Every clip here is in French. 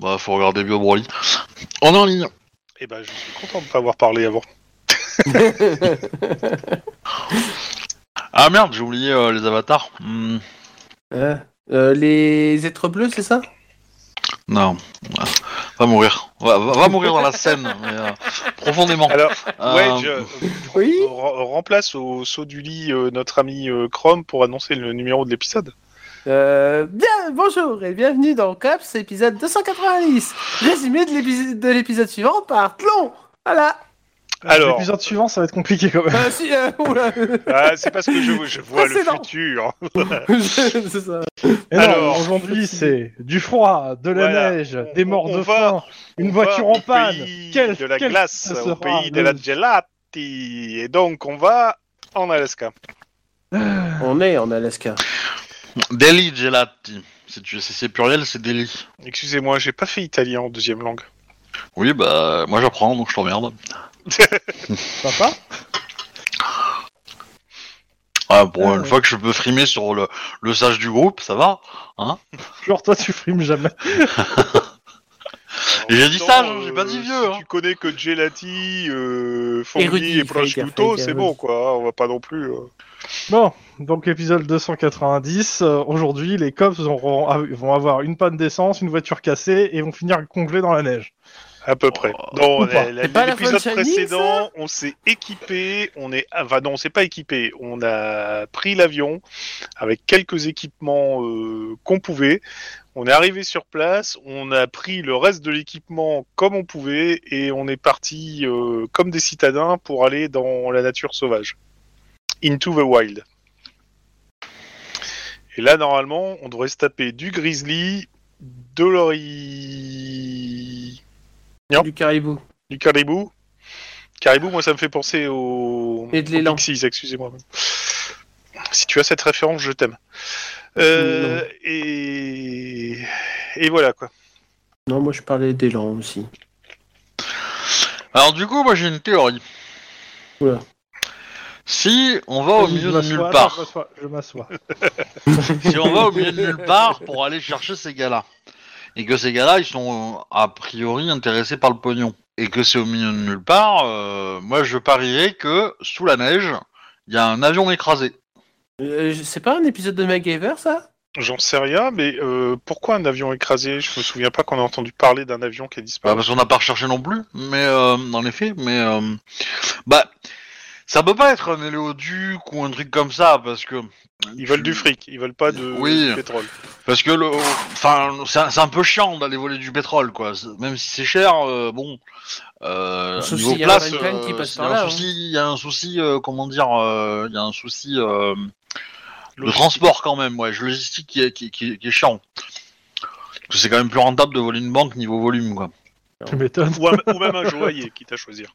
Bah, faut regarder Bio Broly. On est en ligne. Eh ben, je suis content de ne pas avoir parlé avant. Ah merde, j'ai oublié euh, les avatars. Hmm, Euh, euh, les êtres bleus, c'est ça non, Ouais. va mourir. Va, va- va mourir dans la scène, mais, euh, profondément. Alors, Euh, Wedge, euh, Oui. re- remplace au saut du lit euh, notre ami euh, Chrome pour annoncer le numéro de l'épisode. Euh, bien, bonjour et bienvenue dans Caps, épisode 290. Résumé de l'épis- de l'épisode suivant par Tlon. Voilà. Alors. Ah, L'épisode suivant, ça va être compliqué quand même. Euh, si, euh, oula. Ah, c'est parce que je, je vois le Précédent. futur. c'est ça. Et non, Alors. aujourd'hui, c'est du froid, de la Voilà. neige, On- des morts on de va- faim, une On voiture va en au panne. pays Quel- de la quel glace, sera au pays de le- la gelati. Et donc, on va en Alaska. On est en Alaska. Delhi Gelati. Si, tu- si c'est pluriel, c'est Delhi. Excusez-moi, j'ai pas fait italien en deuxième langue. Oui, bah, moi j'apprends, donc je t'emmerde. Papa Ah, pour Ah, une ouais. fois que je peux frimer sur le, le sage du groupe, ça va. Genre, toi, tu frimes jamais. Alors, Et j'ai dit autant, ça, j'ai pas dit euh, vieux, Si hein. tu connais que gelati, euh, fondue Érudit, et prosciutto, Faker, c'est Faker, bon oui. quoi. hein, On va pas non plus. euh. Bon, donc épisode 290. euh, Aujourd'hui, les cops auront- vont avoir une panne d'essence, une voiture cassée et vont finir congelés dans la neige. À peu près. Non, ou pas. la- la- C'est pas la l'épisode French Shining, précédent, on s'est équipé, on est, ah, bah non, on s'est pas équipé. On a pris l'avion avec quelques équipements euh, qu'on pouvait. On est arrivé sur place, on a pris le reste de l'équipement comme on pouvait et on est parti euh, comme des citadins pour aller dans la nature sauvage. Into the wild. Et là, normalement, on devrait se taper du grizzly, de l'ori... Non. Du caribou. Du caribou Caribou, moi, ça me fait penser au. Et de l'élan. aux Pixies, excusez-moi. Si tu as cette référence, je t'aime. Euh, et... et voilà quoi. Non, moi je parlais d'élan aussi. Alors du coup, moi j'ai une théorie. Oula. Si on va au Vas-y, je milieu de m'assois, nulle là, part, je m'assois, Je m'assois. si on va au milieu de nulle part pour aller chercher ces gars-là, et que ces gars-là, ils sont euh, a priori intéressés par le pognon, et que c'est au milieu de nulle part, euh, moi je parierais que sous la neige, il y a un avion écrasé. Euh, je- c'est pas un épisode de MacGyver ça J'en sais rien, mais euh, pourquoi un avion écrasé Je me souviens pas qu'on a entendu parler d'un avion qui a Bah, disparu. parce qu'on n'a pas recherché non plus, mais euh, en effet, mais euh, bah ça peut pas être un éléoduc ou un truc comme ça parce que Ils veulent du fric, ils veulent pas de Oui. de pétrole. Parce que le, enfin, c'est un- c'est un peu chiant d'aller voler du pétrole, quoi. C'est- Même si c'est cher, euh, bon. Euh, Sauf niveau s'il y a place, une vanne qui euh, passe c'est par un là, hein. souci- il y a un souci, euh, comment dire, euh, il y a un souci euh, de Logistique. transport quand même, ouais, logistique qui est, qui, qui- qui est chiant. Parce que c'est quand même plus rentable de voler une banque niveau volume, quoi. Tu m'étonnes. ou, un- ou même un joaillier, quitte à choisir.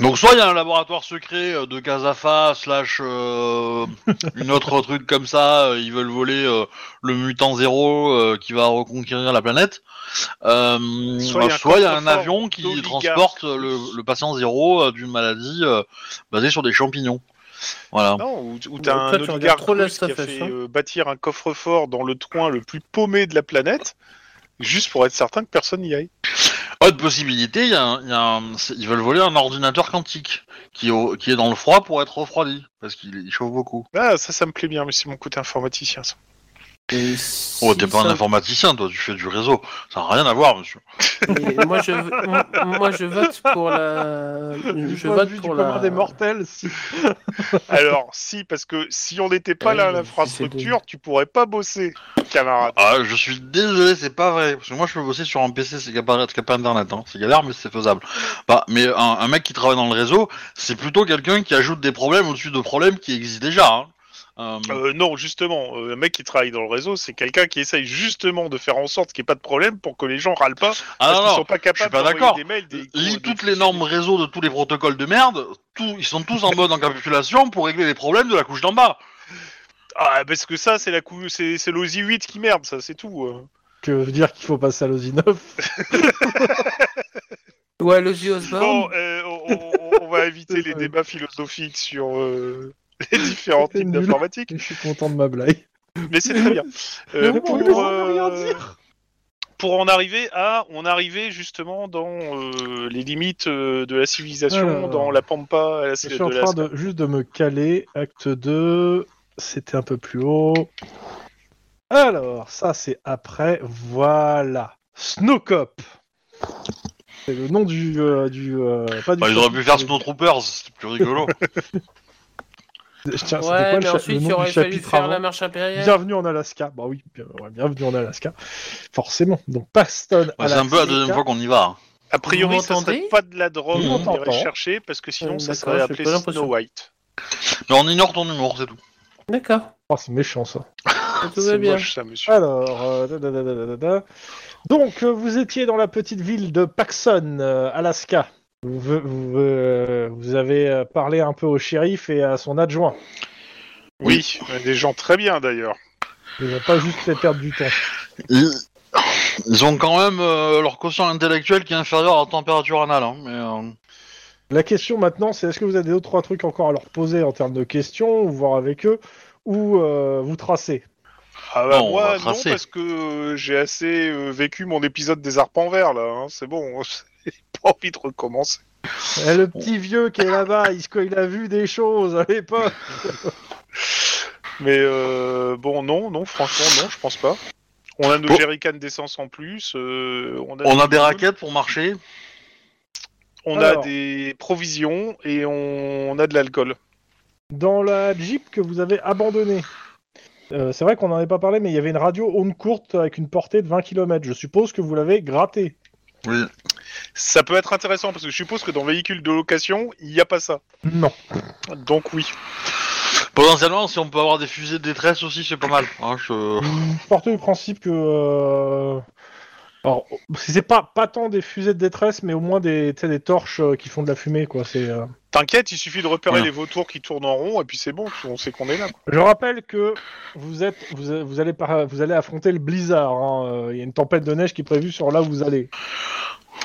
Donc soit il y a un laboratoire secret euh, de Casafa slash euh, une autre truc comme ça, euh, ils veulent voler euh, le mutant zéro euh, qui va reconquérir la planète. Euh, Soit il y a un soit il y a un coffre-fort avion qui d'oligarque. transporte euh, le, le patient zéro euh, d'une maladie euh, basée sur des champignons. Voilà. Non, ou, ou t'as Toi, un tu regardes oligarque trop Last russe qui a of Us, fait hein. euh, bâtir un coffre-fort dans le coin le plus paumé de la planète, juste pour être certain que personne n'y aille. Ah. Autre possibilité, il y a un- il y a un- c'est- ils veulent voler un ordinateur quantique qui, est au- qui est dans le froid pour être refroidi parce qu'il il chauffe beaucoup. Ah, ça, ça me plaît bien, mais c'est mon côté informaticien, ça. Euh, Oh, t'es pas un informaticien, toi, tu fais du réseau. Ça n'a rien à voir, monsieur. Et moi, je, moi, je vote pour la. Du Je point de vote vue pour du la. commun des mortels, si. Alors, si, parce que si on n'était pas Ouais, Euh, là à si l'infrastructure, tu pourrais pas bosser, camarade. Ah, je suis désolé, c'est pas vrai. Parce que moi, je peux bosser sur un PC, c'est qu'il n'y a, pas- qu'il y a pas internet. Hein. C'est galère, mais c'est faisable. Bah, mais un, un mec qui travaille dans le réseau, c'est plutôt quelqu'un qui ajoute des problèmes au-dessus de problèmes qui existent déjà. hein. Euh, Euh, non, justement, euh, un mec qui travaille dans le réseau, c'est quelqu'un qui essaye justement de faire en sorte qu'il n'y ait pas de problème pour que les gens râlent pas ah parce non, qu'ils non, sont pas capables pas d'envoyer d'accord. des mails. Des, lis des- toutes les normes réseau de tous les protocoles de merde. Tous, ils sont tous en mode encapsulation pour régler les problèmes de la couche d'en bas. Ah, parce que ça, c'est la cou... c'est c'est l'OSI 8 qui merde, ça, c'est tout. euh. Que veut dire qu'il faut passer à l'Osinov Ou à Ozzy Bah Osbourne. Oh, Bon, euh, on, on- on va éviter les débats philosophiques sur euh, les différents C'était types nul. d'informatique. Je suis content de ma blague. mais c'est très bien. Euh, Mais on pour, peut laisser euh, rien dire. pour en arriver à, on arrivait justement dans euh, les limites euh, de la Ah civilisation, Alors. dans la pampa, à la Je suis en de train la- de, juste de me caler. Acte 2, c'était un peu plus haut. Alors, ça c'est après. Voilà. Snowcop. C'est le nom du. euh, du euh, pas du Bah, ils auraient pu faire chapitre, Snow Troopers, c'était plus rigolo. Bah, mais- Tiens, Ah, c'était Ouais, quoi mais le, cha- le ensuite, il nom aurait du fallu chapitre faire avant la marche impériale. Bienvenue en Alaska. Bah oui, bien- ouais, bienvenue en Alaska. Forcément. Donc, Paston. Ouais, Bah, c'est un peu la deuxième fois qu'on y va. hein. A priori, Vous ça serait m'entendez pas de la drogue Oui, on qu'on irait t'entend. chercher, parce que sinon, Euh, ça d'accord, serait j'ai appelé pas l'impression. Snow White. Mais on ignore ton humour, c'est tout. D'accord. Oh, c'est méchant ça. Tout va Ah, C'est bien. Ah. moche, ça, monsieur. Alors, euh, da, da, da, da, da, da, da. donc euh, vous étiez dans la petite ville de Paxson, euh, Alaska. Vous, vous, euh, vous avez euh, parlé un peu au shérif et à son adjoint. Oui, euh, des gens très bien, d'ailleurs. Ils n'ont pas juste fait perdre du temps. Ils... ils ont quand même euh, leur quotient intellectuel qui est inférieur à la température anale. hein, mais, euh, La question maintenant, c'est est-ce que vous avez d'autres trois trucs encore à leur poser en termes de questions, ou voir avec eux, ou euh, vous tracez Ah bah, Bon, on va moi, non, tracer. parce que euh, j'ai assez euh, vécu mon épisode des arpents verts, là. hein. C'est bon, j'ai pas envie de recommencer. Eh, Le petit vieux qui est là-bas, il, se- il a vu des choses à l'époque. Mais euh, bon, non, non, franchement, non, je pense pas. On a nos Bon. jerrycans d'essence en plus. euh, on, a On a des des raquettes pour marcher. On Alors. a des provisions et on, on a de l'alcool. dans la Jeep que vous avez abandonnée. Euh, c'est vrai qu'on n'en avait pas parlé, mais il y avait une radio onde courte avec une portée de 20 km. Je suppose que vous l'avez grattée. Oui. Ça peut être intéressant parce que je suppose que dans véhicule de location, il n'y a pas ça. Non. Donc oui. Potentiellement, si on peut avoir des fusées de détresse aussi, c'est pas mal. hein, je- Partez du principe que. euh, Alors, si c'est pas, pas tant des fusées de détresse, mais au moins des, tu sais, des torches euh, qui font de la fumée, quoi. C'est. euh, T'inquiète, il suffit de repérer Voilà. les vautours qui tournent en rond et puis c'est bon, on sait qu'on est là. quoi. Je rappelle que vous êtes, vous, a- vous allez, par- vous allez affronter le blizzard. hein. Euh, Il y a une tempête de neige qui est prévue sur là où vous allez.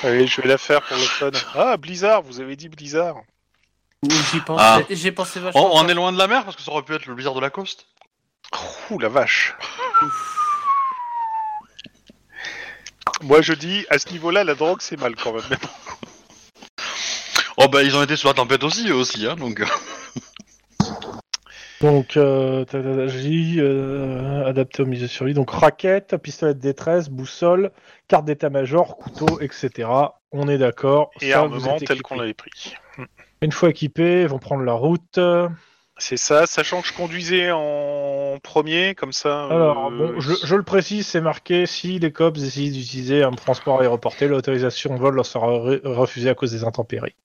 Allez, je vais la faire pour le fun. Ah, Blizzard, vous avez dit Blizzard. J'y pensais, Ah. j'y pensais On, vachement. on est loin de la mer parce que ça aurait pu être le blizzard de la côte. Ouh la vache. Moi je dis, à ce niveau-là, la drogue c'est mal quand même. Oh bah ils ont été sur la tempête aussi, eux aussi. Hein, donc euh, Donc, euh, ta- ta- ta- J, euh, adapté au musée de survie. Donc, raquette, pistolet de détresse, boussole, carte d'état-major, couteau, etc. On est d'accord. Et ça, vous armement êtes tel équipés. qu'on l'avait pris. Une fois équipés, ils vont prendre la route. Euh, C'est ça, sachant que je conduisais en premier, comme ça. euh, Alors, bon, je, je le précise, c'est marqué si les cops décident d'utiliser un transport aéroporté, l'autorisation de vol leur sera re- refusée à cause des intempéries.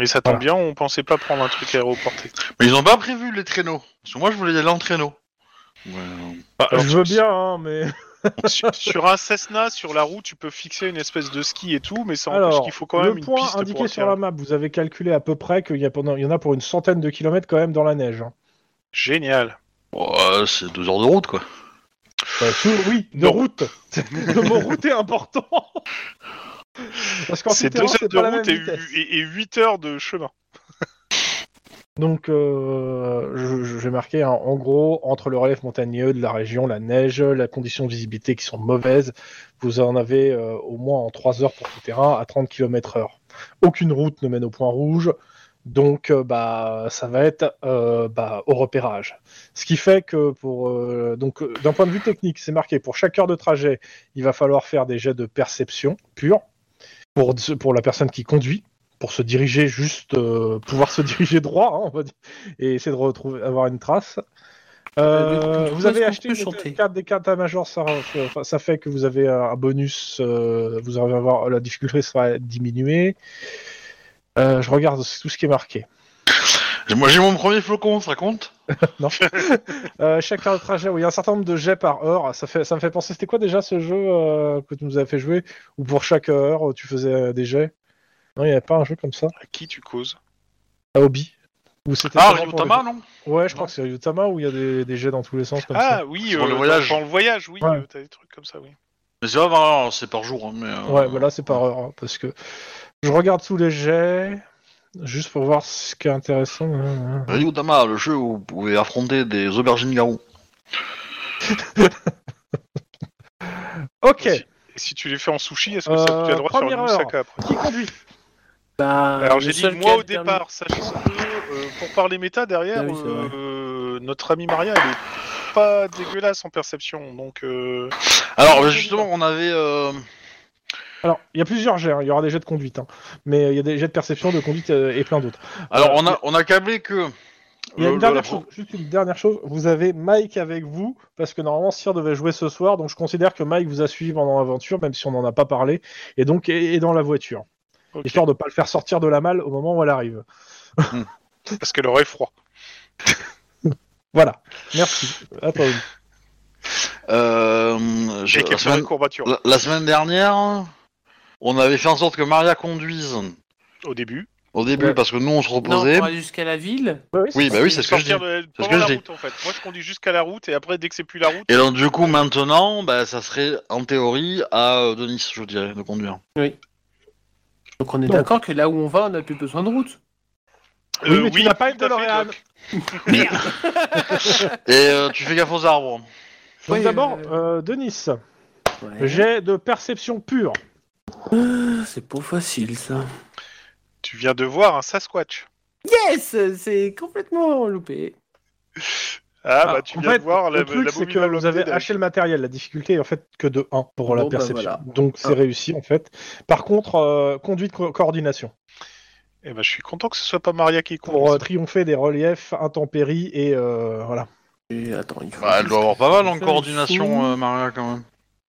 Et ça tombe bien, on pensait pas prendre un truc aéroporté. Mais ils ont pas prévu les traîneaux. Parce que moi je voulais y aller en traîneau. Ouais, euh, Alors, je veux tu- bien, hein, mais. sur, sur un Cessna, sur la roue, tu peux fixer une espèce de ski et tout, mais sans plus Alors, qu'il faut quand même le une point piste indiqué pour sur la map, vous avez calculé à peu près qu'il y, a pendant- il y en a pour une centaine de kilomètres quand même dans la neige. hein. Génial. ouais, c'est deux heures de route quoi. Euh, sous- oui, de Non. route. le mot route est important. Parce qu'en C'est deux tout-terrain, heures c'est de pas la même route et, vitesse. et- et huit heures de chemin. Donc, euh, je- je- j'ai marqué hein, en gros entre le relief montagneux de la région, la neige, la condition de visibilité qui sont mauvaises, vous en avez euh, au moins en 3 heures pour tout terrain à 30 km/h. Aucune route ne mène au point rouge, donc euh, bah ça va être euh, bah, au repérage. Ce qui fait que pour euh, donc euh, d'un point de vue technique, c'est marqué pour chaque heure de trajet, il va falloir faire des jets de perception pure pour pour la personne qui conduit pour se diriger juste, euh, pouvoir se diriger droit, hein, on va dire, et essayer de retrouver, avoir une trace. Euh, Euh, vous avez est-ce qu'on acheté peut des chanter cartes des cartes à major, ça, ça- ça fait que vous avez un bonus, euh, vous allez avoir la difficulté sera diminuée. Euh, je regarde tout ce qui est marqué. Moi j'ai mon premier flocon, ça compte Euh, chaque heure de trajet, oui, il y a un certain nombre de jets par heure. Ça, fait, ça me fait penser, c'était quoi déjà ce jeu euh, que tu nous as fait jouer Où pour chaque heure, tu faisais euh, des jets Non, il n'y avait pas un jeu comme ça À qui tu causes À Hobby Où c'était Ah, seulement pour les- Ryutama non Ouais, je Non. crois que c'est Ryutama où il y a des, des jets dans tous les sens comme Ah oui, Sur le dans- voyage. Dans, le voyage, oui, Ouais. euh, t'as des trucs comme ça, oui. Mais c'est pas vraiment, c'est par jour. hein, mais, euh, ça. Ouais, voilà, c'est par heure. hein, parce que je regarde tous les jets, juste pour voir ce qui est intéressant. hein, hein. Ryutama, le jeu où vous pouvez affronter des aubergines garous. Ok. Aussi. Et si tu les fais en sushi, est-ce que ça Euh, tu as le droit de faire une première moussaka après Qui conduit Bah, Alors le j'ai dit seul qui moi a au le permis- départ, sachant que euh, pour parler méta derrière, Ah oui, c'est vrai. euh, notre amie Maria elle est pas dégueulasse en perception, donc euh, Alors justement, on avait. euh, Alors, il y a plusieurs jets, hein, il y aura des jets de conduite, hein. mais il y a des jets de perception, de conduite euh, et plein d'autres. Alors on a on a câblé que. euh, Il y le- a une le- dernière la- chose, juste une dernière chose, vous avez Mike avec vous, parce que normalement Cyr devait jouer ce soir, donc je considère que Mike vous a suivi pendant l'aventure, même si on n'en a pas parlé, et donc est, est dans la voiture, ok, histoire de ne pas le faire sortir de la malle au moment où elle arrive. parce qu'elle aurait froid. Voilà, merci. À toi, Oli. euh, je- J'ai la, qu'elle serait semaine, courbature la- la semaine dernière, on avait fait en sorte que Maria conduise au début. au début Ouais. parce que nous on se Non, reposait. on va jusqu'à la ville. Oui, bah oui, c'est ce que je dis. Sortir de- que pendant je la dis. route en fait. Moi je conduis jusqu'à la route et après dès que c'est plus la route, Et donc du coup maintenant, bah, ça serait en théorie à euh, Denis, je dirais, de conduire. Donc on est Donc. d'accord que là où on va, on n'a plus besoin de route. Oui, mais tu n'as pas euh, tout une à fait, DeLorean. Doc. Et euh, tu fais gaffe aux arbres. Donc Oui, d'abord, euh, euh, Denis, Ouais. jet de perception pure. C'est pas facile ça. Tu viens de voir un Sasquatch. Yes C'est complètement loupé. Ah, Ah, bah tu en viens fait, de voir la, le truc, la c'est que abominable vous avez obsédée. haché le matériel. La difficulté est en fait que de 1 pour la Bon, bah, perception. voilà. Donc c'est Un. réussi en fait. Par contre, euh, conduite co- coordination. Eh ben je suis content que ce soit pas Maria qui court. Pour euh, triompher des reliefs, intempéries et euh, voilà. Et attends, il faut... Bah, elle doit avoir pas mal en Fais coordination, fou. euh, Maria, quand même.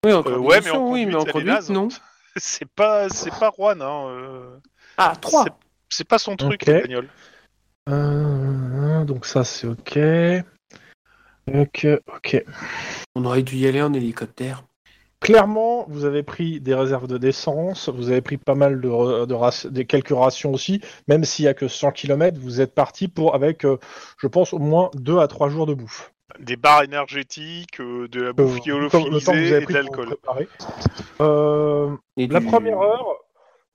Oui, en Euh, mais en conduite, oui, conduite, mais en elle est conduite, naze. non. c'est pas c'est pas Juan hein. euh, Ah, 3 C'est- C'est pas son truc Ok. la bagnole. Euh, donc ça c'est ok. Ok, ok. On aurait dû y aller en hélicoptère. Clairement, vous avez pris des réserves de d'essence, vous avez pris pas mal de, ra- de rac- des- quelques rations aussi, même s'il y a que 100 km, vous êtes parti pour avec, euh, je pense, au moins 2 à 3 jours de bouffe. Des barres énergétiques, euh, de la bouffe Euh, le temps- le temps que vous lyophilisée avez et de pris pour l'alcool. préparer. Euh, Et la du- première heure,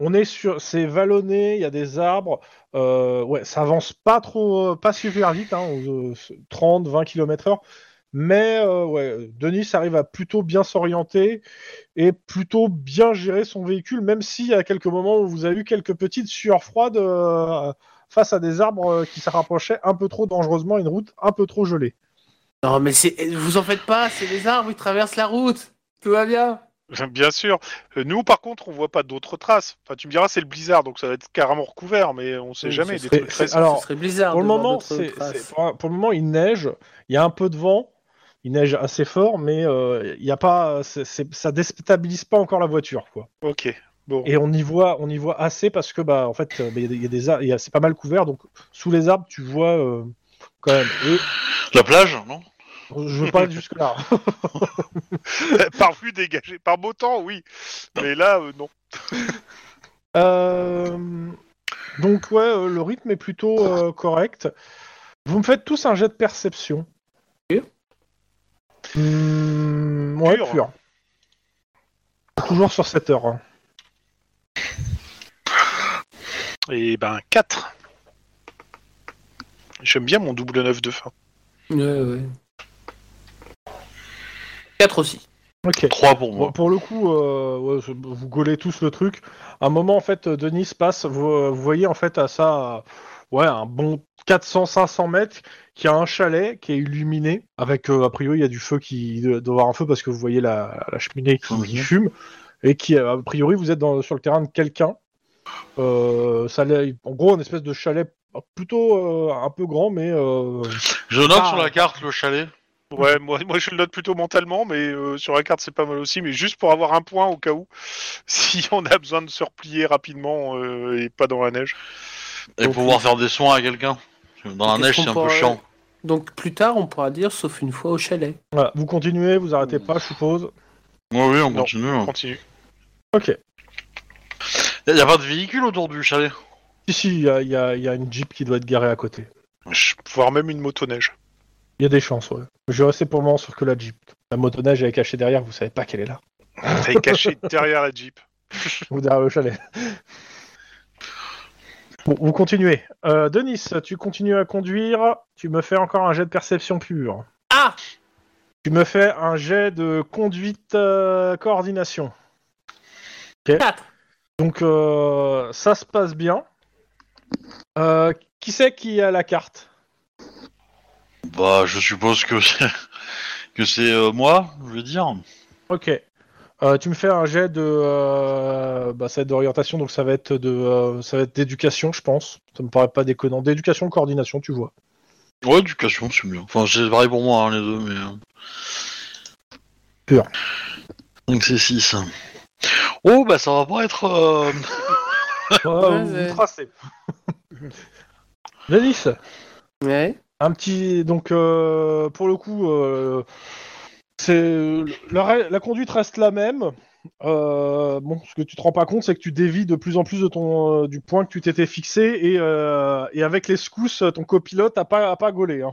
on est sur, c'est vallonné, il y a des arbres. Euh, ouais, ça avance pas trop, euh, pas super vite, hein, aux, euh, 30, 20 km heure. Mais euh, ouais, Denis arrive à plutôt bien s'orienter et plutôt bien gérer son véhicule, même si à quelques moments vous avez eu quelques petites sueurs froides euh, face à des arbres euh, qui se rapprochaient un peu trop dangereusement, à une route un peu trop gelée. Non, mais c'est... vous en faites pas, c'est les arbres, ils traversent la route. Tout va bien. Bien sûr. Euh, Nous par contre on voit pas d'autres traces. Enfin tu me diras c'est le blizzard donc ça va être carrément recouvert mais on sait Oui, jamais ce des serait- trucs très c'est- Alors, Ce serait bizarre. Pour de le voir moment, d'autres c'est- traces. c'est- pour, pour le moment, il neige. Il y a un peu de vent. Il neige assez fort, mais euh, il y a pas, c'est- c'est- ça déstabilise pas encore la voiture, quoi. OK. Bon. Et on y voit, on y voit assez parce que bah, en fait, euh, il y a des- il y a des, ar- il y a- c'est pas mal couvert, donc sous les arbres, tu vois euh, quand même. Et La plage, non je veux pas aller jusque là. par vue dégagée, par beau temps oui. Mais là euh, non. Euh, donc ouais, euh, le rythme est plutôt euh, correct. Vous me faites tous un jet de perception. Pur Hmm, ouais, Pur. pur. Toujours sur 7 heures. hein. Et ben 4. J'aime bien mon double neuf de fin. Ouais, ouais. 4 aussi. Ok. 3 pour Bon, moi. pour le coup, euh, ouais, je- vous gaulez tous le truc. À un moment, en fait, euh, Denis passe, vous, euh, vous voyez en fait à ça, euh, ouais, un bon 400-500 mètres, qui a un chalet qui est illuminé, avec euh, a priori, il y a du feu qui il doit y avoir un feu parce que vous voyez la, la cheminée qui, Mhm. qui fume, et qui, euh, a priori, vous êtes dans- sur le terrain de quelqu'un. Euh, ça l'est- en gros, un espèce de chalet plutôt euh, un peu grand, mais euh, Je note Ah. sur la carte le chalet. Ouais, moi, moi je le note plutôt mentalement, mais euh, sur la carte c'est pas mal aussi, mais juste pour avoir un point au cas où, si on a besoin de se replier rapidement euh, et pas dans la neige. Et Donc, pouvoir faire des soins à quelqu'un. Parce que Dans la Qu'est-ce neige, qu'on c'est un peu pourrait- chiant. Donc plus tard, on pourra dire sauf une fois au chalet. voilà. vous continuez, vous arrêtez Mhm. pas, je suppose. Oui, oui, on Non. continue. hein. On Continue. Ok. Il n'y a pas de véhicule autour du chalet. Si, si, il y a- il y a- il y a une Jeep qui doit être garée à côté. Je- Voire même une motoneige. Il y a des chances, ouais. Je vais rester pour le moment sur que la Jeep. La motoneige elle est cachée derrière, vous savez pas qu'elle est là. Elle est cachée derrière la Jeep. Ou derrière le chalet. Bon, vous continuez. Euh, Denis, tu continues à conduire. Tu me fais encore un jet de perception pure. Ah Tu me fais un jet de conduite euh, coordination. 4. Donc euh, ça se passe bien. Euh, qui c'est qui a la carte Bah, je suppose que c'est que c'est euh, moi, je veux dire. Ok. Euh, tu me fais un jet de, euh, bah, ça va être d'orientation, donc ça va être de, euh, ça va être d'éducation, je pense. Ça me paraît pas déconnant. D'éducation, coordination, tu vois. Ouais, éducation, c'est bien. Enfin, c'est pareil pour moi, hein, les deux, mais. euh. Pur. Donc c'est 6. Oh, bah ça va pas être. euh, Ah, vous c'est- tracez. Denis, Ouais. un petit, donc euh, pour le coup, euh, c'est la, re- la conduite reste la même. Euh, bon, ce que tu te rends pas compte, c'est que tu dévis de plus en plus de ton, euh, du point que tu t'étais fixé et, euh, et avec les secousses, ton copilote a pas, a pas gaulé. hein.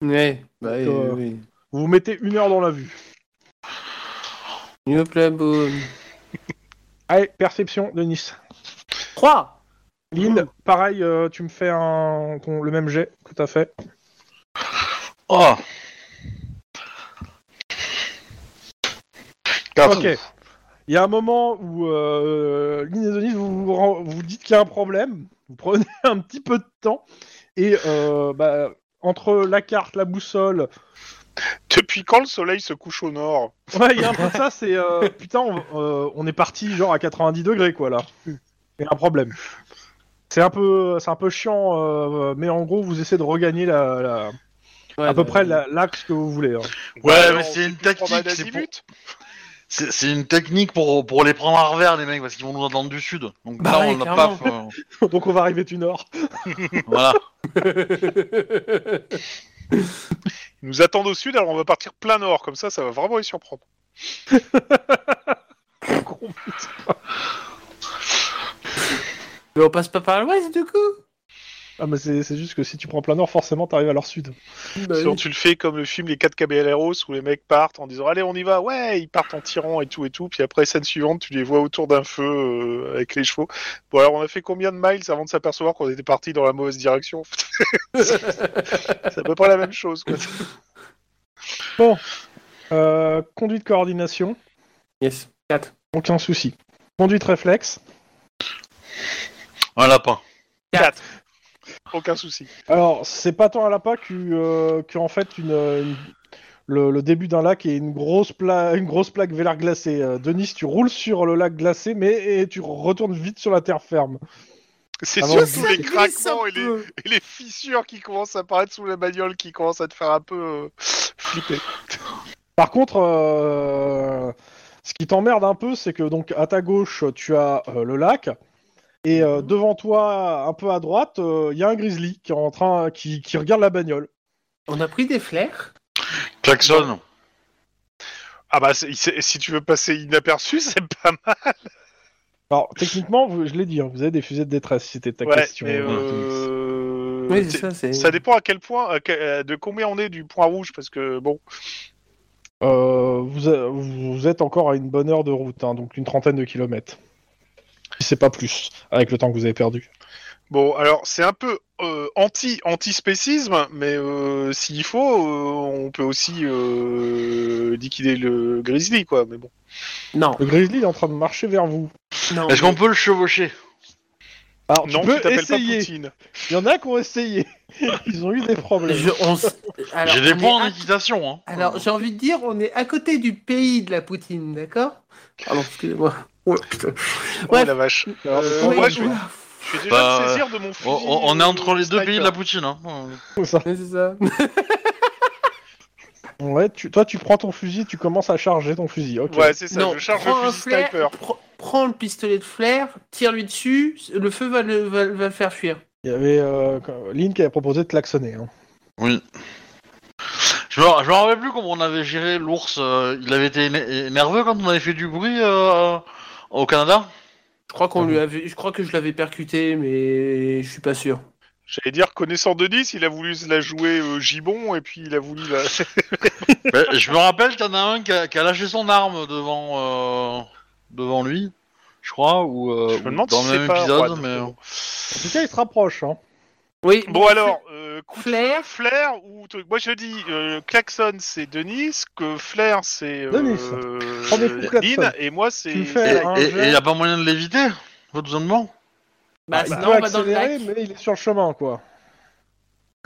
Ouais. Bah, oui, euh, oui. Vous vous mettez une heure dans la vue. Youpla boum. Allez, perception, Denis. 3. Lynn, pareil, euh, tu me fais un, ton- le même jet que t'as fait. Oh Ah, Quatre. Ok. Il y a un moment où euh, Lynn et Denis, vous vous, ren- vous dites qu'il y a un problème. Vous prenez un petit peu de temps. Et euh, bah, entre la carte, la boussole, Depuis quand le soleil se couche au nord ouais, il y a un peu de ça, c'est euh, putain, on, euh, on est parti genre à 90 degrés quoi là. Il y a un problème. C'est un peu, c'est un peu chiant, euh, mais en gros, vous essayez de regagner la, la- à bah, peu euh, près la- l'axe que vous voulez. hein. Ouais, alors, mais Bah, on c'est sait une plus prendre à tactique, c'est pour- l'azimut. C'est c'est une technique pour, pour les prendre à revers, les mecs, parce qu'ils vont nous entendre du sud. Donc Bah là, ouais, on l'a pas. clairement. euh, Donc on va arriver du nord. voilà. Ils nous attendent au sud, alors on va partir plein nord, comme ça, ça va vraiment les surprendre. Mais on passe pas par l'ouest du coup Ah, mais c'est c'est juste que si tu prends plein nord, forcément t'arrives à leur sud. Bah Sinon, oui. tu le fais comme le film Les 4 Caballeros où les mecs partent en disant Allez, on y va, ouais, ils partent en tirant et tout et tout. Puis après, scène suivante, tu les vois autour d'un feu euh, avec les chevaux. Bon, alors on a fait combien de miles avant de s'apercevoir qu'on était parti dans la mauvaise direction C'est à peu près la même chose. Quoi. Euh, conduite coordination, Yes. 4. aucun souci. Conduite réflexe. Un lapin. Aucun souci. Alors, c'est pas tant un lapin que, euh, que, en fait une, euh, une- le, le début d'un lac et une grosse, pla- une grosse plaque vélar glacée. Euh, Denis, tu roules sur le lac glacé, mais et tu retournes vite sur la terre ferme. C'est Ah bon surtout les craquements et les, et les fissures qui commencent à apparaître sous la bagnole qui commencent à te faire un peu euh, flipper. Par contre, euh, ce qui t'emmerde un peu, c'est que donc à ta gauche, tu as euh, le lac. Et euh, Mhm. devant toi, un peu à droite, euh, il y a un grizzly qui est en train, qui, qui regarde la bagnole. On a pris des flares Klaxon. Ah bah, c'est- c'est- si tu veux passer inaperçu, c'est pas mal. Alors techniquement, vous- je l'ai dit, hein, vous avez des fusées de détresse, c'était ta Ouais, question. mais, euh, Denis. euh, Oui, t'es- c'est ça, c'est. Ça dépend à quel point, à que- euh, de combien on est du point rouge, parce que bon, Euh, vous, a- vous êtes encore à une bonne heure de route, hein, donc une trentaine de kilomètres. Si c'est pas plus, avec le temps que vous avez perdu. bon, alors c'est un peu euh, anti antispécisme, mais euh, s'il faut, euh, on peut aussi euh, liquider le grizzly, quoi. Mais bon, Non. Le grizzly il est en train de marcher vers vous. non. Est-ce qu'on peut le chevaucher Alors, non, tu peux tu t'appelles pas essayer. Poutine. Il y en a qui ont essayé. Ils ont eu des problèmes. Je- on s- Alors, J'ai des on est points en à- équitation. Hein. Alors, j'ai envie de dire, on est à côté du pays de la Poutine, d'accord Pardon, excusez-moi. Ouais, putain. Oh Bref. la vache. Alors, Euh, c'est pas Oui, ouais, je- oula. Je vais déjà Bah, me saisir de mon fusil. euh, On, on- on est entre les deux sniper. pays de la Poutine. Hein. Euh, fou, ça. Ouais, c'est ça. Ouais, tu- toi, tu prends ton fusil, tu commences à charger ton fusil. Ok. Ouais, c'est ça. Non, je charge prends le un fusil flair, sniper. pr- prends le pistolet de flair, tire-lui dessus, le feu va le, va- va le faire fuir. Il y avait euh, quand- Lynn qui avait proposé de klaxonner. hein. Oui. Je me, je me rappelle plus comment on avait géré l'ours. euh, il avait été éner- nerveux quand on avait fait du bruit euh, au Canada Je crois qu'on Ah lui avait, je crois que je l'avais percuté, mais je suis pas sûr. J'allais dire, connaissant Denis, il a voulu se la jouer euh, gibon, et puis il a voulu la. Ben, Je me rappelle qu'il y en a un qui a, qui a lâché son arme devant, euh, devant lui, je crois, ou euh, Je me demande dans si le c'est même pas épisode. Juan. mais... En tout cas, il se rapproche. hein. Oui. Bon alors, euh, euh, coup de Flair. flair, ou truc. Moi je dis, euh, klaxon c'est Denis, que flair c'est euh, Denis. Ah, Prends des coups, klaxon. Lynn, et moi c'est. Tu Et fais- un il jet. n'y a pas moyen de l'éviter Votre zonement Bah, il sinon, peut on va dans le Ah, accélérer, lac. mais il est sur le chemin, quoi.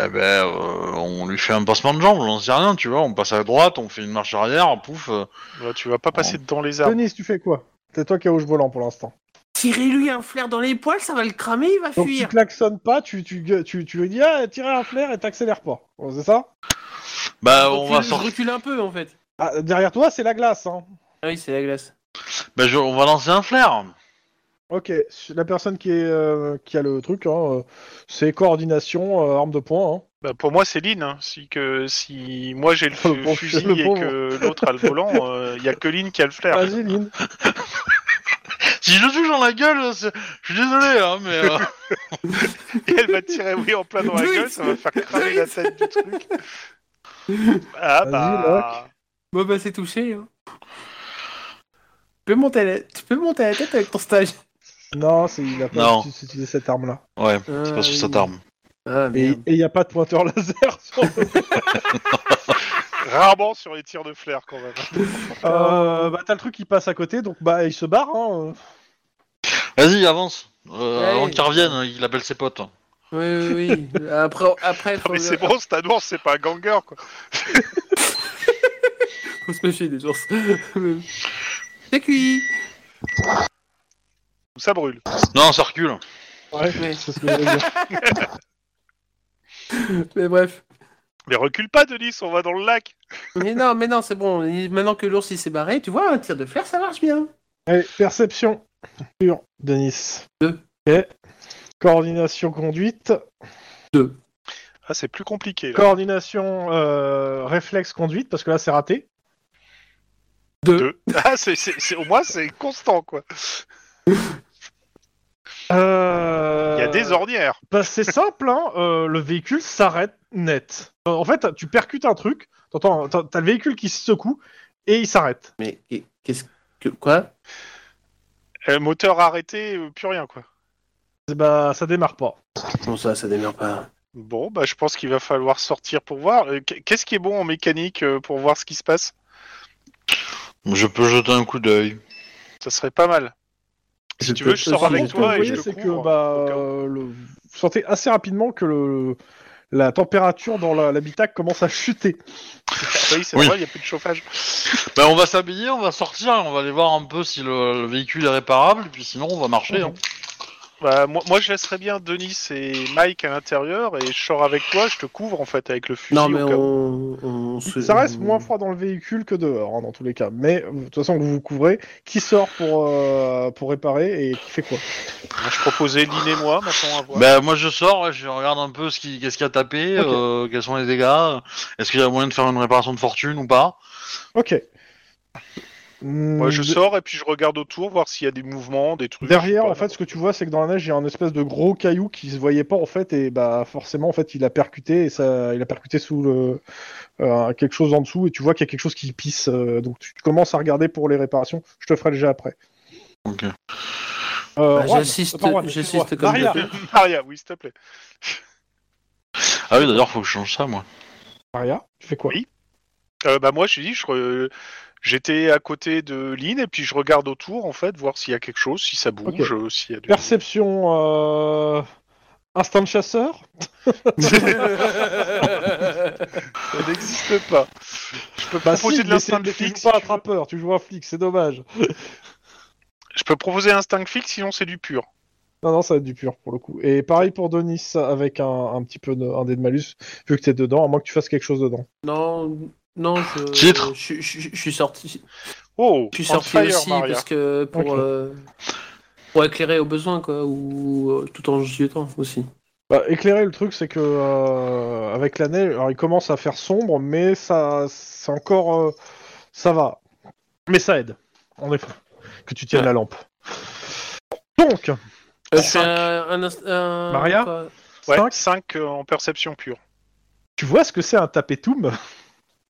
Eh ben, euh, on lui fait un passement de jambes, on sait rien, tu vois. On passe à droite, on fait une marche arrière, pouf. euh, Bah, tu vas pas passer dans les arbres. Denis, tu fais quoi C'est toi qui as rouge volant pour l'instant. Tirez-lui un flair dans les poils, ça va le cramer, il va Donc tu fuir. klaxonnes pas, tu, tu, tu, tu lui dis ah, tirer un flair et t'accélères pas. Bon, c'est ça Bah, Je on recule- va je sortir. recule un peu en fait. Ah, Derrière toi, c'est la glace. Hein. Ah oui, c'est la glace. Bah, je- on va lancer un flair. Ok, la personne qui, est, euh, qui a le truc, hein, euh, c'est coordination, euh, arme de poing. Hein. Bah, pour moi c'est Lynn. hein. Si, que, si moi j'ai le, Le fu- pauvre, fusil le et pauvre. Ah, que l'autre a le volant, il y a que Lynn qui a le flair. Vas-y, Lynn. Si je le touche dans la gueule, c'est- je suis désolé, hein, mais. euh, Et elle va te tirer oui en plein dans la Denis. gueule, ça va faire cramer la Denis. tête du truc. Ah Vas-y, bah. Bon bah c'est touché. Hein. Tu, peux monter à la... tu peux monter à la tête avec ton stage. Non, c'est- il a pas Non. utilisé utilisé cette arme-là. Ouais, C'est c'est pas sur cette arme. Euh, Ah, Et merde. il n'y a pas de pointeur laser sur le- Rarement sur les tirs de flair quand même. Euh, bah, t'as le truc qui passe à côté, donc bah il se barre. Hein. Vas-y, avance. Euh, Ouais. Avant qu'il revienne, hein, il appelle ses potes. Oui, oui, oui. Euh, Après, après Non faut, mais c'est bon, Stadour c'est pas un ganger quoi. faut se méfier des ours. c'est cuit. Ça brûle. Non, ça recule. Ouais. Ouais, c'est ce que je voulais dire. Mais bref. Mais recule pas Denis, on va dans le lac. Mais non, mais non, c'est bon. Maintenant que l'ours il s'est barré, tu vois, un tir de flair, ça marche bien. Allez, perception pure, Denis. Deux. Ok. Coordination conduite. Ah c'est plus compliqué là. Coordination euh, réflexe conduite, parce que là c'est raté. Deux. Deux. Ah c'est, c'est, c'est- au moins c'est constant quoi. Euh, Il y a des ornières. Bah, c'est simple, hein, euh, le véhicule s'arrête net. Euh, En fait, tu percutes un truc, t'entends, t'as t'as le véhicule qui se secoue et il s'arrête. Mais qu'est- qu'est-ce que. Quoi Euh, moteur arrêté, euh, plus rien quoi. Bah, ça démarre pas. Bon, ça, ça démerde pas. Bon bah je pense qu'il va falloir sortir pour voir. Euh, qu- Qu'est-ce qui est bon en mécanique euh, pour voir ce qui se passe Je peux jeter un coup d'œil. Ça serait pas mal. Si tu veux, je sors Par avec contre, toi vous et je voyez, te c'est que couvre, bah, au cas où. euh, le- vous sentez assez rapidement que le- la température dans la- l'habitacle commence à chuter. Ah, bah Oui, c'est Oui. vrai, il n'y a plus de chauffage. Bah, on va s'habiller, on va sortir, on va aller voir un peu si le, le véhicule est réparable, et puis sinon on va marcher. hein. Bah, moi, moi, je laisserais bien Denis et Mike à l'intérieur et je sors avec toi, je te couvre en fait avec le fusil. Non, mais au cas où. on. on se- Ça reste on- moins froid dans le véhicule que dehors, hein, dans tous les cas. Mais euh, de toute façon, vous vous couvrez. Qui sort pour, euh, pour réparer et qui fait quoi Moi, Je proposais Lynn et moi, maintenant à voir. Bah, moi je sors, ouais, je regarde un peu ce qui, qu'est-ce qui a tapé, Ok. euh, quels sont les dégâts, euh, est-ce qu'il y a moyen de faire une réparation de fortune ou pas. Ok. Moi, je Hmm, sors et puis je regarde autour, voir s'il y a des mouvements, des trucs. Derrière, je sais en pas. fait, ce que tu vois, c'est que dans la neige, il y a un espèce de gros caillou qui se voyait pas, en fait, et bah forcément, en fait, il a percuté, et ça, il a percuté sous le euh, quelque chose en dessous, et tu vois qu'il y a quelque chose qui pisse. euh, donc, tu, tu commences à regarder pour les réparations. Je te ferai le jeu après. Ok. Euh, Bah, Juan, j'assiste- euh, pas Juan, j'assiste comme excuse-moi. Maria. je Maria, oui, s'il te plaît. Ah oui, d'ailleurs, faut que je change ça, moi. Maria, tu fais quoi Oui. Euh, bah, moi, je te dis, je re- j'étais à côté de Lynn et puis je regarde autour en fait, voir s'il y a quelque chose, si ça bouge, euh, s'il y a du. Perception, euh, instinct de chasseur. Ça n'existe pas. Je peux Bah, proposer de si, mais c'est- l'instinct mais de tu flic. joues si pas tu un trappeur, tu joues un flic, c'est dommage. veux. Je peux proposer instinct flic, sinon c'est du pur. Non, non, ça va être du pur pour le coup. Et pareil pour Denis avec un, un petit peu de, un dé de malus, vu que t'es dedans, à moins que tu fasses quelque chose dedans. Non, non, je. Titre. je, je- je suis sorti. Oh, Je suis on sorti fire, aussi Maria. parce que pour. Ok. euh, Pour éclairer au besoin, quoi, ou euh, tout en jetant aussi. Bah, éclairer le truc, c'est que euh, avec la neige, alors il commence à faire sombre, mais ça, c'est encore, euh, ça va. Mais ça aide, en effet, que tu tiennes Ouais. la lampe. Donc, Euh, je fais Cinq. un, un inst- un- euh, Maria quoi Ouais, Cinq. 5 en perception pure. tu vois ce que c'est un tapetum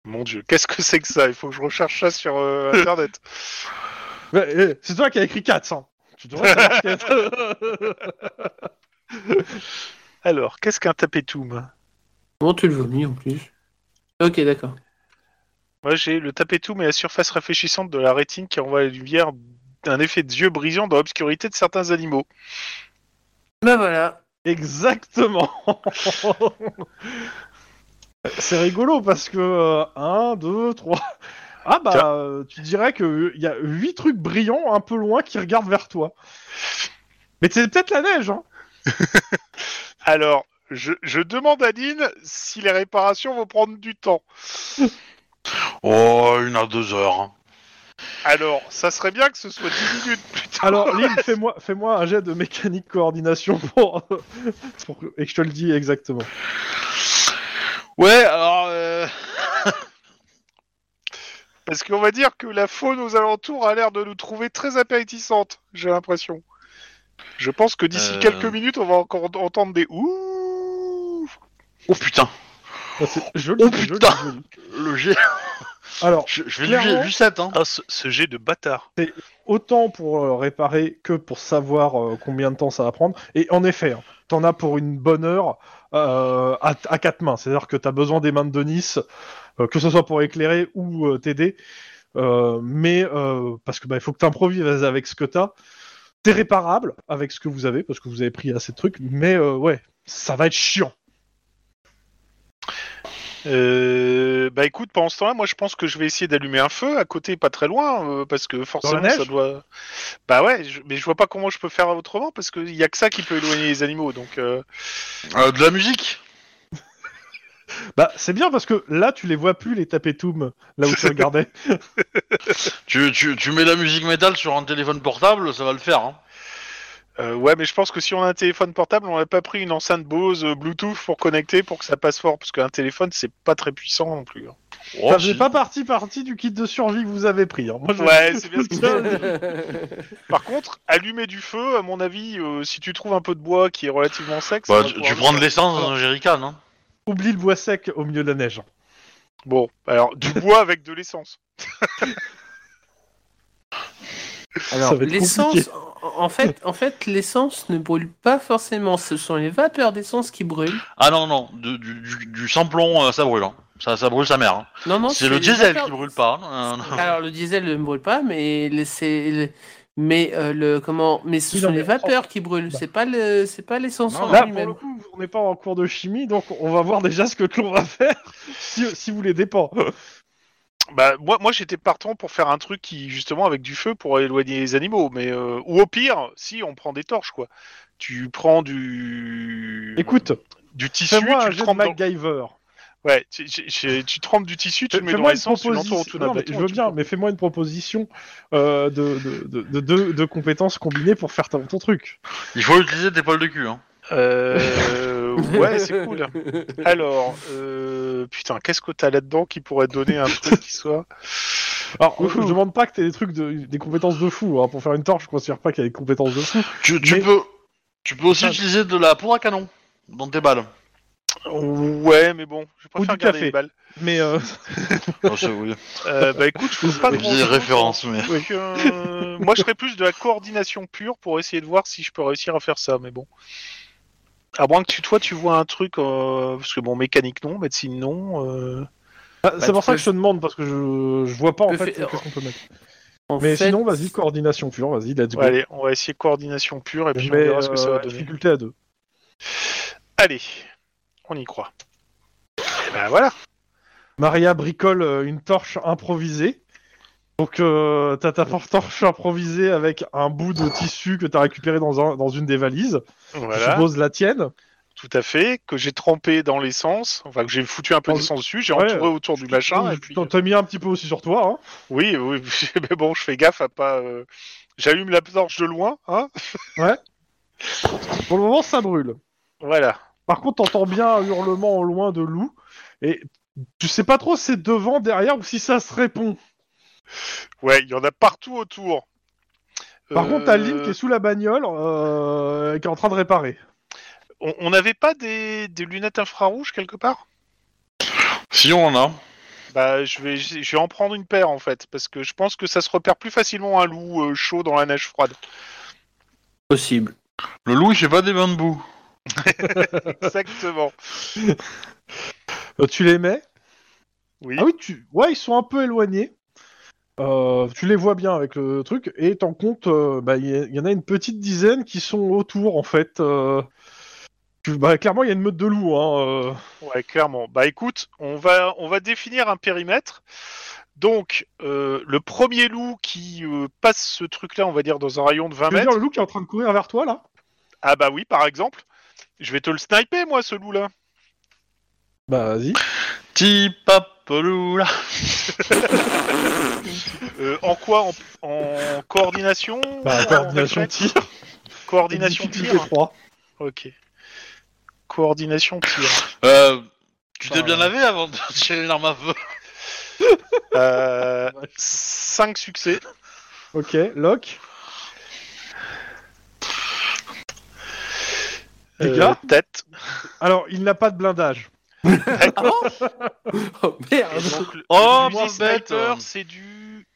Mon dieu, qu'est-ce que c'est que ça Il faut que je recherche ça sur euh, internet. Ouais, eh, C'est toi qui as écrit 400. Tu devrais savoir ce qu'est- Alors, qu'est-ce qu'un tapetum Comment tu le vomis en plus Ok, d'accord. Moi, j'ai le tapetum et la surface réfléchissante de la rétine qui envoie la lumière d'un effet de yeux brillant dans l'obscurité de certains animaux. Ben voilà. Exactement. c'est rigolo parce que euh, 1, 2, 3. Ah bah, Tiens. euh, tu dirais qu'il y a huit trucs brillants un peu loin qui regardent vers toi. Mais c'est peut-être la neige, hein Alors, je, je demande à Lynn si les réparations vont prendre du temps. Oh, une à deux heures. Alors, ça serait bien que ce soit 10 minutes plus tard. Alors, Lynn, fais-moi fais un jet de mécanique coordination pour, pour que- et que je te le dis exactement. Ouais, alors. euh, Parce qu'on va dire que la faune aux alentours a l'air de nous trouver très appétissante, j'ai l'impression. Je pense que d'ici Euh. quelques minutes, on va encore ent- entendre des ouh. Oh putain, Ah, c'est joli, Oh, c'est joli, putain joli. le G. Alors, Je, je vais du, G- Clairement. du 7, hein. Ah, ce, jet de bâtard. autant pour euh, réparer que pour savoir euh, combien de temps ça va prendre. Et en effet, hein, t'en as pour une bonne heure euh, à, à quatre mains. C'est-à-dire que t'as besoin des mains de Denis, euh, que ce soit pour éclairer ou euh, t'aider. Euh, mais euh, parce que bah, il faut que t'improvises avec ce que t'as. T'es réparable avec ce que vous avez, parce que vous avez pris assez de trucs. Mais euh, ouais, ça va être chiant. bah écoute, pendant ce temps-là, moi je pense que je vais essayer d'allumer un feu à côté, pas très loin, euh, parce que forcément neige ça doit. Bah ouais, je- mais je vois pas comment je peux faire autrement, parce qu'il y a que ça qui peut éloigner les animaux, donc. euh, Euh, de la musique Bah, c'est bien parce que là, tu les vois plus, les tapetoums, là où tu regardais. tu, tu, tu mets la musique métal sur un téléphone portable, ça va le faire. Hein. Euh, ouais, mais je pense que si on a un téléphone portable, on n'a pas pris une enceinte Bose euh, Bluetooth pour connecter pour que ça passe fort, parce qu'un téléphone c'est pas très puissant non plus. hein. Oh, ça si. faisait pas partie, partie du kit de survie que vous avez pris. hein. Moi, je- Ouais, c'est bien ce qu'il Tiens, Par contre, allumer du feu, à mon avis, euh, si tu trouves un peu de bois qui est relativement sec, ça Bah, va tu, pouvoir tu le prends de faire. l'essence dans un jerrycan, hein. Oublie le bois sec au milieu de la neige. Bon, alors du bois avec de l'essence. Ça Alors, va être l'essence, compliqué. en- en fait, en fait l'essence ne brûle pas forcément. Ce sont les vapeurs d'essence qui brûlent. Ah non, non, de- du, du, du sans plomb, euh, ça brûle. Hein. Ça, ça brûle sa mère. hein. Non, non, C'est le les diesel vapeurs- qui brûle pas. hein. Euh, non. Alors, le diesel ne brûle pas, mais les- c'est. le- Mais euh, le comment Mais ce Oui, sont non, les mais- vapeurs qui brûlent. C'est pas le, c'est pas l'essence Bah. Non, en Là, pour lui-même. le coup, on n'est pas en cours de chimie, donc on va voir déjà ce que l'on va faire si, si vous les dépend. Bah moi, moi j'étais partant pour faire un truc qui justement avec du feu pour éloigner les animaux, mais euh, ou au pire, si on prend des torches quoi. Tu prends du Écoute, du tissu, tu fais-moi un le jet de trempes dans- MacGyver. Ouais, tu, tu- tu- tu trempes du tissu, tu le mets dans Fais-moi une l'essence, tu l'entoures proposition. autour d'un Non, mais bâton je et veux tu bien, mais fais-moi une proposition euh, de, de, de, de, de- de compétences combinées pour faire ton, ton truc. Il faut utiliser tes poils de cul. Hein. Euh, ouais, c'est cool. Alors, euh, putain, qu'est-ce que t'as là-dedans qui pourrait te donner un truc qui soit Alors, Ouhou. je demande pas que t'aies des trucs de, des compétences de fou. hein. Pour faire une torche, je considère pas qu'il y a des compétences de fou. Tu, tu Mais- peux, tu peux aussi Ça- utiliser de la poudre à canon dans tes balles. Ouais, mais bon, je préfère du garder café. les balles. Mais euh, Ah, c'est- oui. Euh, bah écoute, je trouve pas Des grand-chose. vieilles références, mais. Donc, euh, moi, je ferais plus de la coordination pure pour essayer de voir si je peux réussir à faire ça, mais bon. À moins que tu, toi, tu vois un truc, euh, parce que bon, mécanique non, médecine non. euh, bah, c'est tu pour ça peux- que je te demande parce que je, je vois pas en peux fait faire- qu'est-ce qu'on peut mettre. En Mais fait, sinon, vas-y, coordination pure, vas-y, let's go. ouais, allez, on va essayer coordination pure et puis Mais, on verra ce que ça euh, va donner. difficulté à deux. Allez, on y croit. Et ben voilà. Maria bricole euh, une torche improvisée. Donc, euh, t'as ta for- torche improvisée avec un bout de tissu que t'as récupéré dans, un, dans une des valises. Je Voilà, suppose la tienne. tout à fait, que j'ai trempé dans l'essence, enfin que j'ai foutu un peu En- d'essence dessus, j'ai Ouais, euh, entouré autour du machin, et puis... euh, T'en- T'as mis un petit peu aussi sur toi. Hein. Oui, oui, mais bon, je fais gaffe à pas... euh, J'allume la torche de loin, hein Pour le moment, ça brûle. Voilà. Par contre, t'entends bien un hurlement au loin de loup. Et tu sais pas trop si c'est devant, derrière ou si ça se répond. Ouais, il y en a partout autour. Par Euh, contre, t'as Lynn qui est sous la bagnole, euh, qui est en train de réparer. on- On n'avait pas des, des lunettes infrarouges quelque part Si on en a. Bah, je vais, je je vais en prendre une paire en fait, parce que je pense que ça se repère plus facilement un loup euh, chaud dans la neige froide. possible. Le loup, il fait pas des bains de boue. Exactement. Euh, tu les mets Oui. Ah oui, tu... ouais, ils sont un peu éloignés. Euh, tu les vois bien avec le truc et t'en comptes, euh, bah, il y, a- il y en a une petite dizaine qui sont autour en fait. Euh, tu- bah, clairement, il y a une meute de loups. Hein, euh. Ouais, clairement. Bah écoute, on va, on va définir un périmètre. Donc, euh, le premier loup qui euh, passe ce truc-là, on va dire, dans un rayon de 20 Tu veux mètres. dire le loup qui est en train de courir vers toi là Ah bah oui, par exemple. Je vais te le sniper, moi, ce loup-là. Bah vas-y. Ti papelou, là. Euh, en quoi en, en coordination Bah, En coordination réflexe tir. Coordination Difficulté tir. trois. Ok. Coordination tir. Euh, tu t'es Enfin, bien lavé avant de tirer l'arme à feu. Euh, 5 succès. Ok, lock. Les Euh, gars tête. Alors, il n'a pas de blindage. Ah Oh Ah, merde Et donc, le- Oh, le moins fusil sniper, bête. c'est du.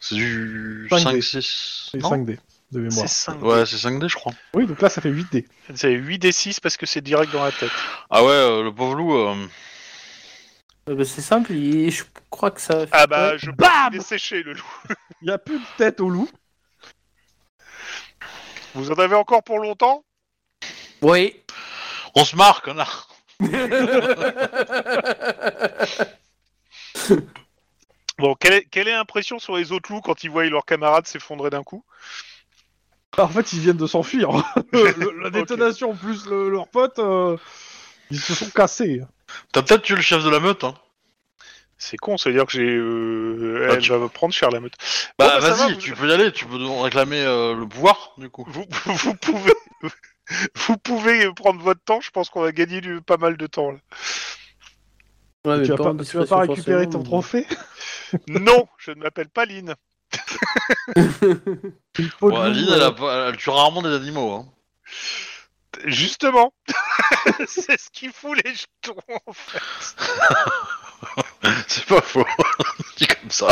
C'est du Cinq dés. 5-6. C'est 5D de mémoire. C'est 5. Ouais, c'est 5D, je crois. Oui, donc là, ça fait 8D. C'est 8 des 6 parce que c'est direct dans la tête. Ah ouais, euh, le pauvre loup. euh, Euh, bah, C'est simple, il- je crois que ça... Ah bah, je pense Bam qu'il est séché le loup. Il n'y a plus de tête au loup. Vous en avez encore pour longtemps Oui On se marre, connard. Bon, quelle est, quelle est l'impression sur les autres loups quand ils voient leurs camarades s'effondrer d'un coup Bah, En fait, ils viennent de s'enfuir. Le- la Ok. détonation plus le- leur pote, euh, ils se sont cassés. T'as peut-être tué le chef de la meute, hein. C'est con, ça veut dire que j'ai. euh, Ah, elle tu- va me prendre cher la meute. Bon, Bah, bah, ça vas-y, va, vous- tu peux y aller, tu peux nous réclamer euh, le pouvoir, du coup. Vous, vous pouvez. Vous pouvez prendre votre temps, je pense qu'on va gagner du, pas mal de temps. là. Ouais, Ah, mais tu vas en pas, tu vas discrétion, pas récupérer ton forcément, euh, trophée Non, je ne m'appelle pas Lynn. Une peau de Ouais, loup, Lynn, elle, a pas- elle tue rarement des animaux, hein. Justement, c'est ce qu'il fout les jetons. en fait. C'est pas faux. Dit comme ça.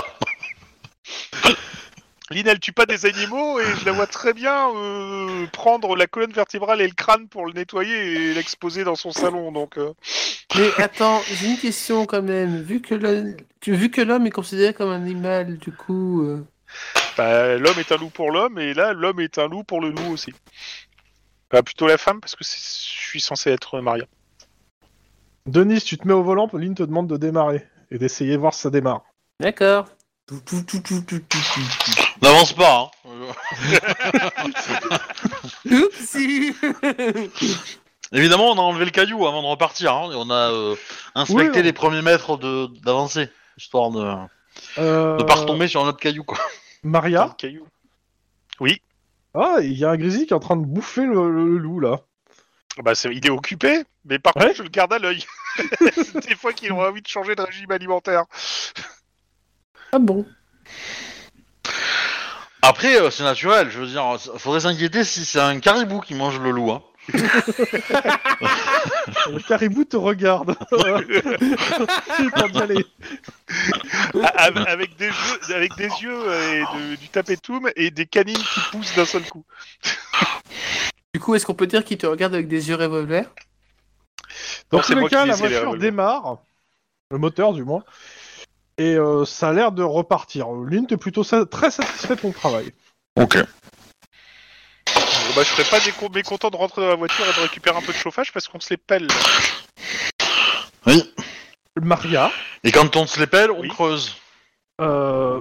Lynn, elle tue pas des animaux et je la vois très bien euh, prendre la colonne vertébrale et le crâne pour le nettoyer et l'exposer dans son salon. Donc, euh. Mais attends, j'ai une question quand même. Vu que le- que- vu que l'homme est considéré comme un animal, du coup, euh, Bah, l'homme est un loup pour l'homme et là, l'homme est un loup pour le loup aussi. Bah, plutôt la femme parce que c'est- je suis censé être marié. Denis, tu te mets au volant, Lynn te demande de démarrer et d'essayer de voir si ça démarre. d'accord. Tout, tout, tout, tout, tout, tout, tout, N'avance pas, hein. Euh, tout. Oupsie Évidemment, on a enlevé le caillou avant de repartir, hein. Et on a euh, inspecté Oui, on- les premiers mètres de- d'avancée, histoire de Euh, de pas retomber sur un autre caillou, quoi. Maria Caillou. Ah, il y a un grizzly qui est en train de bouffer le, le- le loup là. Bah, c'est- il est occupé, mais par Ouais. contre, je le garde à l'œil. des fois qu'il aura envie de changer de régime alimentaire. Ah bon Après, euh, c'est naturel, je veux dire, euh, faudrait s'inquiéter si c'est un caribou qui mange le loup, hein. Le Euh, caribou te regarde. Il est en train d'y aller. A- av- Ah, avec, des jeux- avec des yeux euh, et de- du tapetoum et des canines qui poussent d'un seul coup. Du coup, est-ce qu'on peut dire qu'il te regarde avec des yeux revolver Dans Non, c'est tous les moi qui cas, les la ai, les voiture revolvers. démarre, le moteur du moins, et euh, ça a l'air de repartir. Lynn, t'es plutôt sa- très satisfait de ton travail. Ok. Bon, bah, je serais pas déco- mécontent de rentrer dans la voiture et de récupérer un peu de chauffage parce qu'on se les pèle. Maria, Et quand on se les pèle, on Oui. creuse. euh,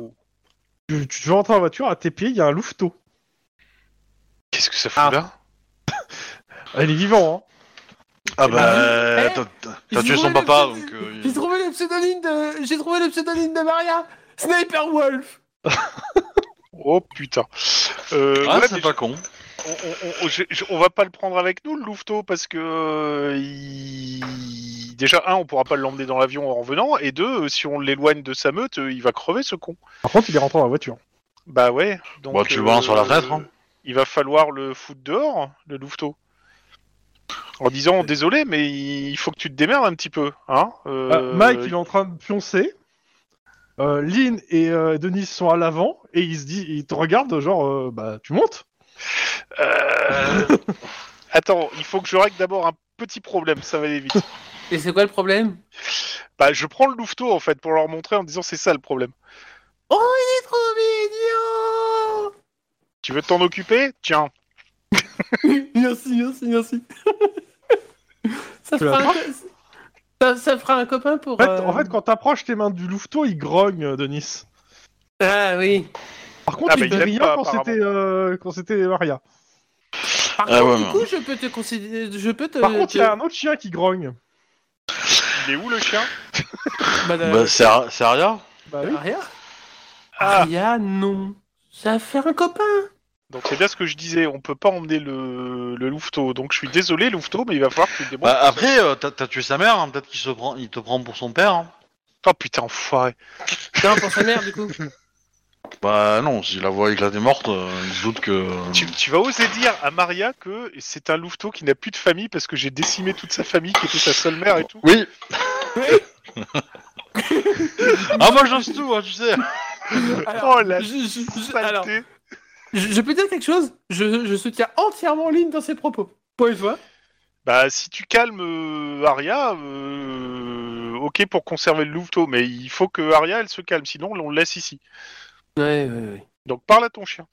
tu, tu veux rentrer en voiture, à tes pieds, il y a un louveteau. Qu'est-ce que ça fout Ah. là Elle est vivant, hein. Ah bah, bah, eh, t'as- t'as Ils t'as ont tué son trouvé le papa, pseudo- donc... euh, J'ai trouvé le pseudonyme de... J'ai trouvé le pseudonyme de Maria Sniper Wolf Oh putain. Euh, Ah, ouais, c'est mais pas con. je- on, on- on- je- je- on va pas le prendre avec nous, le louveteau, parce que. euh, il- Déjà, un, on pourra pas l'emmener dans l'avion en revenant, et deux, euh, si on l'éloigne de sa meute, euh, il va crever ce con. Par contre, il est rentré dans la voiture. Bah ouais. Donc, euh, Bon, tu le balances sur la fenêtre, hein. Il va falloir le foutre dehors, le louveteau. En Euh. disant désolé, mais il faut que tu te démerdes un petit peu, hein. euh, Euh, Mike, il est en train de pioncer. Euh, Lynn et euh, Denis sont à l'avant et il se dit, il te regarde genre, euh, bah tu montes. euh, Attends, il faut que je règle d'abord un petit problème, ça va aller vite. Et c'est quoi le problème Bah, je prends le louveteau en fait pour leur montrer en disant c'est ça le problème. Oh, il est trop Tu veux t'en occuper Tiens. mignon Merci, merci, merci. ça, Tu fera un... l'apprends co- ça, ça fera un copain pour... En fait, euh, en fait, quand t'approches tes mains du louveteau, il grogne, euh, Denis. Ah oui. Par contre, Ah, il bah, il faisait aime rien pas, quand apparemment. c'était euh, quand c'était Maria. Par Ah, contre, ouais, du mais- coup, je peux te considérer... Je peux te... Par contre, te- il y a un autre chien qui grogne. Il est où le chien Bah, euh, Bah, c'est Ar- c'est Aria Bah oui. Aria Ah. Aria, non. Ça va faire un copain. Donc c'est bien ce que je disais, on peut pas emmener le, le louveteau. Donc je suis désolé louveteau, mais il va falloir que tu te débrouilles. Bah, Après, euh, t'as t'as tué sa mère, hein, peut-être qu'il se prend, il te prend pour son père. hein. Oh putain, enfoiré. Non, pour sa mère, du coup. Bah non, s'il la voit éclater morte, euh, il se doute que... Tu, tu vas oser dire à Maria que c'est un louveteau qui n'a plus de famille parce que j'ai décimé toute sa famille qui était sa seule mère et tout. Oui Ah moi j'ose tout, hein, tu sais Alors, oh la je, je- je- saleté. alors, je- je peux dire quelque chose je, je soutiens entièrement Lynn dans ses propos. Pour une fois. Bah si tu calmes euh, Aria, euh, ok pour conserver le louveteau, mais il faut que Aria elle se calme, sinon on le laisse ici. Ouais, ouais, ouais. Donc parle à ton chien,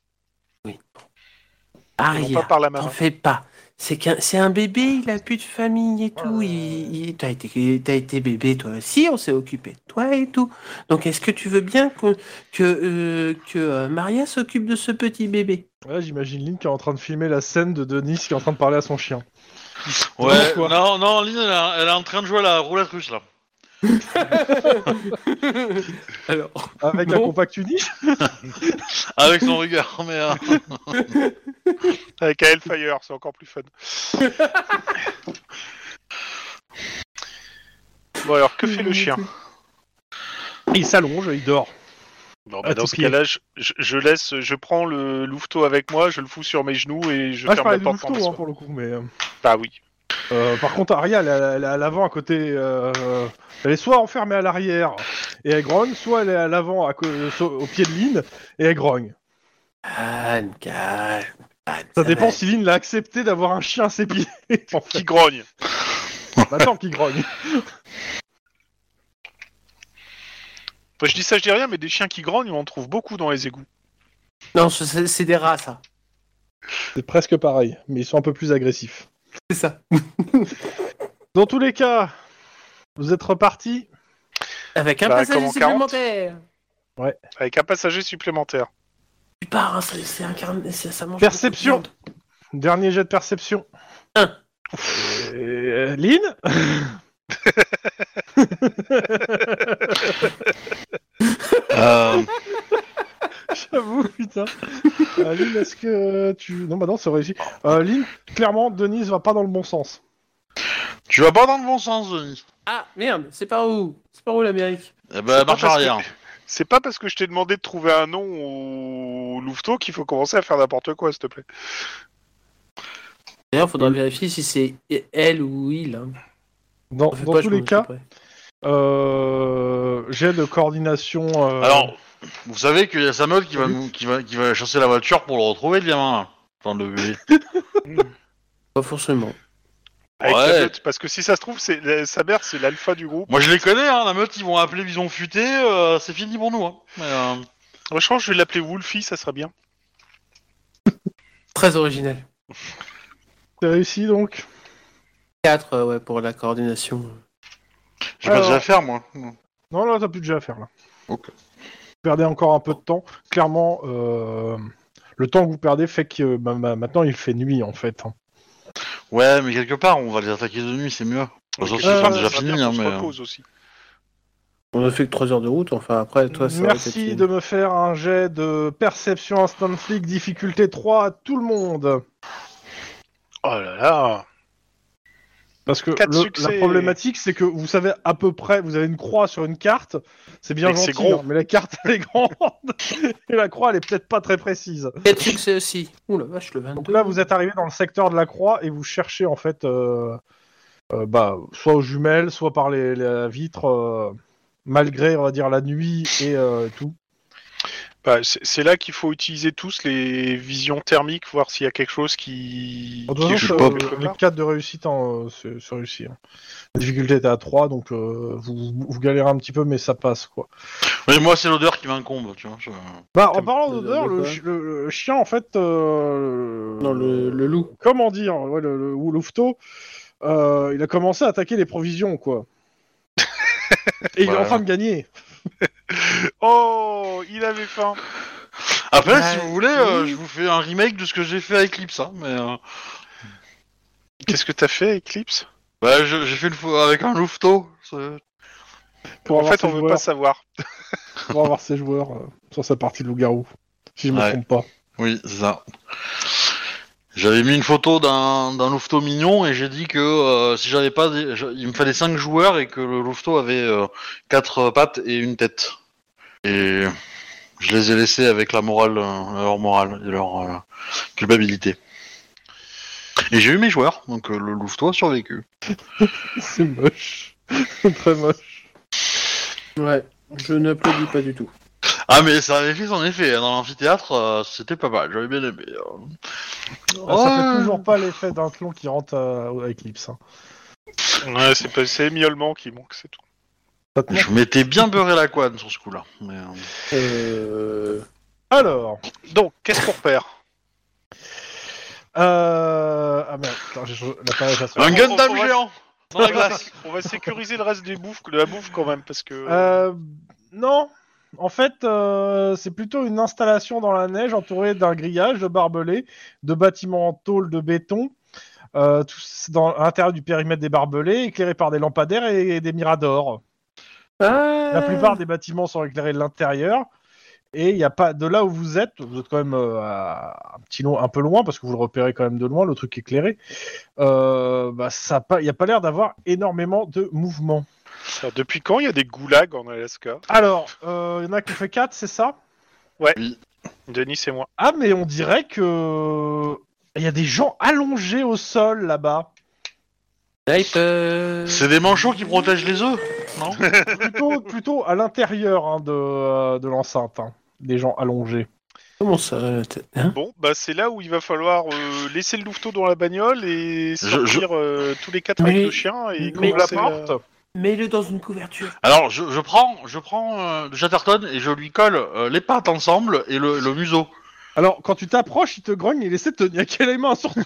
et non Aria, pas parle à t'en Maria. fais pas. C'est qu'un, c'est un bébé, il a plus de famille et tout. Il, il- t'as été, t'as été bébé toi aussi, on s'est occupé de toi et tout. Donc est-ce que tu veux bien que que, euh, que euh, Maria s'occupe de ce petit bébé Là, j'imagine Lynn qui est en train de filmer la scène de Denis qui est en train de parler à son chien. Ouais, Pourquoi non, non, Lynn, elle, est- elle est en train de jouer à la roulette russe, là. Alors, Avec un Bon. compact uni. Avec son regard, mais... euh, Avec un Hellfire, c'est encore plus fun. bon alors que fait le chien Il s'allonge, il dort. Bon, À bah, Dans Ah, tout ce pied. cas-là, je, je- je laisse, je prends le louveteau avec moi, je le fous sur mes genoux et je Là, ferme je la parlais du porte quand louveteau hein, pour le coup, mais. euh, Bah oui. Euh, par contre, Aria, elle, elle- elle est à l'avant à côté. euh, elle est soit enfermée à l'arrière et elle grogne, soit elle est à l'avant à co- euh, so- au pied de Lynn et elle grogne. calme, calme. calme, Ça va dépend si Lynn l'a accepté d'avoir un chien à ses pieds. en fait, Qui grogne maintenant qu'il grogne. Enfin, Bah, Je dis ça, je dis rien, mais des chiens qui grognent, on en trouve beaucoup dans les égouts. Non, ce- c'est c'est des rats, ça. C'est presque pareil, mais ils sont un peu plus agressifs. C'est ça. Dans tous les cas, vous êtes repartis. Avec un Bah, passager comme en 40. supplémentaire. Avec un passager supplémentaire. Tu pars, hein, c'est c'est un carnet, ça, ça mange beaucoup de Perception. viande. Dernier jet de perception. Un. Euh, Lynn euh, J'avoue, putain. Euh, Lynn, est-ce que tu. Non, bah non, c'est réussi. Euh, Lynn, clairement, Denise va pas dans le bon sens. tu vas pas dans le bon sens, Denis. Ah, merde, c'est par où C'est par où l'Amérique Eh ben, C'est pas marche parce que- arrière. C'est pas parce que je t'ai demandé de trouver un nom au louveteau qu'il faut commencer à faire n'importe quoi, s'il te plaît. D'ailleurs, faudra vérifier si c'est elle ou il. hein. Dans, On fait dans pas, je tous les me- cas, je sais euh, jet de coordination. euh, Alors, vous savez qu'il y a Samuel qui va, nous- qui, va, qui va chasser la voiture pour le retrouver, le gamin, là. Enfin, le bébé. pas. Pas forcément. Avec Ouais. la meute, parce que si ça se trouve, c'est la- sa mère, c'est l'alpha du groupe. Moi, je les connais, hein, la meute, ils vont appeler Bison Futé, euh, c'est fini pour nous, hein. Mais, euh, Moi, je pense que je vais l'appeler Wolfie, ça sera bien. Très original. C'est réussi donc. 4, euh, ouais, pour la coordination. J'ai pas Alors. de à faire, moi. Non, là, t'as plus de jet à faire là. Ok. Vous perdez encore un peu de temps. Clairement, euh, le temps que vous perdez fait que bah, bah, maintenant il fait nuit en fait. hein. Ouais, mais quelque part, on va les attaquer de nuit, c'est mieux. De toute façon, Donc, ce euh, sera ça déjà sera fini, bien hein, qu'on se mais... euh, repose aussi. On a fait que 3 heures de route, enfin après, toi, ça aurait été- Merci de me faire un jet de perception instant flic, difficulté 3 à tout le monde. Oh là là Parce que Quatre le- succès. la problématique, c'est que vous savez à peu près, vous avez une croix sur une carte, c'est bien Mais que gentil, c'est gros. hein, mais la carte elle est grande et la croix elle est peut-être pas très précise. 4 succès aussi. Ouh la vache, le 22. Donc là, vous êtes arrivé dans le secteur de la croix et vous cherchez en fait, euh, euh, bah, soit aux jumelles, soit par les, la vitre, euh, malgré on va dire la nuit et euh, tout. Bah, c'est c'est là qu'il faut utiliser tous les visions thermiques, voir s'il y a quelque chose qui. En qui tout cas, est je euh, sais pas, quelque part. le 4 de réussite, hein, euh, c'est c'est réussi. hein. La difficulté était à 3, donc euh, vous, vous galérez un petit peu, mais ça passe, quoi. Mais moi, c'est l'odeur qui m'incombe, tu vois. je- Bah, en T'aimes- parlant de- de d'odeur, le, quoi chi- le- le chien, en fait... euh, Non, le, le loup. Comment dire ouais, Le, le, ou louveteau, euh, il a commencé à attaquer les provisions, quoi. Et il est Ouais. en train de gagner. Oh, il avait faim. Après, Ouais, si vous voulez, euh, oui. je vous fais un remake de ce que j'ai fait à Eclipse. Hein, mais, euh, Qu'est-ce que t'as fait, Eclipse bah, je- j'ai fait une fois avec un louveteau. c'est- Pour En avoir fait, ses on veut joueurs. pas savoir. pour avoir ses joueurs euh, sur sa partie de loup-garou. Si je me Ouais. trompe pas. Oui, c'est ça. J'avais mis une photo d'un d'un louveteau mignon et j'ai dit que euh, si j'avais pas, des- je- il me fallait 5 joueurs et que le louveteau avait 4 pattes et une tête. Et je les ai laissés avec la morale, euh, leur morale et leur euh, culpabilité. Et j'ai eu mes joueurs, donc euh, le louveteau a survécu. C'est moche. Très moche. Ouais, je n'applaudis pas du tout. Ah mais ça avait fait son effet, hein, dans l'amphithéâtre euh, c'était pas mal, j'avais bien aimé. euh. Ah, Ça Ouais. fait toujours pas l'effet d'un clon qui rentre à, à Eclipse. hein. Ouais, c'est pas- c'est les miaulements qui manquent, c'est tout. Ça te manque Je m'étais bien beurré la couane sur ce coup-là. mais, euh, Euh... Alors. Donc, qu'est-ce qu'on perd Euh... Ah merde, attends, j'ai- la page a sauté. Un Gundam Ah, on va- géant on va, sé- on va sécuriser le reste des bouffes, de la bouffe quand même, parce que. Euh, non. En fait, euh, c'est plutôt une installation dans la neige entourée d'un grillage de barbelés, de bâtiments en tôle de béton, euh, tous dans, à l'intérieur du périmètre des barbelés, éclairés par des lampadaires et, des miradors. Ah. Euh. La plupart des bâtiments sont éclairés de l'intérieur. Et il n'y a pas de là où vous êtes, vous êtes quand même euh, à- un petit long, un peu loin parce que vous le repérez quand même de loin, le truc éclairé. Euh, bah, ça a pas- il n'y a pas l'air d'avoir énormément de mouvement. Alors, depuis quand il y a des goulags en Alaska Alors, euh, il y en a qui ont fait 4, c'est ça Denis et moi. Ah, mais on dirait que. Il y a des gens allongés au sol là-bas. Sniper. C'est des manchots qui protègent les œufs Plutôt, plutôt à l'intérieur hein, de, euh, de l'enceinte. hein. Des gens allongés. Comment ça la tête hein Bon, bah c'est là où il va falloir euh, laisser le louveteau dans la bagnole et sortir euh, tous les quatre Mais- euh, avec le chien et Ouvre la commencer euh, à- porte. Mets-le dans une couverture. Alors je, je prends, je prends euh, Chatterton et je lui colle euh, les pattes ensemble et le, le museau. Alors, quand tu t'approches, il te grogne, il essaie de te niaquer les mains, surtout.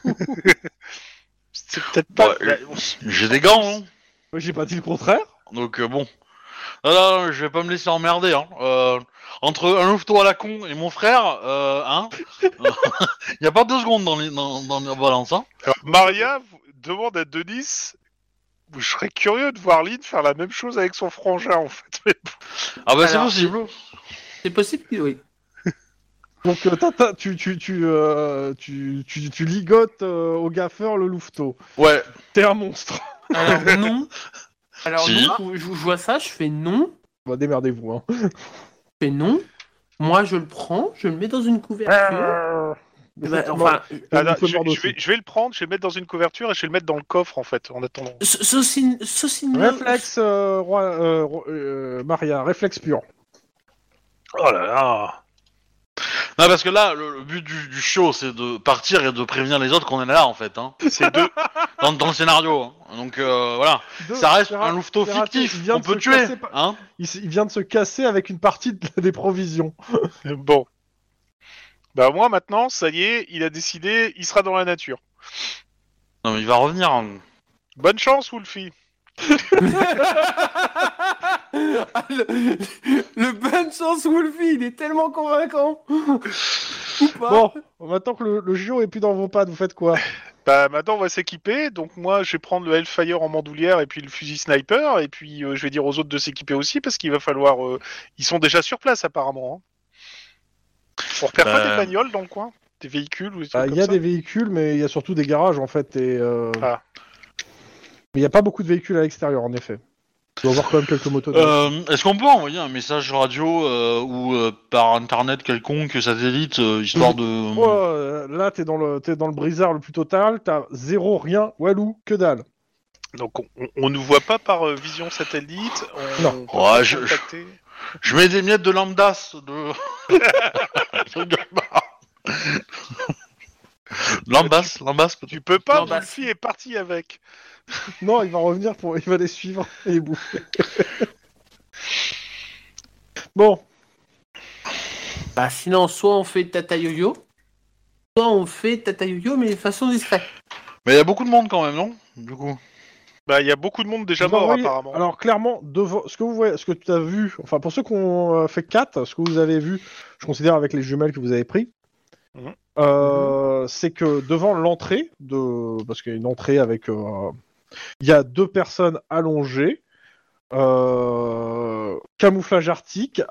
C'est peut-être pas. Ouais, J'ai des gants, hein, Moi, J'ai pas dit le contraire. donc euh, bon. Non, non, non, je vais pas me laisser emmerder. Hein. Euh, entre un louveteau à la con et mon frère, euh, hein, il y a pas deux secondes dans, les, dans, dans la balance. Hein. Alors, Maria v- demande à Denis. Je serais curieux de voir Lynn faire la même chose avec son frangin en fait. Mais bon. Ah bah c'est Alors, possible. C'est possible, oui. Donc, euh, t'as- t'as- tu, tu, tu, euh, tu, tu, tu ligotes euh, au gaffeur le louveteau. Ouais. T'es un monstre. Alors non. Alors Si. non, je, je vois ça, je fais non, Bah, démerdez-vous. Hein. je fais non. Moi, je le prends, je le mets dans une Ah. couverture. Bah, enfin, Ah, non, Vous je, pouvez mordre je vais, je vais le prendre, je vais le mettre dans une couverture et je vais le mettre dans le coffre en fait en attendant. sa- saucine, saucine- Réflexe, euh, roi, euh, roi- euh, Maria, réflexe pur. Oh là là Non parce que là, le, le but du, du show, c'est de partir et de prévenir les autres qu'on est là en fait. Hein. C'est deux. Dans, dans le scénario. hein. Donc euh, voilà. Deux, Ça reste c'est un ra- louveteau c'est raté, fictif, il vient on de peut se tuer, casser par- hein il, s- il vient de se casser avec une partie de- des provisions. Euh, Bon. Bah moi maintenant, ça y est, il a décidé, il sera dans la nature. Non mais il va revenir. hein. Bonne chance, Wolfie. Ah, le, le bonne chance Wolfie, il est tellement convaincant. Ou pas. Bon, maintenant que le, le JO est plus dans vos pattes, vous faites quoi Bah maintenant, on va s'équiper. Donc moi, je vais prendre le Hellfire en mandoulière et puis le fusil sniper. Et puis euh, je vais dire aux autres de s'équiper aussi parce qu'il va falloir. euh, Ils sont déjà sur place apparemment. hein. On repère pas Bah. des bagnoles dans le coin, des véhicules ou des Bah, trucs Il comme y a ça des véhicules, mais il y a surtout des garages en fait. Et, euh, Ah. Mais il n'y a pas beaucoup de véhicules à l'extérieur en effet. Il doit y avoir quand même quelques motos. Euh, Est-ce qu'on peut envoyer un message radio euh, ou euh, par internet quelconque, satellite, euh, histoire de... Oh, euh, là, t'es dans, le- t'es dans le brisard le plus total, t'as zéro, rien, walou, que dalle. Donc on, on, on nous voit pas par euh, vision satellite. On, Non. on peut pas Ouais, je- contacter. Je mets des miettes de lambdas de. de Galbar. lambas, lambas peut-être. Tu peux pas, Non, bah, Wolfie est parti avec. Non, il va revenir pour, il va les suivre et les bouffer. bon, Bah sinon, soit on fait tata yo-yo, soit on fait tata yo-yo, mais de façon discrète. Mais il y a beaucoup de monde quand même, non Du coup. Bah, il y a beaucoup de monde déjà Vous mort, envoyez- apparemment. Alors clairement, devant ce que vous voyez, ce que tu as vu, enfin pour ceux qui ont euh, fait 4, ce que vous avez vu, je considère avec les jumelles que vous avez pris, Mhm. euh, c'est que devant l'entrée de, parce qu'il y a une entrée avec, euh, il y a deux personnes allongées, euh, camouflage arctique.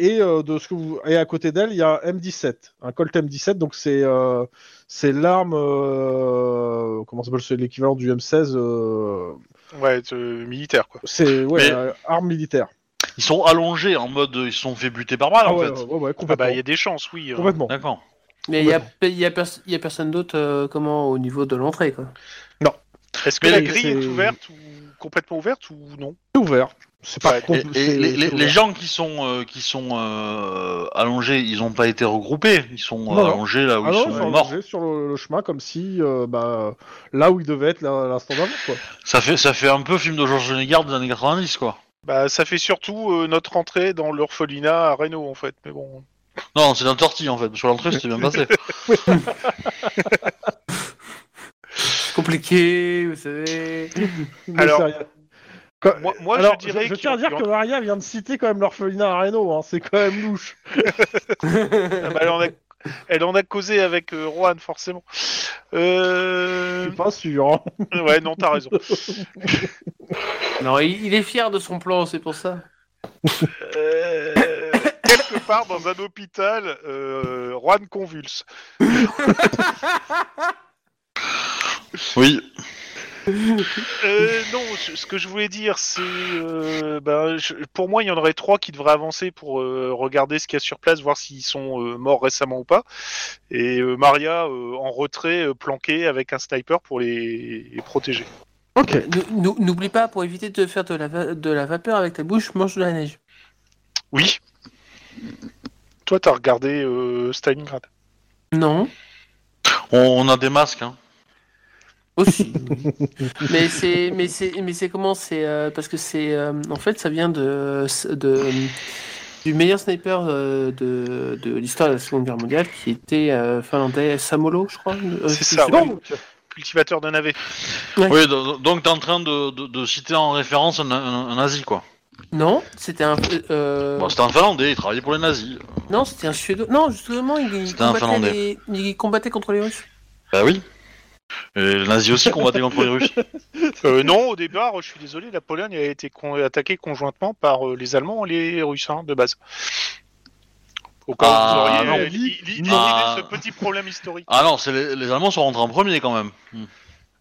Et, euh, de ce que vous... et à côté d'elle, il y a un M17, un Colt M17, donc c'est euh, c'est l'arme, euh, comment ça s'appelle, c'est l'équivalent du M16 euh, Ouais, euh, militaire, quoi. c'est ouais, Mais- euh, arme militaire. Ils sont allongés en mode euh, ils se sont fait buter par balle en ouais, fait. ouais, ouais, Ah complètement. bah, il y a des chances, oui. euh. Complètement. D'accord. Mais il y a, y a pers- y a personne d'autre euh, comment au niveau de l'entrée quoi. Est-ce que Mais la oui, grille c'est- est... ouverte ou complètement ouverte ou non C'est ouvert. C'est pas Ouais, trop. Et- c'est- Et, les, c'est les- ouvert. les gens qui sont euh, qui sont euh, allongés, ils n'ont pas été regroupés. Ils sont euh, Non, non. allongés là où Ah ils non, sont ils sont morts. allongés sur le, le chemin comme si euh, bah, là où ils devaient être là, l'instant d'avant. quoi. Ça fait ça fait un peu film de Georges Sénégal des années 90 quoi. Bah, ça fait surtout euh, notre entrée dans l'orphelinat à Reno, en fait. Mais bon. Non, c'est d'un tortille en fait. Sur l'entrée, c'était bien passé. C'est compliqué, vous savez. Mais Alors, c'est rien. Quand- moi- moi, Euh, alors, je dirais Je, qu'ils tiens à ont- dire ils ont- que Maria vient de citer quand même l'orphelinat à Reno. hein, c'est quand même louche. Ah bah, elle, en a... elle en a causé avec euh, Rohan, forcément. Je Euh... suis pas sûr. hein. Ouais, non, t'as raison. non, il, il est fier de son plan, c'est pour ça. Euh, quelque part dans un hôpital, euh, Juan convulse. Oui. Euh, non, ce ce que je voulais dire, c'est, euh, ben, je- pour moi, il y en aurait trois qui devraient avancer pour euh, regarder ce qu'il y a sur place, voir s'ils sont euh, morts récemment ou pas, et euh, Maria euh, en retrait, euh, planquée avec un sniper pour les, les protéger. Ok. Nous- nous- Euh, N'oublie pas, pour éviter de faire de la, va- de la vapeur avec ta bouche, mange de la neige. Oui. Toi, t'as regardé euh, Stalingrad. Non, On, on a des masques. Hein. aussi. mais c'est mais c'est mais c'est comment c'est euh, parce que c'est euh, en fait ça vient de de du meilleur sniper euh, de, de l'histoire de la Seconde Guerre mondiale qui était euh, finlandais Samolo, je crois. Euh, C'est je- ça, je- ouais. Donc, Cultivateur de navets. Oui. do- Donc t'es en train de, de- de citer en référence un, un, un nazi quoi. Non, c'était un euh, Bon, c'était un finlandais. Il travaillait pour les nazis. non, c'était un suédois. Non, justement, il, il C'était un combattait Finlandais. les- il combattait contre les Russes. Bah oui. Et les nazis aussi combattaient contre les Russes. Euh, non, au départ, je suis désolé, la Pologne a été con- attaquée conjointement par euh, les Allemands et les Russes hein, de base. Au cas où Ah, vous non. auriez euh, li- li- éliminé Ah. ce petit problème historique. Ah non, c'est les, les Allemands sont rentrés en premier quand même. Hmm.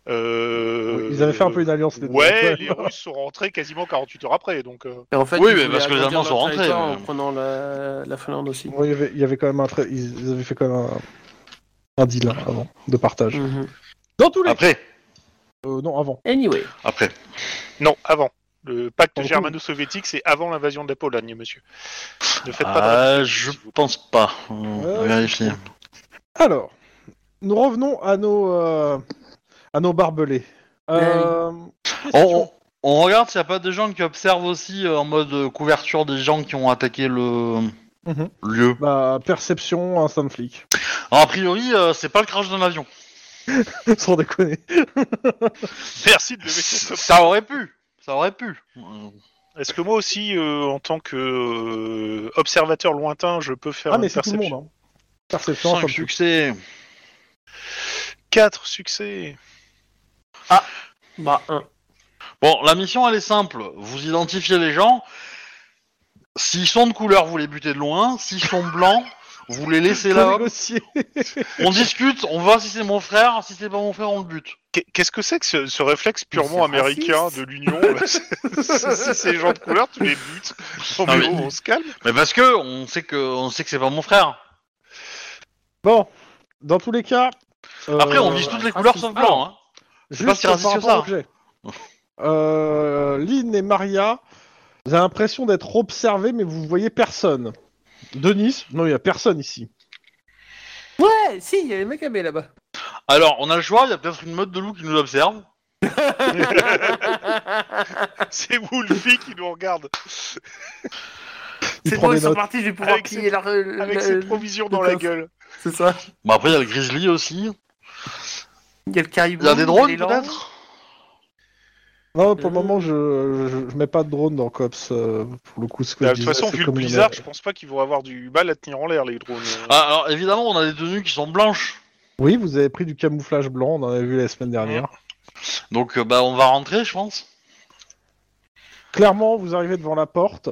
Euh, Ils avaient fait un peu une alliance. les deux. Ouais, les Russes sont rentrés quasiment 48 heures après, donc. euh, Et en fait, Oui, ils mais voulaient parce que les agrandir Allemands sont leur rentrés, territoire mais- En prenant la, la Finlande aussi. Ouais, il, y avait, il y avait quand même un trait- ils, ils avaient fait quand même un, un deal hein, avant de partage. Mhm. Dans tous les Après, Euh, non avant. Anyway. après. Non, avant. Le pacte Beaucoup. germano-soviétique, c'est avant l'invasion de la Pologne, monsieur. Ne faites pas. de Ah, révision, je s'il vous plaît. pense pas. On va Ouais. vérifier. Alors, nous revenons à nos, euh, à nos barbelés. Ben Euh, On, question. on- on regarde s'il n'y a pas des gens qui observent aussi euh, en mode euh, couverture des gens qui ont attaqué le Mhm. lieu. Bah, perception, instant flic. Alors, a priori, euh, c'est pas le crash d'un avion. Sans déconner. Merci de lever cette Ça aurait pu. Ça aurait pu. Euh, Est-ce que moi aussi, euh, en tant que euh, observateur lointain, je peux faire Ah, mais une c'est tout le perception monde. hein. Perception, Cinq instant flic. succès. hein. 4 succès. Bah, un. Bon, la mission, elle est simple. Vous identifiez les gens. S'ils sont de couleur, vous les butez de loin. S'ils sont blancs, vous les laissez Faut là. hein. négocier. On discute, on voit si c'est mon frère. Si c'est pas mon frère, on le bute. Qu'est- Qu'est-ce que c'est que ce, ce réflexe Mais purement c'est américain raciste. de l'Union Si c'est les gens de couleur, tu les butes. Non, Ah mais oui. oh, on se calme. Mais parce que on sait que, on sait que c'est pas mon frère. Bon, dans tous les cas. euh, Après, on vise toutes les couleurs sauf blanc. hein. Juste pas si par raciste que rapport à ça. l'objet. Euh, Lynn et Maria, Vous avez l'impression d'être observé, mais vous voyez personne. Denis Non, il n'y a personne ici. Ouais, Eh, si, il y a les macabées là-bas. Alors, on a le choix, il y a peut-être une meute de loups qui nous observe. C'est Wolfie qui nous regarde Il C'est prend bon, des ils sont notes. partis, je vais pouvoir Avec piller la. avec la- ses provisions dans la gueule. C'est ça. Bah après, il y a le grizzly aussi. Il y a le caribou. Mmh, Il y a des les drones langues. peut-être Non, pour le Euh. moment, je, je, je mets pas de drone dans Cops. euh, pour le coup, ce que Bah, De je toute disais, façon, c'est vu le comme une- blizzard, je pense pas qu'ils vont avoir du mal à tenir en l'air les drones. Ah, Alors évidemment, on a des tenues qui sont blanches. Oui, vous avez pris du camouflage blanc, on en avait vu la semaine dernière. Donc euh, bah on va rentrer, je pense. Clairement, vous arrivez devant la porte.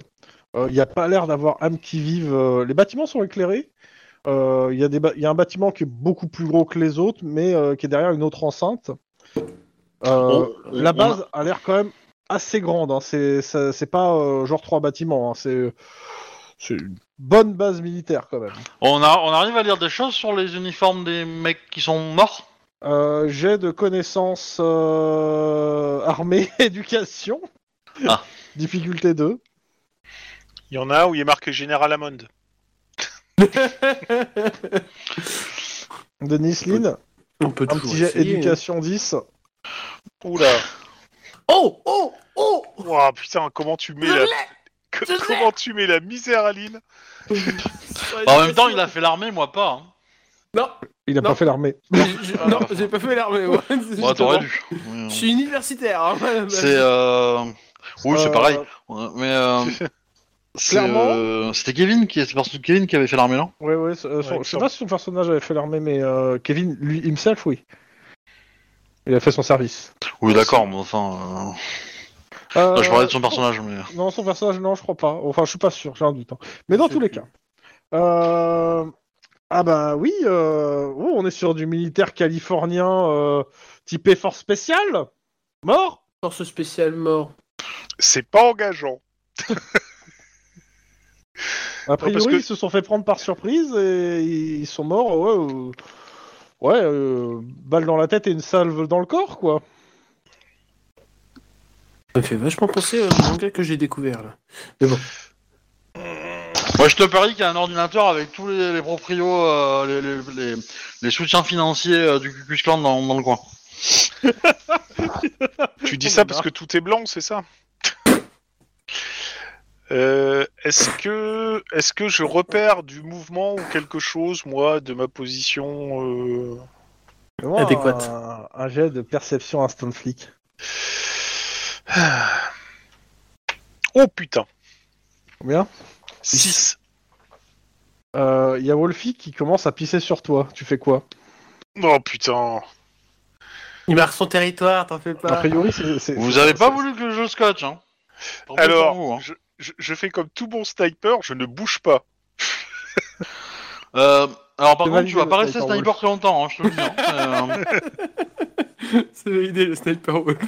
Euh, Il n'y a pas l'air d'avoir âme qui vive. euh, les bâtiments sont éclairés. Euh, Il y, a des ba- il y a un bâtiment qui est beaucoup plus gros que les autres, mais euh, qui est derrière une autre enceinte. Oh, Euh, Bon, euh, la on base a, l'air quand même assez grande. hein. C'est- ça- C'est pas euh, genre trois bâtiments. hein. C'est c'est une bonne base militaire quand même. On, a, on arrive à lire des choses sur les uniformes des mecs qui sont morts Euh, J'ai de connaissances euh, armée, éducation. Ah. Difficulté 2. Il y en a où il est marqué Général Hammond. Denis Lynn, On peut un toujours petit jet essayer. éducation 10. Oula Oh, oh, oh Ouah, putain, comment tu mets Je la... l'ai que- Je l'ai Comment tu mets la misère, Aline Bah, En même temps, il a fait l'armée, moi pas. Hein. Non, Il a Non. pas fait l'armée. je- je- non, j'ai pas fait l'armée. moi. Moi, t'aurais Justement. dû. Je suis universitaire. hein, madame. C'est euh... Oui, c'est bah, Euh, pareil. Ouais, Mais euh, c'est, Clairement. euh, c'était Kevin qui, c'est parce que Kevin qui avait fait l'armée, non Ouais, ouais, euh, son- Ouais, je sais sans- pas si son personnage avait fait l'armée, mais euh, Kevin, lui, himself, oui. Il a fait son service. Oui, d'accord. Mais enfin, euh, Euh, je parlais de son personnage, mais Non, son personnage, non, je crois pas. Enfin, je suis pas sûr, j'ai un doute. hein. Mais dans Je tous sais les plus. cas. Euh, Ah bah oui, euh, oh, on est sur du militaire californien euh, typé force spéciale Mort Force spéciale mort. C'est pas engageant. A priori, que- ils se sont fait prendre par surprise et ils sont morts, ouais. euh, Ouais, euh, balle dans la tête et une salve dans le corps, quoi. Ça me fait vachement penser au manga que j'ai découvert là. moi, je te parie qu'il y a un ordinateur avec tous les, les proprios, euh, les, les- les- les soutiens financiers euh, du Cucus Clan dans, dans le coin. Tu dis ça parce que tout est blanc, c'est ça Euh, est-ce que est-ce que je repère du mouvement ou quelque chose moi de ma position euh, Fais-moi Adéquate. Un, un jet de perception instant flic. Oh putain Combien Euh, 6 Il y a Wolfie qui commence à pisser sur toi. Tu fais quoi Oh putain Il marque son territoire, t'en fais A pas. priori, c'est. c'est- Vous c'est- avez pas c'est- voulu que je scotche, hein Tant pis Alors pour vous, hein. je, je- je fais comme tout bon sniper, je ne bouge pas. Euh, alors par contre, C'est tu validé, vas pas le rester sniper sniper très longtemps, hein, je te le dis. hein. Euh, C'est validé le sniper wolf.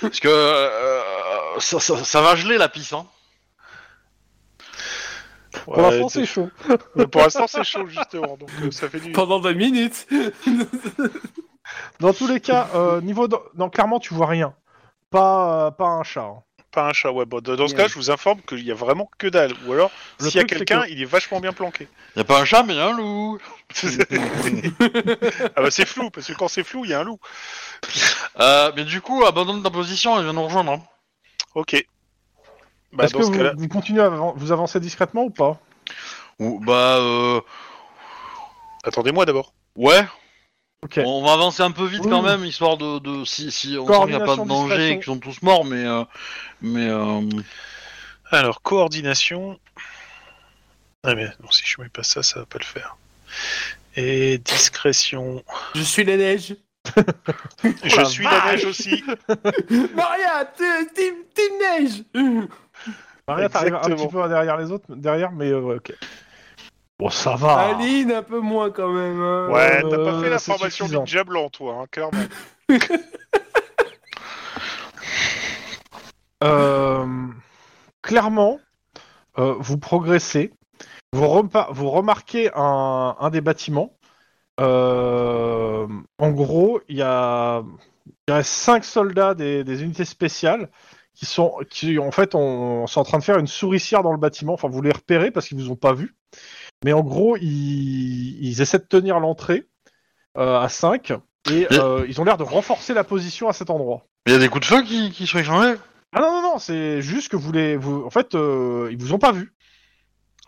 parce que euh, ça, ça- ça va geler la pisse. Hein. Pour Ouais, l'instant, c'est c'est- chaud. pour l'instant c'est chaud justement donc euh, ça fait du Pendant 20 minutes. Dans tous les cas, euh, niveau. d'en- Non, clairement, tu vois rien. Pas, euh, pas un chat. hein. pas un chat ouais bon, dans ce Yeah. cas je vous informe qu'il y a vraiment que dalle ou alors Le s'il y a truc, c'est quelqu'un que- il est vachement bien planqué. Y a pas un chat, mais y a un loup. ah bah c'est flou parce que quand c'est flou il y a un loup. Euh, mais du coup, abandonne ta position et viens nous rejoindre. hein. Ok. Bah, Est-ce dans que ce vous, cas-là, vous continuez à avan- vous avancer discrètement ou pas Ou, bah, euh, attendez-moi d'abord. ouais. Ok. On va avancer un peu vite Oui, quand oui. même, histoire de, de- si, si on sent qu'il n'y a pas de Coordination, danger et discrétion. qu'ils sont tous morts, mais euh, mais euh, Alors, coordination. Ah, mais non, si je mets pas ça, ça va pas le faire. Et discrétion. Je suis la neige. je la suis la vache neige aussi. Maria, te- team, team neige. Maria, t'arrives un Exactement. petit peu derrière les autres, derrière, mais euh, ouais, ok. Bon, ça va. Aline, un peu moins quand même. hein. Ouais, t'as pas fait Euh, la c'est formation suffisant. Ninja Blanc, toi, hein, clairement. Euh, clairement, euh, vous progressez, vous, repa- vous remarquez un, un des bâtiments. Euh, en gros, il y a il reste 5 soldats des, des unités spéciales qui sont qui en fait on, sont en train de faire une souricière dans le bâtiment. Enfin, vous les repérez parce qu'ils vous ont pas vu. Mais en gros, ils, ils essaient de tenir l'entrée euh, à 5 et euh, ils ont l'air de renforcer la position à cet endroit. Il y a des coups de feu qui, qui sont échangés Ah non non non, c'est juste que vous les vous, en fait euh, ils vous ont pas vu.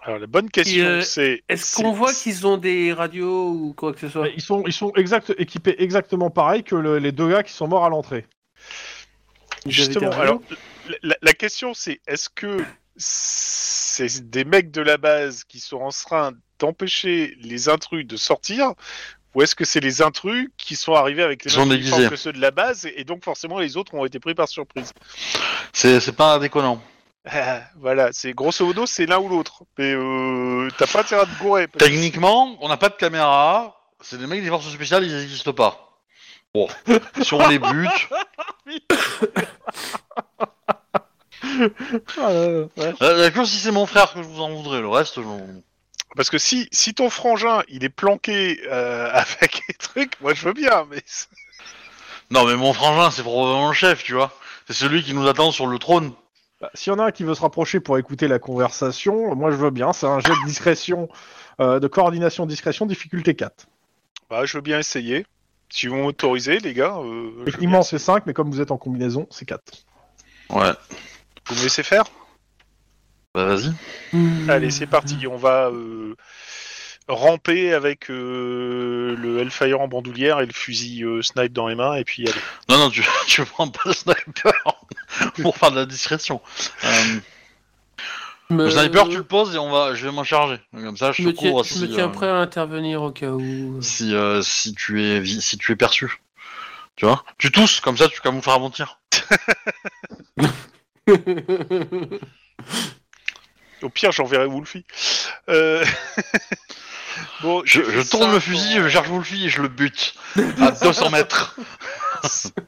Alors la bonne question, Et, euh, c'est Est-ce c'est- qu'on voit qu'ils ont des radios ou quoi que ce soit Ils sont ils sont exact équipés exactement pareil que le- les deux gars qui sont morts à l'entrée. Ils avaient des Justement, radios alors la- la, la question c'est est-ce que c'est des mecs de la base qui sont en train d'empêcher les intrus de sortir ou est-ce que c'est les intrus qui sont arrivés avec les Ils sont mêmes uniformes déguisés. que ceux de la base et, et donc forcément les autres ont été pris par surprise C'est c'est pas déconnant. Ah, Voilà, c'est grosso modo c'est l'un ou l'autre. Mais euh, t'as pas intérêt à te gourer. parce que- Techniquement, on n'a pas de caméra. C'est des mecs des forces spéciales, ils n'existent pas. Bon, si on les bute. Ah, euh, ouais. Euh, D'accord, si c'est mon frère que je vous en voudrais, le reste, je- Parce que si, si ton frangin il est planqué euh, avec les trucs, moi je veux bien, mais c'est- Non, mais mon frangin, c'est probablement le chef, tu vois. C'est celui qui nous attend sur le trône. Bah, S'il y en a un qui veut se rapprocher pour écouter la conversation, moi je veux bien. C'est un jet de discrétion, euh, de coordination discrétion, difficulté 4. bah, je veux bien essayer. Si vous m'autorisez, les gars, euh, je veux Techniquement c'est 5, mais comme vous êtes en combinaison, c'est 4. Ouais. bien. vous me laissez faire Bah, vas-y. Hmm. Allez, Mmh. c'est parti, on va euh, ramper avec euh, le Hellfire en bandoulière et le fusil euh, snipe dans les mains, et puis allez. Non, non, tu, tu prends pas le sniper pour faire de la discrétion. Euh, Me- le sniper, tu le poses et on va, je vais m'en charger. Comme ça, je te Je Euh, me tiens, couvre je si, me hein. tiens euh, prêt à intervenir au cas où. si, euh, si tu es vi- si tu es perçu. Tu vois Tu tousses, comme ça, tu camoufles à mon tir. Au pire, j'enverrai Wolfie. Euh... bon, Je, j'ai je fait tourne le cinq fusil, en- je charge mon fusil et je le bute à 200 mètres.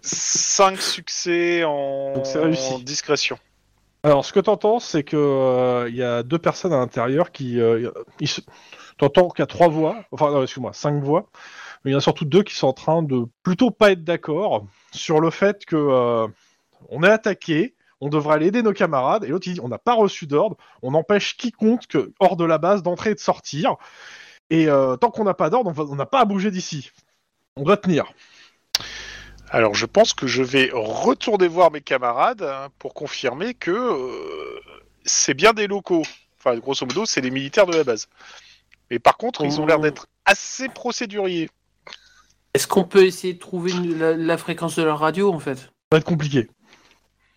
5 succès en... Donc, c'est réussi. en discrétion. Alors, ce que t'entends, c'est que euh, il y a deux personnes à l'intérieur qui, euh, ils se- t'entends qu'il y a trois voix, enfin non, excuse-moi, cinq voix, mais il y en a surtout deux qui sont en train de plutôt pas être d'accord sur le fait que euh, on est attaqué, on devrait aller aider nos camarades, et l'autre il dit on n'a pas reçu d'ordre, on empêche quiconque que- hors de la base d'entrer et de sortir, et euh, tant qu'on n'a pas d'ordre, on va- on n'a pas à bouger d'ici, on doit tenir. Alors je pense que je vais retourner voir mes camarades hein, pour confirmer que euh, c'est bien des locaux. Enfin, grosso modo, c'est les militaires de la base. Mais par contre, ils ont Oh. l'air d'être assez procéduriers. Est-ce qu'on peut essayer de trouver une- la, la fréquence de leur radio en fait Ça va être compliqué.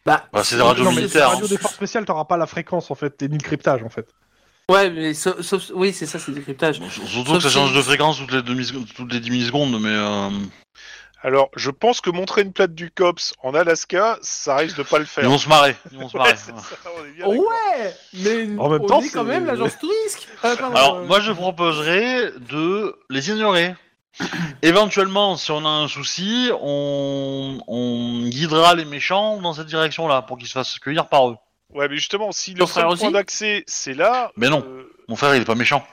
Bah, c'est des radios non, mais c'est la militaires. hein. radio des forces spéciales, t'auras pas la fréquence en fait, et ni le cryptage en fait. Ouais, mais sauf, sauf- oui, c'est ça, c'est le décryptage. Bon, Surtout que ça change de fréquence toutes les, demi toutes les 10 secondes, mais... Euh... Alors, je pense que montrer une plate du COPS en Alaska, ça risque de pas le Ils faire. vont se marrer. Ils vont se Ouais, marrer. c'est ça, on est bien d'accord. Ouais, mais En même on temps, est quand c'est- même l'agence touriste. Ah, pardon, Alors, euh, moi, je proposerais de les ignorer. Éventuellement, si on a un souci, on, on guidera les méchants dans cette direction-là pour qu'ils se fassent cueillir par eux. Ouais, mais justement, si le Ton frère seul point aussi d'accès, c'est là... Mais non. euh, Mon frère, il est pas méchant.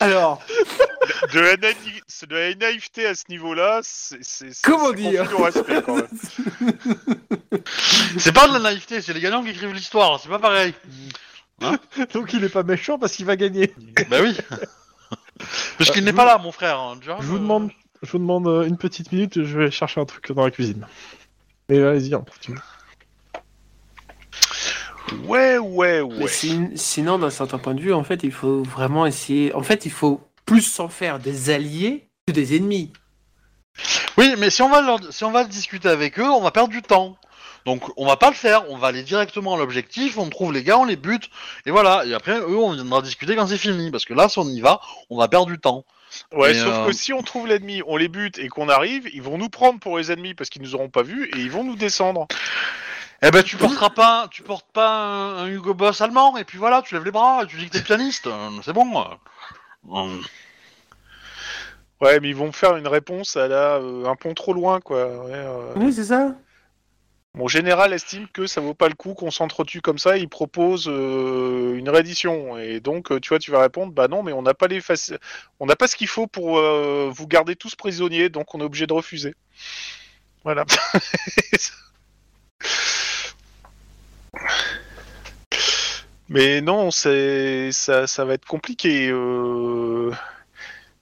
Alors, de, la naï- c'est de la naïveté à ce niveau-là, c'est... c'est- c'est- Comment ça confie dire le respect, quand même. C'est pas de la naïveté, c'est les gagnants qui écrivent l'histoire, c'est pas pareil. Donc il est pas méchant parce qu'il va gagner. bah oui. Parce qu'il Euh, n'est je pas vous- là, mon frère. hein, tu vois, Je vous euh, demande, je vous demande euh, une petite minute, je vais chercher un truc dans la cuisine. Mais allez-y, hein, continue. Ouais, ouais, ouais. mais sin- sinon, d'un certain point de vue, en fait, il faut vraiment essayer. En fait, il faut plus s'en faire des alliés que des ennemis. Oui, mais si on va leur- si on va discuter avec eux, on va perdre du temps. Donc on va pas le faire, on va aller directement à l'objectif, on trouve les gars, on les bute, et voilà. Et après eux, on viendra discuter quand c'est fini, parce que là, si on y va, on va perdre du temps. Ouais, Mais, sauf euh, que si on trouve l'ennemi, on les bute et qu'on arrive, ils vont nous prendre pour les ennemis parce qu'ils nous auront pas vus et ils vont nous descendre. Eh ben tu porteras pas, tu portes pas un, un Hugo Boss allemand, et puis voilà, tu lèves les bras, tu dis que t'es pianiste, euh, c'est bon. euh. Euh, Ouais, mais ils vont me faire une réponse à la euh, un pont trop loin, quoi. Ouais, euh, Oui, c'est ça. Mon général estime que ça vaut pas le coup qu'on s'entretue comme ça. Il propose euh, une reddition. Et donc, euh, tu vois, tu vas répondre, bah non, mais on n'a pas les faci- on n'a pas ce qu'il faut pour euh, vous garder tous prisonniers, donc on est obligé de refuser. Voilà. mais non, c'est ça, ça va être compliqué. euh.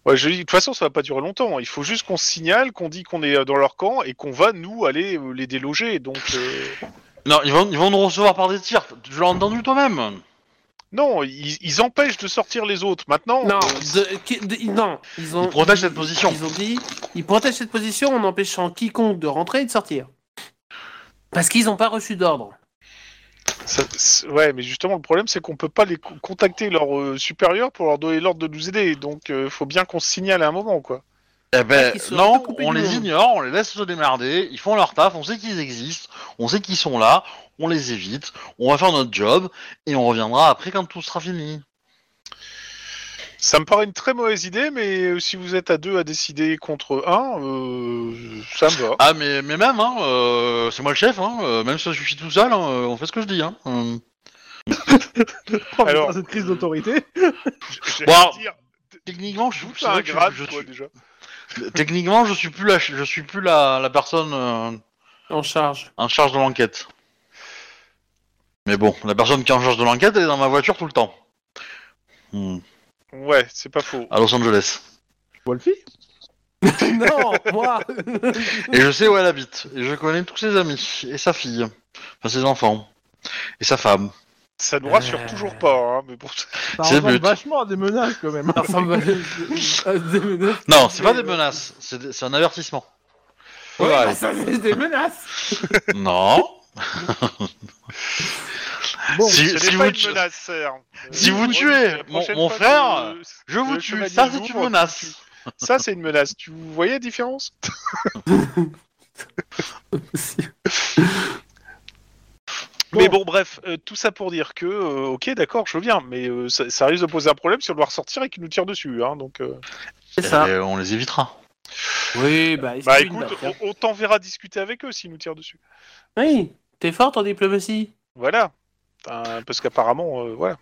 Ouais, je dis, de toute façon, ça va pas durer longtemps. Il faut juste qu'on se signale, qu'on dit qu'on est euh, dans leur camp et qu'on va nous aller euh, les déloger. Donc euh, Non, ils vont, ils vont nous recevoir par des tirs. Tu l'as entendu toi-même. non, ils, ils empêchent de sortir les autres. Maintenant, Non, euh, de- qui- de- non, ils ont. Ils protègent cette position. Ils ont dit, ils protègent cette position en empêchant quiconque de rentrer et de sortir. Parce qu'ils n'ont pas reçu d'ordre. ça- c'est- ouais, mais justement, le problème c'est qu'on peut pas les co- contacter leur euh, supérieur pour leur donner l'ordre de nous aider. Donc, euh, faut bien qu'on se signale à un moment, quoi. Eh ben, Ils sont un non, peu coupés on du les monde. ignore, on les laisse se démerder, ils font leur taf, on sait qu'ils existent, on sait qu'ils sont là, on les évite, on va faire notre job, et on reviendra après quand tout sera fini. Ça me paraît une très mauvaise idée, mais euh, si vous êtes à deux à décider contre un, euh, ça me va. Ah, mais, mais même, hein, euh, c'est moi le chef, hein, euh, même si je suis tout seul, hein, euh, on fait ce que je dis. Hein, euh. Oh, putain, Alors- cette crise d'autorité. J'allais Bon. dire, Techniquement, je, tout c'est vrai un que je- grade, je quoi, suis- déjà. techniquement, je suis plus la, je suis plus la, la personne euh, En charge. en charge de l'enquête. Mais bon, la personne qui est en charge de l'enquête, elle est dans ma voiture tout le temps. Hmm, Ouais, c'est pas faux. à Los Angeles. Wolfie non, moi. Et je sais où elle habite. Et je connais tous ses amis. Et sa fille. Enfin, ses enfants. Et sa femme. Ça nous rassure Euh. toujours pas, hein, mais bon. Ça C'est ressemble but. vachement à des menaces quand même. Ça ressemble à- à des menaces. Non, c'est pas des menaces. C'est des- c'est un avertissement. Ouais, Ouais. bah, ça, c'est des menaces. Non. Bon, si, Ce si n'est vous pas tu- une menace, sœur. si vous moi, tuez la mon- prochaine mon fois frère, que- je vous le tue. chevalier Ça, du c'est une Louvre, menace. Ça, c'est une menace. Tu vous voyez la différence Mais bon, bref, euh, tout ça pour dire que, euh, ok, d'accord, je veux bien, mais euh, ça, ça risque de poser un problème si on doit ressortir et qu'ils nous tirent dessus, hein, donc... euh. C'est ça. Et Eh ben, on les évitera. Oui, bah, Bah c'est une écoute, baffe, hein. on, on t'enverra discuter avec eux s'ils nous tirent dessus. Oui, t'es forte en diplomatie. Voilà. Euh, parce qu'apparemment, euh, voilà.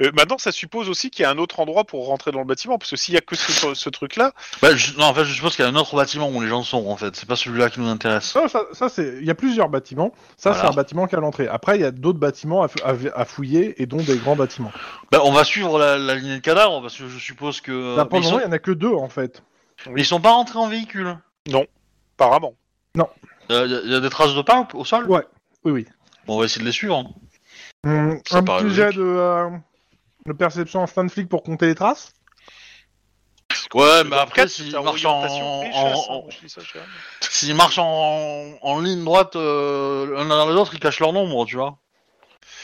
Euh, maintenant, ça suppose aussi qu'il y a un autre endroit pour rentrer dans le bâtiment, parce que s'il y a que ce, ce truc-là, Bah, je- non, en fait, je suppose qu'il y a un autre bâtiment où les gens sont, en fait. C'est pas celui-là qui nous intéresse. Ça, ça, ça, c'est. Il y a plusieurs bâtiments. Ça, Voilà. c'est un bâtiment qui est à l'entrée. Après, il y a d'autres bâtiments à, fou- à v- à fouiller et dont des grands bâtiments. Bah, on va suivre la, la lignée de cadavres, parce que je suppose que... Là, Bah, pour mais Euh, ils, le moment, sont, il y en a que deux en fait. mais ils sont pas rentrés en véhicule. apparemment. Il y, a des traces de pas au, au sol Ouais. Oui, oui. Bon, on va essayer de les suivre. hein. Hum, Ça un paraît petit logique. jet de, euh, de perception instant flic pour compter les traces. Ouais, Le mais après, 24, s'ils c'est un marchent orientation en- pêche, en- ça, en- je dis ça, je sais pas. S'ils marchent en, en ligne droite, euh, l'un derrière l'autre, ils cachent leur nombre, tu vois.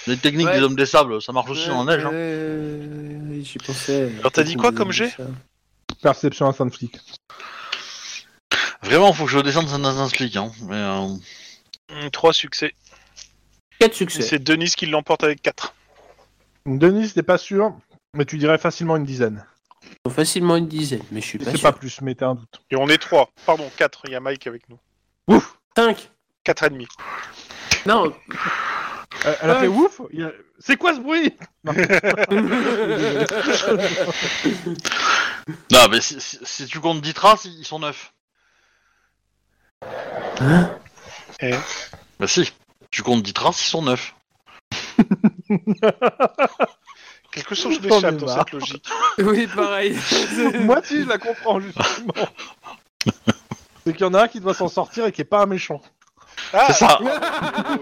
Les techniques Ouais. des hommes des sables, ça marche aussi dans la neige. hein. Euh, J'y pensais. Alors, t'as dit quoi comme jet Perception instant flic. Vraiment, faut que je descende ça dans un slick, hein. Mais, euh, Hum, Trois succès. 4 succès. C'est Denis qui l'emporte avec quatre. Denis, t'es pas sûr, mais tu dirais facilement une dizaine. Facilement une dizaine, mais je suis pas C'est sûr. pas plus, mais t'as un doute. Et on est trois. Pardon, quatre. Il y a Mike avec nous. 5 Quatre et demi. Non, Euh, elle a Ouais. fait ouf il a- C'est quoi ce bruit Non, mais si, si- si tu comptes 10 traces, ils sont 9. Eh. Bah si, tu comptes 10 traces, ils sont 9. Quelque chose J'en ai m'échappe dans marre. cette logique. oui, pareil. Moi, si, je la comprends, justement. C'est qu'il y en a un qui doit s'en sortir et qui est pas un méchant. Ah, C'est ça. Oh,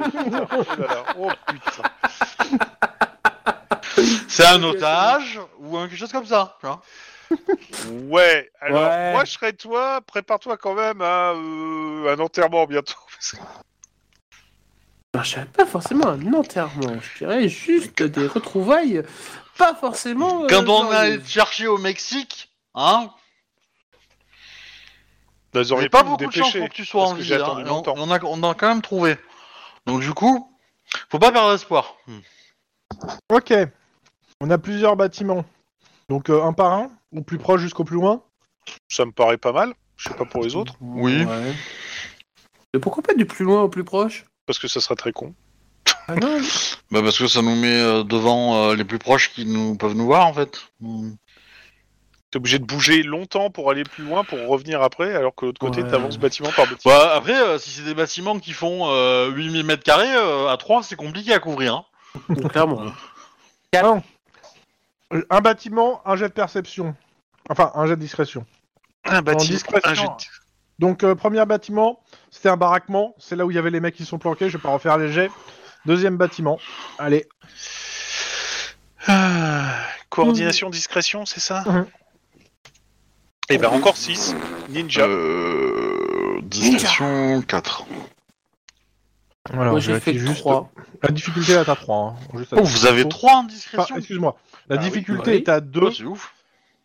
putain. Oh là là. Oh, putain. C'est un otage ou un, quelque chose comme ça, tu vois. Ouais. Alors, Ouais. moi, je serais toi. Prépare-toi quand même à euh, un enterrement bientôt. parce que- Alors, je dirais pas forcément un enterrement, je dirais juste des retrouvailles. Pas forcément. euh, Quand on genre allait des- te chercher au Mexique, hein, Vous Il n'y auriez a pas pu vous beaucoup de chance dépêcher. pour que tu sois parce en que vie. j'ai hein. attendu Et On, longtemps. on a, on a quand même trouvé. Donc du coup, faut pas perdre espoir. Hmm. Ok. On a plusieurs bâtiments. Donc, euh, un par un, ou plus proche jusqu'au plus loin. Ça me paraît pas mal. Je sais pas pour les autres. Oui. Ouais. Mais pourquoi pas du plus loin au plus proche parce que ça sera très con. Ah non Bah parce que ça nous met euh, devant euh, les plus proches qui nous peuvent nous voir en fait. Mm. T'es obligé de bouger longtemps pour aller plus loin, pour revenir après, alors que l'autre côté, Ouais. t'avances bâtiment par bâtiment. Bah après, euh, si c'est des bâtiments qui font euh, 8000 mètres carrés, euh, à 3 c'est compliqué à couvrir. hein. Donc, Clairement. Euh, Un bâtiment, un jet de perception. Enfin, un jet de discrétion. Un bâtiment- ah, discrétion. un jet Donc, euh, premier bâtiment, c'était un baraquement. C'est là où il y avait les mecs qui sont planqués. Je vais pas refaire les jets. Deuxième bâtiment. Allez, Ah, Coordination, discrétion, c'est ça Mhm. Et ben encore 6. Ninja. Euh, discrétion 4. voilà, Moi je j'ai fait vérifie juste- 3. La difficulté là, t'as 3. Oh, vous avez 3 en discrétion Excuse-moi. La Ah oui, difficulté oui. est à 2 Ah, C'est ouf.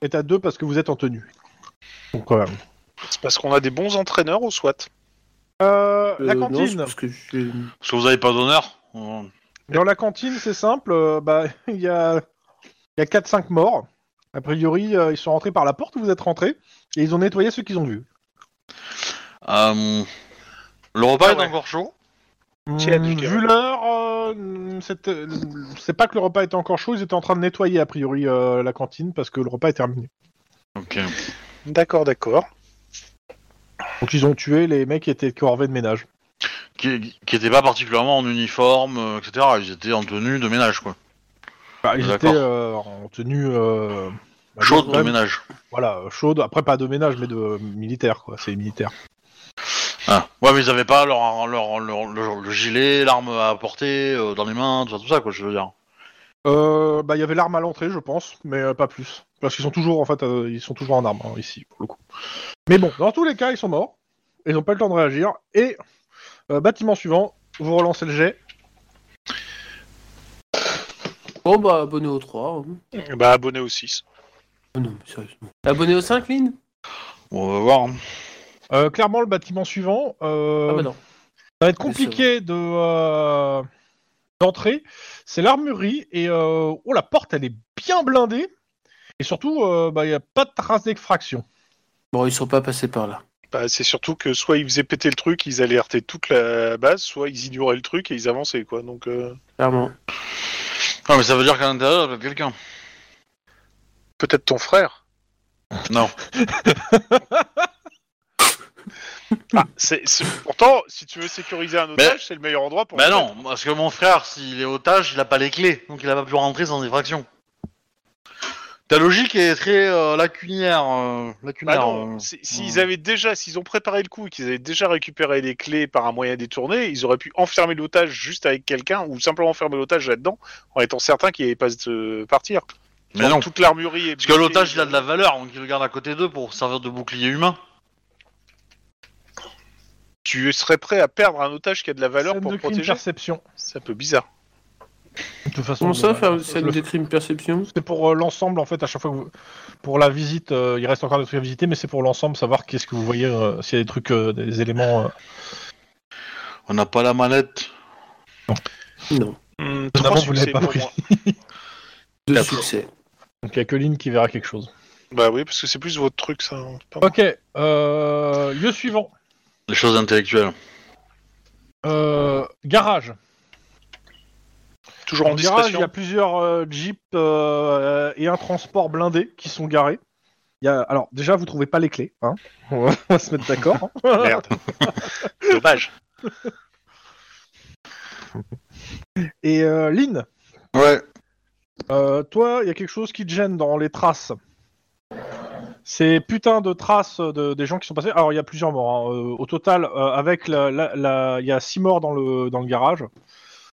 est à deux parce que vous êtes en tenue. Donc, quand même. C'est parce qu'on a des bons entraîneurs au SWAT. Euh, la Euh, non, c'est cantine. parce que je- Parce que vous avez pas d'honneur. Euh, Dans la cantine, c'est simple, euh, bah, il y a, il y a 4-5 morts. A priori, euh, ils sont rentrés par la porte où vous êtes rentrés, et ils ont nettoyé ceux qu'ils ont vus. euh, le repas Ah est ouais. encore chaud. Tiens, Hum, je dirais. vu l'heure, euh, c'était- c'est pas que le repas était encore chaud, ils étaient en train de nettoyer a priori euh, la cantine parce que le repas est terminé. Ok. D'accord, d'accord. Donc ils ont tué les mecs qui étaient corvées de ménage. Qui, qui étaient pas particulièrement en uniforme, euh, etc. Ils étaient en tenue de ménage quoi. Bah, ils D'accord. étaient euh, en tenue euh, bah, Chaude quand de même, ménage. Voilà, euh, chaude. Après pas de ménage, mais de euh, militaire quoi. C'est militaire. Ah. Ouais, mais ils avaient pas leur, leur, leur- leur- le gilet, l'arme à porter euh, dans les mains, tout ça, tout ça, quoi, je veux dire. Euh, bah, il y avait l'arme à l'entrée, je pense, mais euh, pas plus. Parce qu'ils sont toujours, en fait, euh, ils sont toujours en arme hein, ici pour le coup. Mais bon, dans tous les cas, ils sont morts. Ils n'ont pas le temps de réagir. Et euh, bâtiment suivant, vous relancez le jet. Bon bah abonné au 3. hein. Et ben abonné au 6. Oh non, mais sérieusement. Abonné au 5, Lynn Bon, on va voir. hein. Euh, clairement, le bâtiment suivant, euh, Ah bah non. ça va être compliqué de euh, d'entrer. C'est l'armurerie et euh, oh, la porte, elle est bien blindée. Et surtout, euh, bah, il n'y a pas de trace d'extraction. Bon, ils sont pas passés par là. Bah, c'est surtout que soit ils faisaient péter le truc, ils alertaient toute la base, soit ils ignoraient le truc et ils avançaient quoi. Donc euh, Clairement. Ah, mais ça veut dire qu'à l'intérieur, il y a quelqu'un. peut-être ton frère. Non. Ah, c'est, c'est- Pourtant, si tu veux sécuriser un otage, c'est le meilleur endroit pour. Bah le non, parce que mon frère, s'il est otage, il a pas les clés, donc il a pas pu rentrer sans effraction. Ta logique est très euh, lacunière. euh, Bah lacunière non, euh. si- s'ils avaient déjà, s'ils ont préparé le coup et qu'ils avaient déjà récupéré les clés par un moyen détourné, ils auraient pu enfermer l'otage juste avec quelqu'un ou simplement enfermer l'otage là-dedans en étant certain qu'il n'allait pas se partir. mais Genre, non. toute l'armurerie est Parce que bloquée. l'otage, il a de la valeur, donc il le garde à côté d'eux pour servir de bouclier humain. Tu serais prêt à perdre un otage qui a de la valeur Scène pour de le crime, protéger perception. C'est un peu bizarre. De toute façon, Comment ça, euh, faire le- scène de crime perception C'est pour euh, l'ensemble en fait à chaque fois que vous... pour la visite euh, il reste encore des trucs à visiter mais c'est pour l'ensemble savoir qu'est-ce que vous voyez euh, s'il y a des trucs euh, des éléments euh, On n'a pas la manette. Non. Hmm, Étonnamment, trois vous l'avez succès pas pour pris. moi. Deux Quatre. succès. donc il y a que Lynn qui verra quelque chose. Bah oui, parce que c'est plus votre truc ça. hein. Pas moi. Ok euh, lieu suivant Les choses intellectuelles. Euh, garage. Toujours en Au garage il y discrétion. a plusieurs euh, jeeps euh, et un transport blindé qui sont garés. Il y a... alors déjà vous trouvez pas les clés hein on va- on va se mettre d'accord. hein. Merde. Dommage. Et euh, Lynn Ouais. Euh, toi, il y a quelque chose qui te gêne dans les traces. Ces putains de traces de, des gens qui sont passés. Alors, il y a plusieurs morts. hein. Euh, Au total, euh, avec la, la- la- il y a six morts dans le, dans le garage.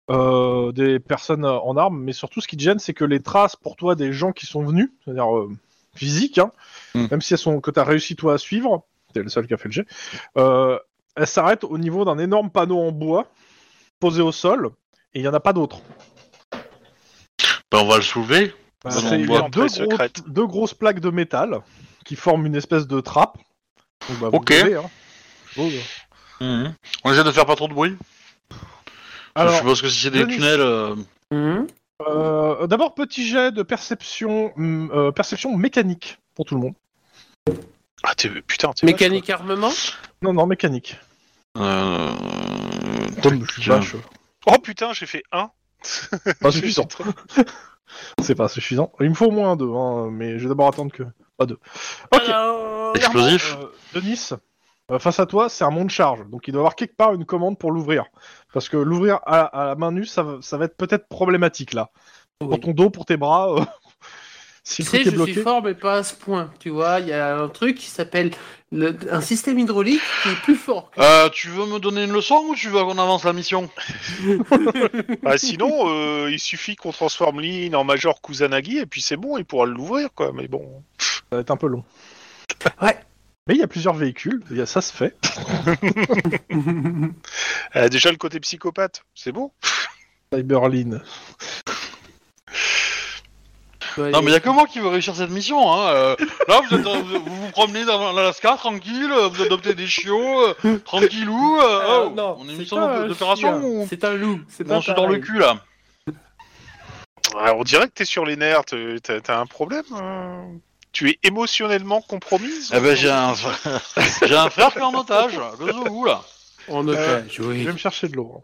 Euh, des personnes euh, en armes. Mais surtout, ce qui te gêne, c'est que les traces pour toi des gens qui sont venus, c'est-à-dire euh, physiques, hein, Mm. même si elles sont que tu as réussi toi à suivre, t'es le seul qui a fait le jet, euh, elles s'arrêtent au niveau d'un énorme panneau en bois posé au sol. Et il n'y en a pas d'autres. Bah, on va le soulever. Bah, Ils en c'est- il y boivent a deux, très gros- secrète. deux grosses plaques de métal qui forment une espèce de trappe. Donc, bah, vous Ok. devez, hein. Oh, bah. Mhm. On essaie de faire pas trop de bruit. je Alors, suppose que si c'est des Denis. tunnels. euh, Hum euh, d'abord petit jet de perception, hum, euh, perception mécanique pour tout le monde. Mmh. Ah, t'es... putain, t'es vache, Mécanique armement Non, non, mécanique. Euh... Tom, je suis Tiens. vache. Oh putain, j'ai fait 1. Pas suffisant. C'est pas suffisant. Il me faut au moins deux, hein, mais je vais d'abord attendre que. Pas deux. Ok. Explosif Euh, Denis, euh, face à toi, c'est un monde charge. Donc il doit y avoir quelque part une commande pour l'ouvrir. Parce que l'ouvrir à, à la main nue, ça, va- ça va être peut-être problématique là. Pour Oui. ton dos, pour tes bras. euh, Tu si le sais, truc est je bloqué. suis fort, mais pas à ce point. Tu vois, il y a un truc qui s'appelle le- un système hydraulique qui est plus fort. Que... Euh, tu veux me donner une leçon ou tu veux qu'on avance la mission Bah, sinon, euh, il suffit qu'on transforme Lynn en Major Kusanagi et puis c'est bon, il pourra l'ouvrir quoi. Mais bon. Ça va être un peu long. Ouais. Mais il y a plusieurs véhicules, il y a- ça se fait. Euh, déjà le côté psychopathe, c'est bon. Cyberline. Non, mais il a que moi qui veux réussir cette mission. Hein. euh. là, vous, êtes dans- vous vous vous promenez dans l'Alaska, tranquille, euh, vous adoptez des chiots, euh, tranquillou. euh, Euh, oh, non, on est c'est une mission pas d'op- un d'opération chien, ou C'est un loup. C'est pas on se dans le pareil. cul là Ouais, Ah, on dirait que t'es sur les nerfs, t'es- t'as t'as un problème. euh, Tu es émotionnellement compromise. Ah, bah. Eh ben j'ai un, j'ai un frère qui est en otage, le Zougou là. En Euh, otage, Je oui. vais me chercher de l'eau. hein.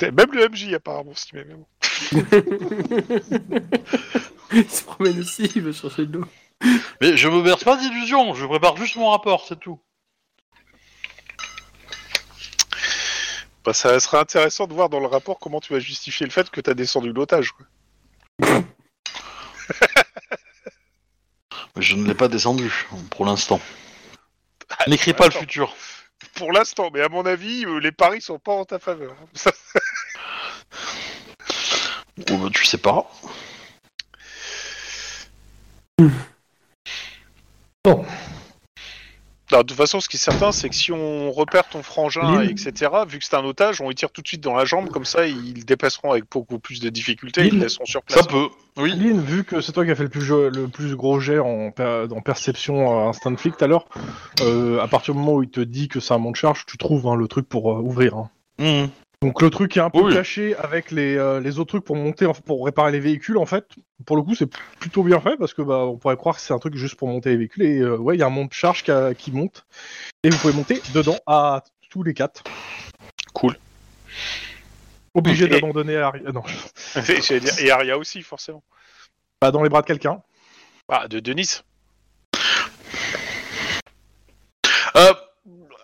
Même le MJ apparemment. si tu mets- mais bon. Il se promène aussi, il veut chercher de l'eau. Mais je me berce pas d'illusions, je prépare juste mon rapport, c'est tout. Bah, ça serait intéressant de voir dans le rapport comment tu vas justifier le fait que t'as descendu l'otage. quoi. Mais je ne l'ai pas descendu pour l'instant. N'écris pas le attends. futur. Pour l'instant, mais à mon avis, euh, les paris sont pas en ta faveur. Oh, bah, tu sais pas. Non, de toute façon, ce qui est certain, c'est que si on repère ton frangin, Lynn etc., vu que c'est un otage, on lui tire tout de suite dans la jambe, comme ça, ils le dépasseront avec beaucoup plus de difficultés, ils Lynn le laisseront sur place. Ça peut. Oui. Lynn, vu que c'est toi qui as fait le plus, jeu- le plus gros jet en, per- en perception euh, instant flic tout à l'heure, euh, à partir du moment où il te dit que c'est un monde charge, tu trouves hein, le truc pour euh, ouvrir. hein. Mhm. Donc le truc est un peu Oui. caché avec les, euh, les autres trucs pour monter, en- pour réparer les véhicules en fait. Pour le coup, c'est plutôt bien fait parce que bah, on pourrait croire que c'est un truc juste pour monter les véhicules. Et euh, ouais, il y a un monde de charge qui, a- qui monte et vous pouvez monter dedans à tous les quatre. Cool. Obligé Et- d'abandonner à Ari- euh, non, Et, j'allais dire- et Aria aussi, forcément. pas bah, dans les bras de quelqu'un. Ah, de Denis. Euh,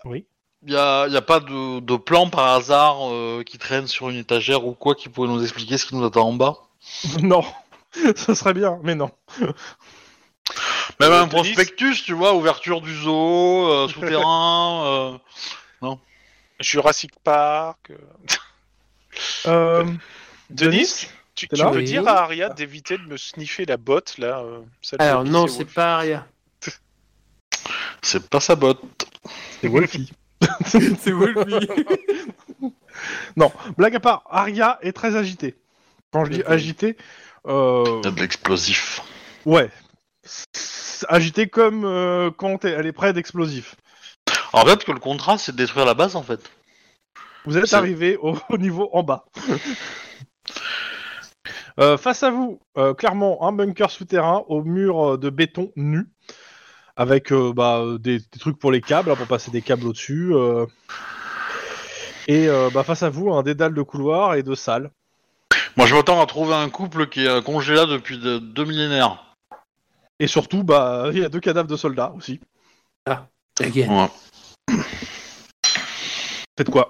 Oui. Y a, y a pas de, de plan par hasard euh, qui traîne sur une étagère ou quoi qui pourrait nous expliquer ce qui nous attend en bas non, ça serait bien, mais non. Même Euh, un Denis prospectus, tu vois, ouverture du zoo, euh, souterrain. euh, Jurassic Park. euh. Euh, Denis, tu, t'es tu là peux Oui. dire à Aria d'éviter de me sniffer la botte, là euh, celle Alors, de non, Pixie c'est Wolf. pas Aria. C'est pas sa botte. c'est Wolfie. C'est Wolfie. Blague à part, Aria est très agitée. Quand je dis agitée, euh, Il y a de l'explosif. Ouais. C'est Agité comme euh, quand t'es- elle est près d'explosifs. En fait, que le contrat, c'est de détruire la base, en fait. Vous êtes C'est- arrivé au, au niveau en bas. Euh, face à vous, euh, clairement, un bunker souterrain au mur euh, de béton nu, avec euh, bah, euh, des, des trucs pour les câbles, hein, pour passer des câbles au-dessus. euh. Et euh, bah, face à vous, un dédale de couloirs et de salles. Moi, je m'attends à trouver un couple qui est euh, congé là depuis de- deux millénaires. Et surtout, bah, il y a deux cadavres de soldats aussi. Again. Ouais. Faites quoi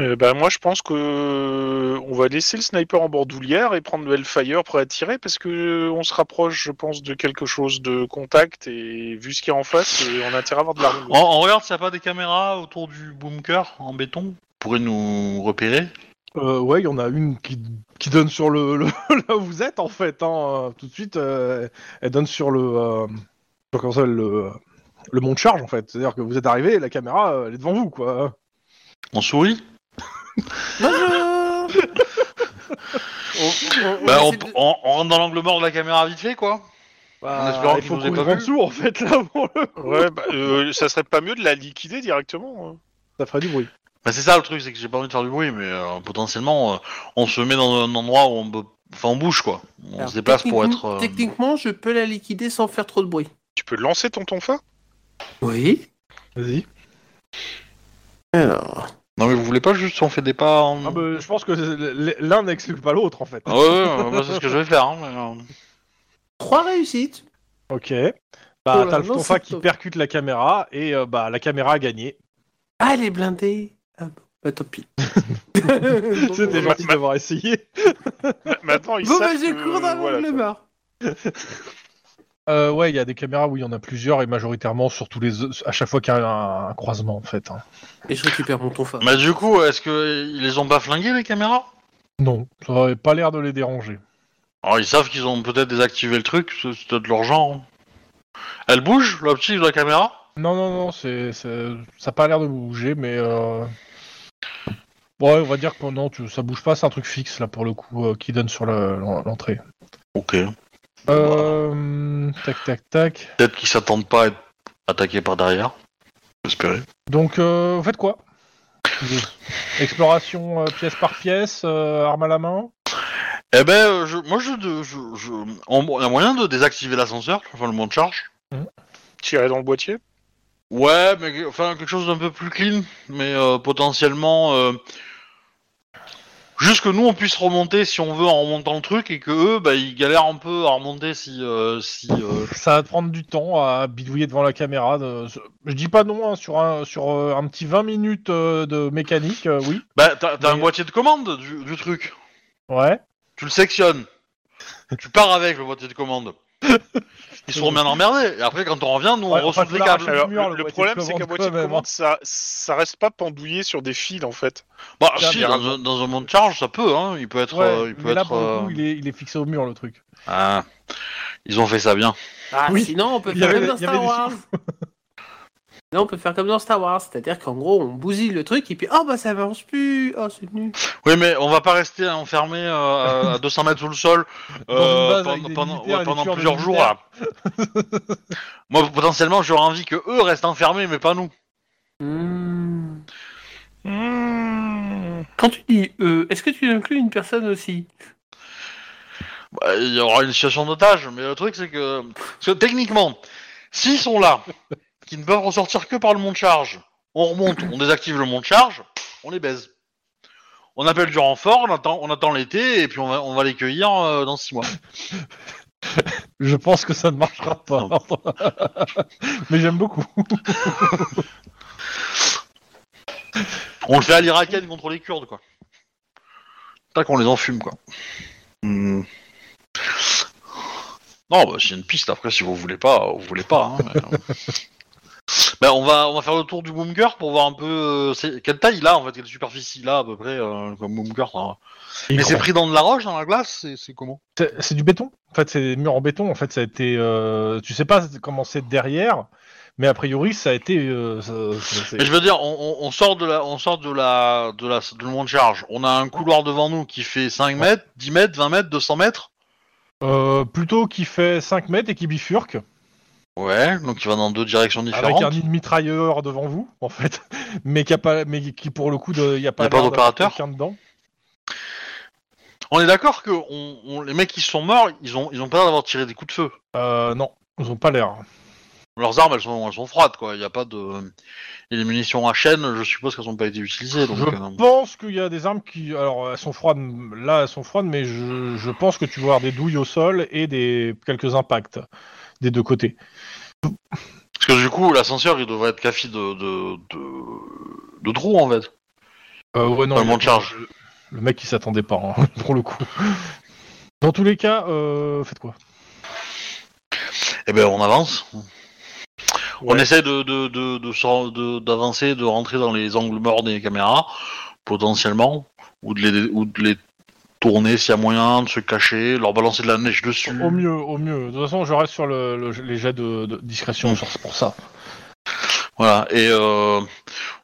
Euh, bah, moi, je pense que euh, on va laisser le sniper en bandoulière et prendre le Hellfire prêt à tirer parce que euh, on se rapproche, je pense, de quelque chose de contact et vu ce qu'il y a en face, euh, on a intérêt à avoir de l'arme. On, on regarde s'il n'y a pas des caméras autour du bunker en béton pourrait nous repérer. Euh, ouais, il y en a une qui, qui donne sur le, le- là où vous êtes en fait. hein. Euh, Tout de suite, euh, elle donne sur le euh, sur comment ça s'appelle, le le mont de charge en fait. C'est-à-dire que vous êtes arrivé, la caméra euh, elle est devant vous quoi. On sourit Bonjour Bah, on, essaie de- on- on rentre dans l'angle mort de la caméra vite fait, quoi. En espérant Bah, il qu'ils faut nous aient courir pas en vus. dessous en fait là. pour le- Ouais, bah, euh, ça serait pas mieux de la liquider directement. hein. Ça ferait du bruit. Bah, c'est ça le truc, c'est que j'ai pas envie de faire du bruit, mais euh, potentiellement, euh, on se met dans un endroit où on peut. Enfin, on bouge, quoi. On Alors, se déplace pour être. techniquement- euh, Techniquement, je peux la liquider sans faire trop de bruit. Tu peux lancer ton tonfa Oui. Vas-y. Alors, Non, mais vous voulez pas juste on fait des pas en... Ah bah, je pense que l'un n'exclut pas l'autre en fait. Ah ouais, ouais, bah, c'est ce que je vais faire. hein, mais, euh, trois réussites. Ok. Bah, Oh là, t'as le non, tonfa c'est qui top. percute la caméra et euh, bah la caméra a gagné. Ah, elle est blindée. Ah bon, bah tant pis. C'était ma- gentil ma- d'avoir essayé. Maintenant, ils Bon, bah savent je que- cours dans voilà, l'angle quoi. mort. Euh, ouais, il y a des caméras où il y en a plusieurs et majoritairement sur tous les à chaque fois qu'il y a un, un croisement en fait. hein. Et je récupère mon tonfa. Mais du coup, est-ce que ils les ont pas flingués les caméras Non, ça n'aurait pas l'air de les déranger. Alors ils savent qu'ils ont peut-être désactivé le truc, c'est c'est de leur genre. hein. Elle bouge, l'optique de la caméra Non, non, non, c'est, c'est- ça n'a pas l'air de bouger, mais. euh, Ouais, on va dire que non, tu- ça bouge pas, c'est un truc fixe là pour le coup euh, qui donne sur le- l'en- l'entrée. Ok. Euh, Tac, tac, tac. Peut-être qu'ils s'attendent pas à être attaqués par derrière. J'espérais. Donc, euh, vous faites quoi Exploration euh, pièce par pièce, euh, arme à la main Eh ben, euh, je, moi, je, je, je, on, on a moyen de désactiver l'ascenseur, enfin le mont de charge. Tirer dans le boîtier Ouais, mais que- enfin quelque chose d'un peu plus clean, mais euh, potentiellement euh, juste que nous on puisse remonter si on veut en remontant le truc et que eux, bah, ils galèrent un peu à remonter si, euh, si. euh, Ça va te prendre du temps à bidouiller devant la caméra. de- Je dis pas non, hein, sur, un, sur euh, un petit 20 minutes euh, de mécanique, euh, oui. Bah, t'as t'as un Mais- boîtier de commande du, du truc. Ouais. Tu le sectionnes. tu pars avec le boîtier de commande. Ils seront bien emmerdés. Et après, quand on revient, nous on Ouais, ressoude enfin, les faut câbles. l'arracher. Alors, mur, le, le le boîtier problème, de c'est commande, qu'un boîtier quand de même, commande, ça, ça reste pas pendouillé sur des fils, en fait. Bah, Tiens, si, bien. dans, un- dans un monde de charge, ça peut. Hein. Il peut être. Ouais, euh, il peut mais là, être, pour le coup, euh, il est, il est fixé au mur, le truc. ah. Ils ont fait ça bien. Ah, Oui. sinon on peut Il y faire avait- comme dans il y avait Star des Wars. Sinon on peut faire comme dans Star Wars, c'est-à-dire qu'en gros on bousille le truc et puis oh bah ça avance plus, oh c'est nul. Oui, mais on va pas rester enfermé euh, à 200 mètres sous le sol Dans une base avec pendant, des pendant- ouais, militaires et des pendant tueurs de plusieurs jours. militaires. là. Moi, potentiellement, j'aurais envie que eux restent enfermés, mais pas nous. Hmm. Quand tu dis euh, est-ce que tu inclus une personne aussi Bah, il y aura une situation d'otage, mais le truc c'est que, parce que techniquement, s'ils sont là, qu'ils ne peuvent ressortir que par le mont de charge, on remonte, on désactive le mont de charge, on les baise. On appelle du renfort, on attend, on attend l'été, et puis on va, on va les cueillir euh, dans six mois. Je pense que ça ne marchera pas. mais j'aime beaucoup. On le fait à l'irakienne contre les Kurdes, quoi. Tac, on les enfume, quoi. Hmm. Non, bah, c'est une piste, après, si vous voulez pas, vous voulez pas. hein, mais, euh. Bah, on, va, on va faire le tour du bunker pour voir un peu euh, c'est- quelle taille il a, en fait, quelle superficie il a, à peu près, euh, comme bunker. hein. Mais c'est pris dans de la roche, dans la glace, c'est- c'est comment C'est- C'est du béton. En fait, c'est des murs en béton. En fait, ça a été. euh, Tu sais pas comment c'est derrière, mais a priori, ça a été. euh, ça- ça- c'est- Mais je veux dire, on, on- on sort de la, on sort de la, de la, de de charge. On a un couloir devant nous qui fait 5 mètres, 10 mètres, 20 mètres, 200 mètres. Euh, plutôt qui fait 5 mètres et qui bifurque Ouais, donc il va dans deux directions différentes. avec un nid de mitrailleur devant vous, en fait, mais qui a pas, mais qui pour le coup, de- il n'y a pas, Y a pas l'air d'avoir d'opérateur quelqu'un dedans. On est d'accord que on, on- les mecs qui sont morts, ils ont, ils ont pas l'air d'avoir tiré des coups de feu. Euh, non, ils ont pas l'air. Leurs armes, elles sont, elles sont froides, quoi. Il y a pas de. Et les munitions à chaîne, je suppose qu'elles n'ont pas été utilisées. Donc, Je euh, pense qu'il y a des armes qui, alors elles sont froides, là elles sont froides, mais je, je pense que tu vas avoir des douilles au sol et des quelques impacts des deux côtés. Parce que du coup, l'ascenseur, il devrait être café de, de, de, de trous, en fait. Euh, ouais, non, Pas le il- monde charge. Le mec qui s'attendait pas, hein, pour le coup. Dans tous les cas, euh, faites quoi Eh ben, on avance. On Ouais. essaie de, de, de, de s'en- de- d'avancer, de, rentrer dans les angles morts des caméras, potentiellement, ou de les, ou de les tourner s'il y a moyen, de se cacher, leur balancer de la neige dessus. Au mieux, au mieux. De toute façon, je reste sur le, le- les jets de, de discrétion sur- pour ça. Voilà, et euh...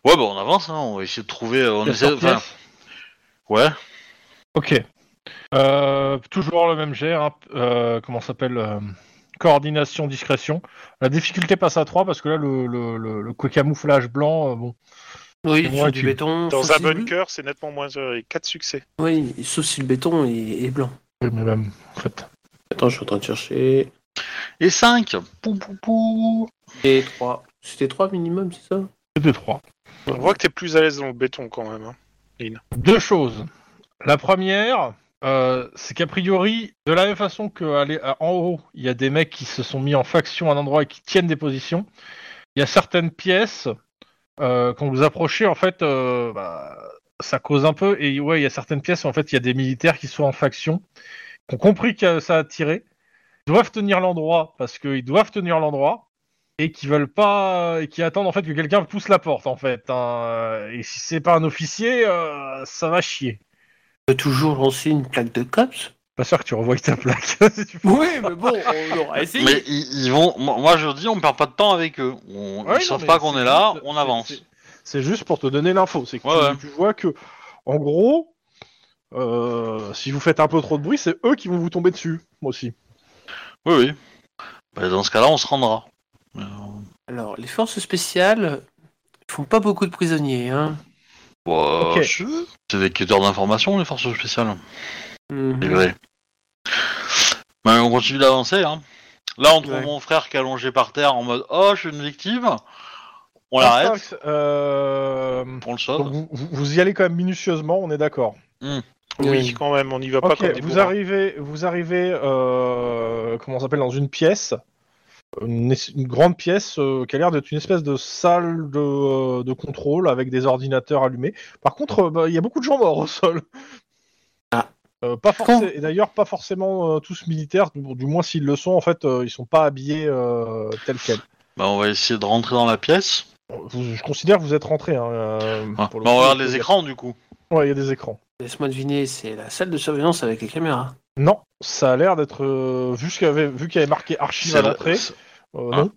Ouais, bah on avance, hein. on va essayer de trouver... euh, On Pièce essaie... par pièce. enfin, ouais, Ok. Euh, toujours le même jet, hein, euh, comment ça s'appelle euh, Coordination, discrétion. La difficulté passe à 3 parce que là, le, le, le, le camouflage blanc, euh, bon. Oui, Moi, sur du tu- béton. Dans sauf un si le- bunker, c'est nettement moins. 4 succès. Oui, sauf si le béton est, est blanc. Oui, mais même, en fait. Attends, je suis en train de chercher. et 5 Pou pou pou Et 3. C'était 3 minimum, c'est ça C'était 3. On voit que t'es plus à l'aise dans le béton quand même. hein. Deux choses. La première, euh, c'est qu'a priori, de la même façon qu'en haut, il y a des mecs qui se sont mis en faction à un endroit et qui tiennent des positions, il y a certaines pièces, euh, quand vous approchez, en fait, euh, bah, ça cause un peu. Et ouais, il y a certaines pièces, où, en fait, il y a des militaires qui sont en faction, qui ont compris que ça a tiré, ils doivent tenir l'endroit, parce qu'ils doivent tenir l'endroit. Et qui veulent pas, et qui attendent en fait que quelqu'un pousse la porte en fait. hein. Et si c'est pas un officier, euh, ça va chier. On peut toujours lancer une plaque de cops Pas sûr que tu revoies ta plaque. si tu fais- Oui, mais bon, on aura essayé. Mais ils, ils vont. Moi, moi, je dis, on perd pas de temps avec eux. On... Ouais, ils non, savent mais pas qu'on c'est est là, juste- on c'est- avance. c'est- C'est juste pour te donner l'info. C'est que Ouais, tu- ouais. tu, vois que, en gros, euh, si vous faites un peu trop de bruit, c'est eux qui vont vous tomber dessus. Moi aussi. Oui, oui. Bah, dans ce cas-là, on se rendra. Euh, Alors, les forces spéciales font pas beaucoup de prisonniers, hein. bah, Ok. c'est- C'est des cutteurs d'information, les forces spéciales. Mhm. C'est vrai. Bah, on continue d'avancer. Hein. Là, on trouve Ouais. mon frère qui est allongé par terre en mode Oh, je suis une victime. On l'arrête, Oh. Instincts, euh, on le donc sauve. Ah, vous, vous- vous y allez quand même minutieusement, on est d'accord. Oui, quand même, on n'y va pas Ok, comme des vous bourrins. arrivez, vous arrivez, euh, comment ça s'appelle, dans une pièce, une, es- une grande pièce euh, qui a l'air d'être une espèce de salle de, euh, de contrôle avec des ordinateurs allumés. Par contre, euh, bah, il y a beaucoup de gens morts au sol. Ah. Euh, pas forcé- Con. et d'ailleurs, pas forcément euh, tous militaires, du, du moins s'ils le sont, en fait, euh, ils sont pas habillés euh, tels quels. Bah, on va essayer de rentrer dans la pièce. Vous- je considère que vous êtes rentrés. hein, euh, Ah, pour le bah, on coup. regarde les écrans du coup. Ouais, il y a des écrans. Laisse-moi deviner, c'est la salle de surveillance avec les caméras. Non, ça a l'air d'être. euh, vu ce qu'il y avait- vu qu'il y avait marqué archive à la, l'entrée. c'est euh, Ah. non.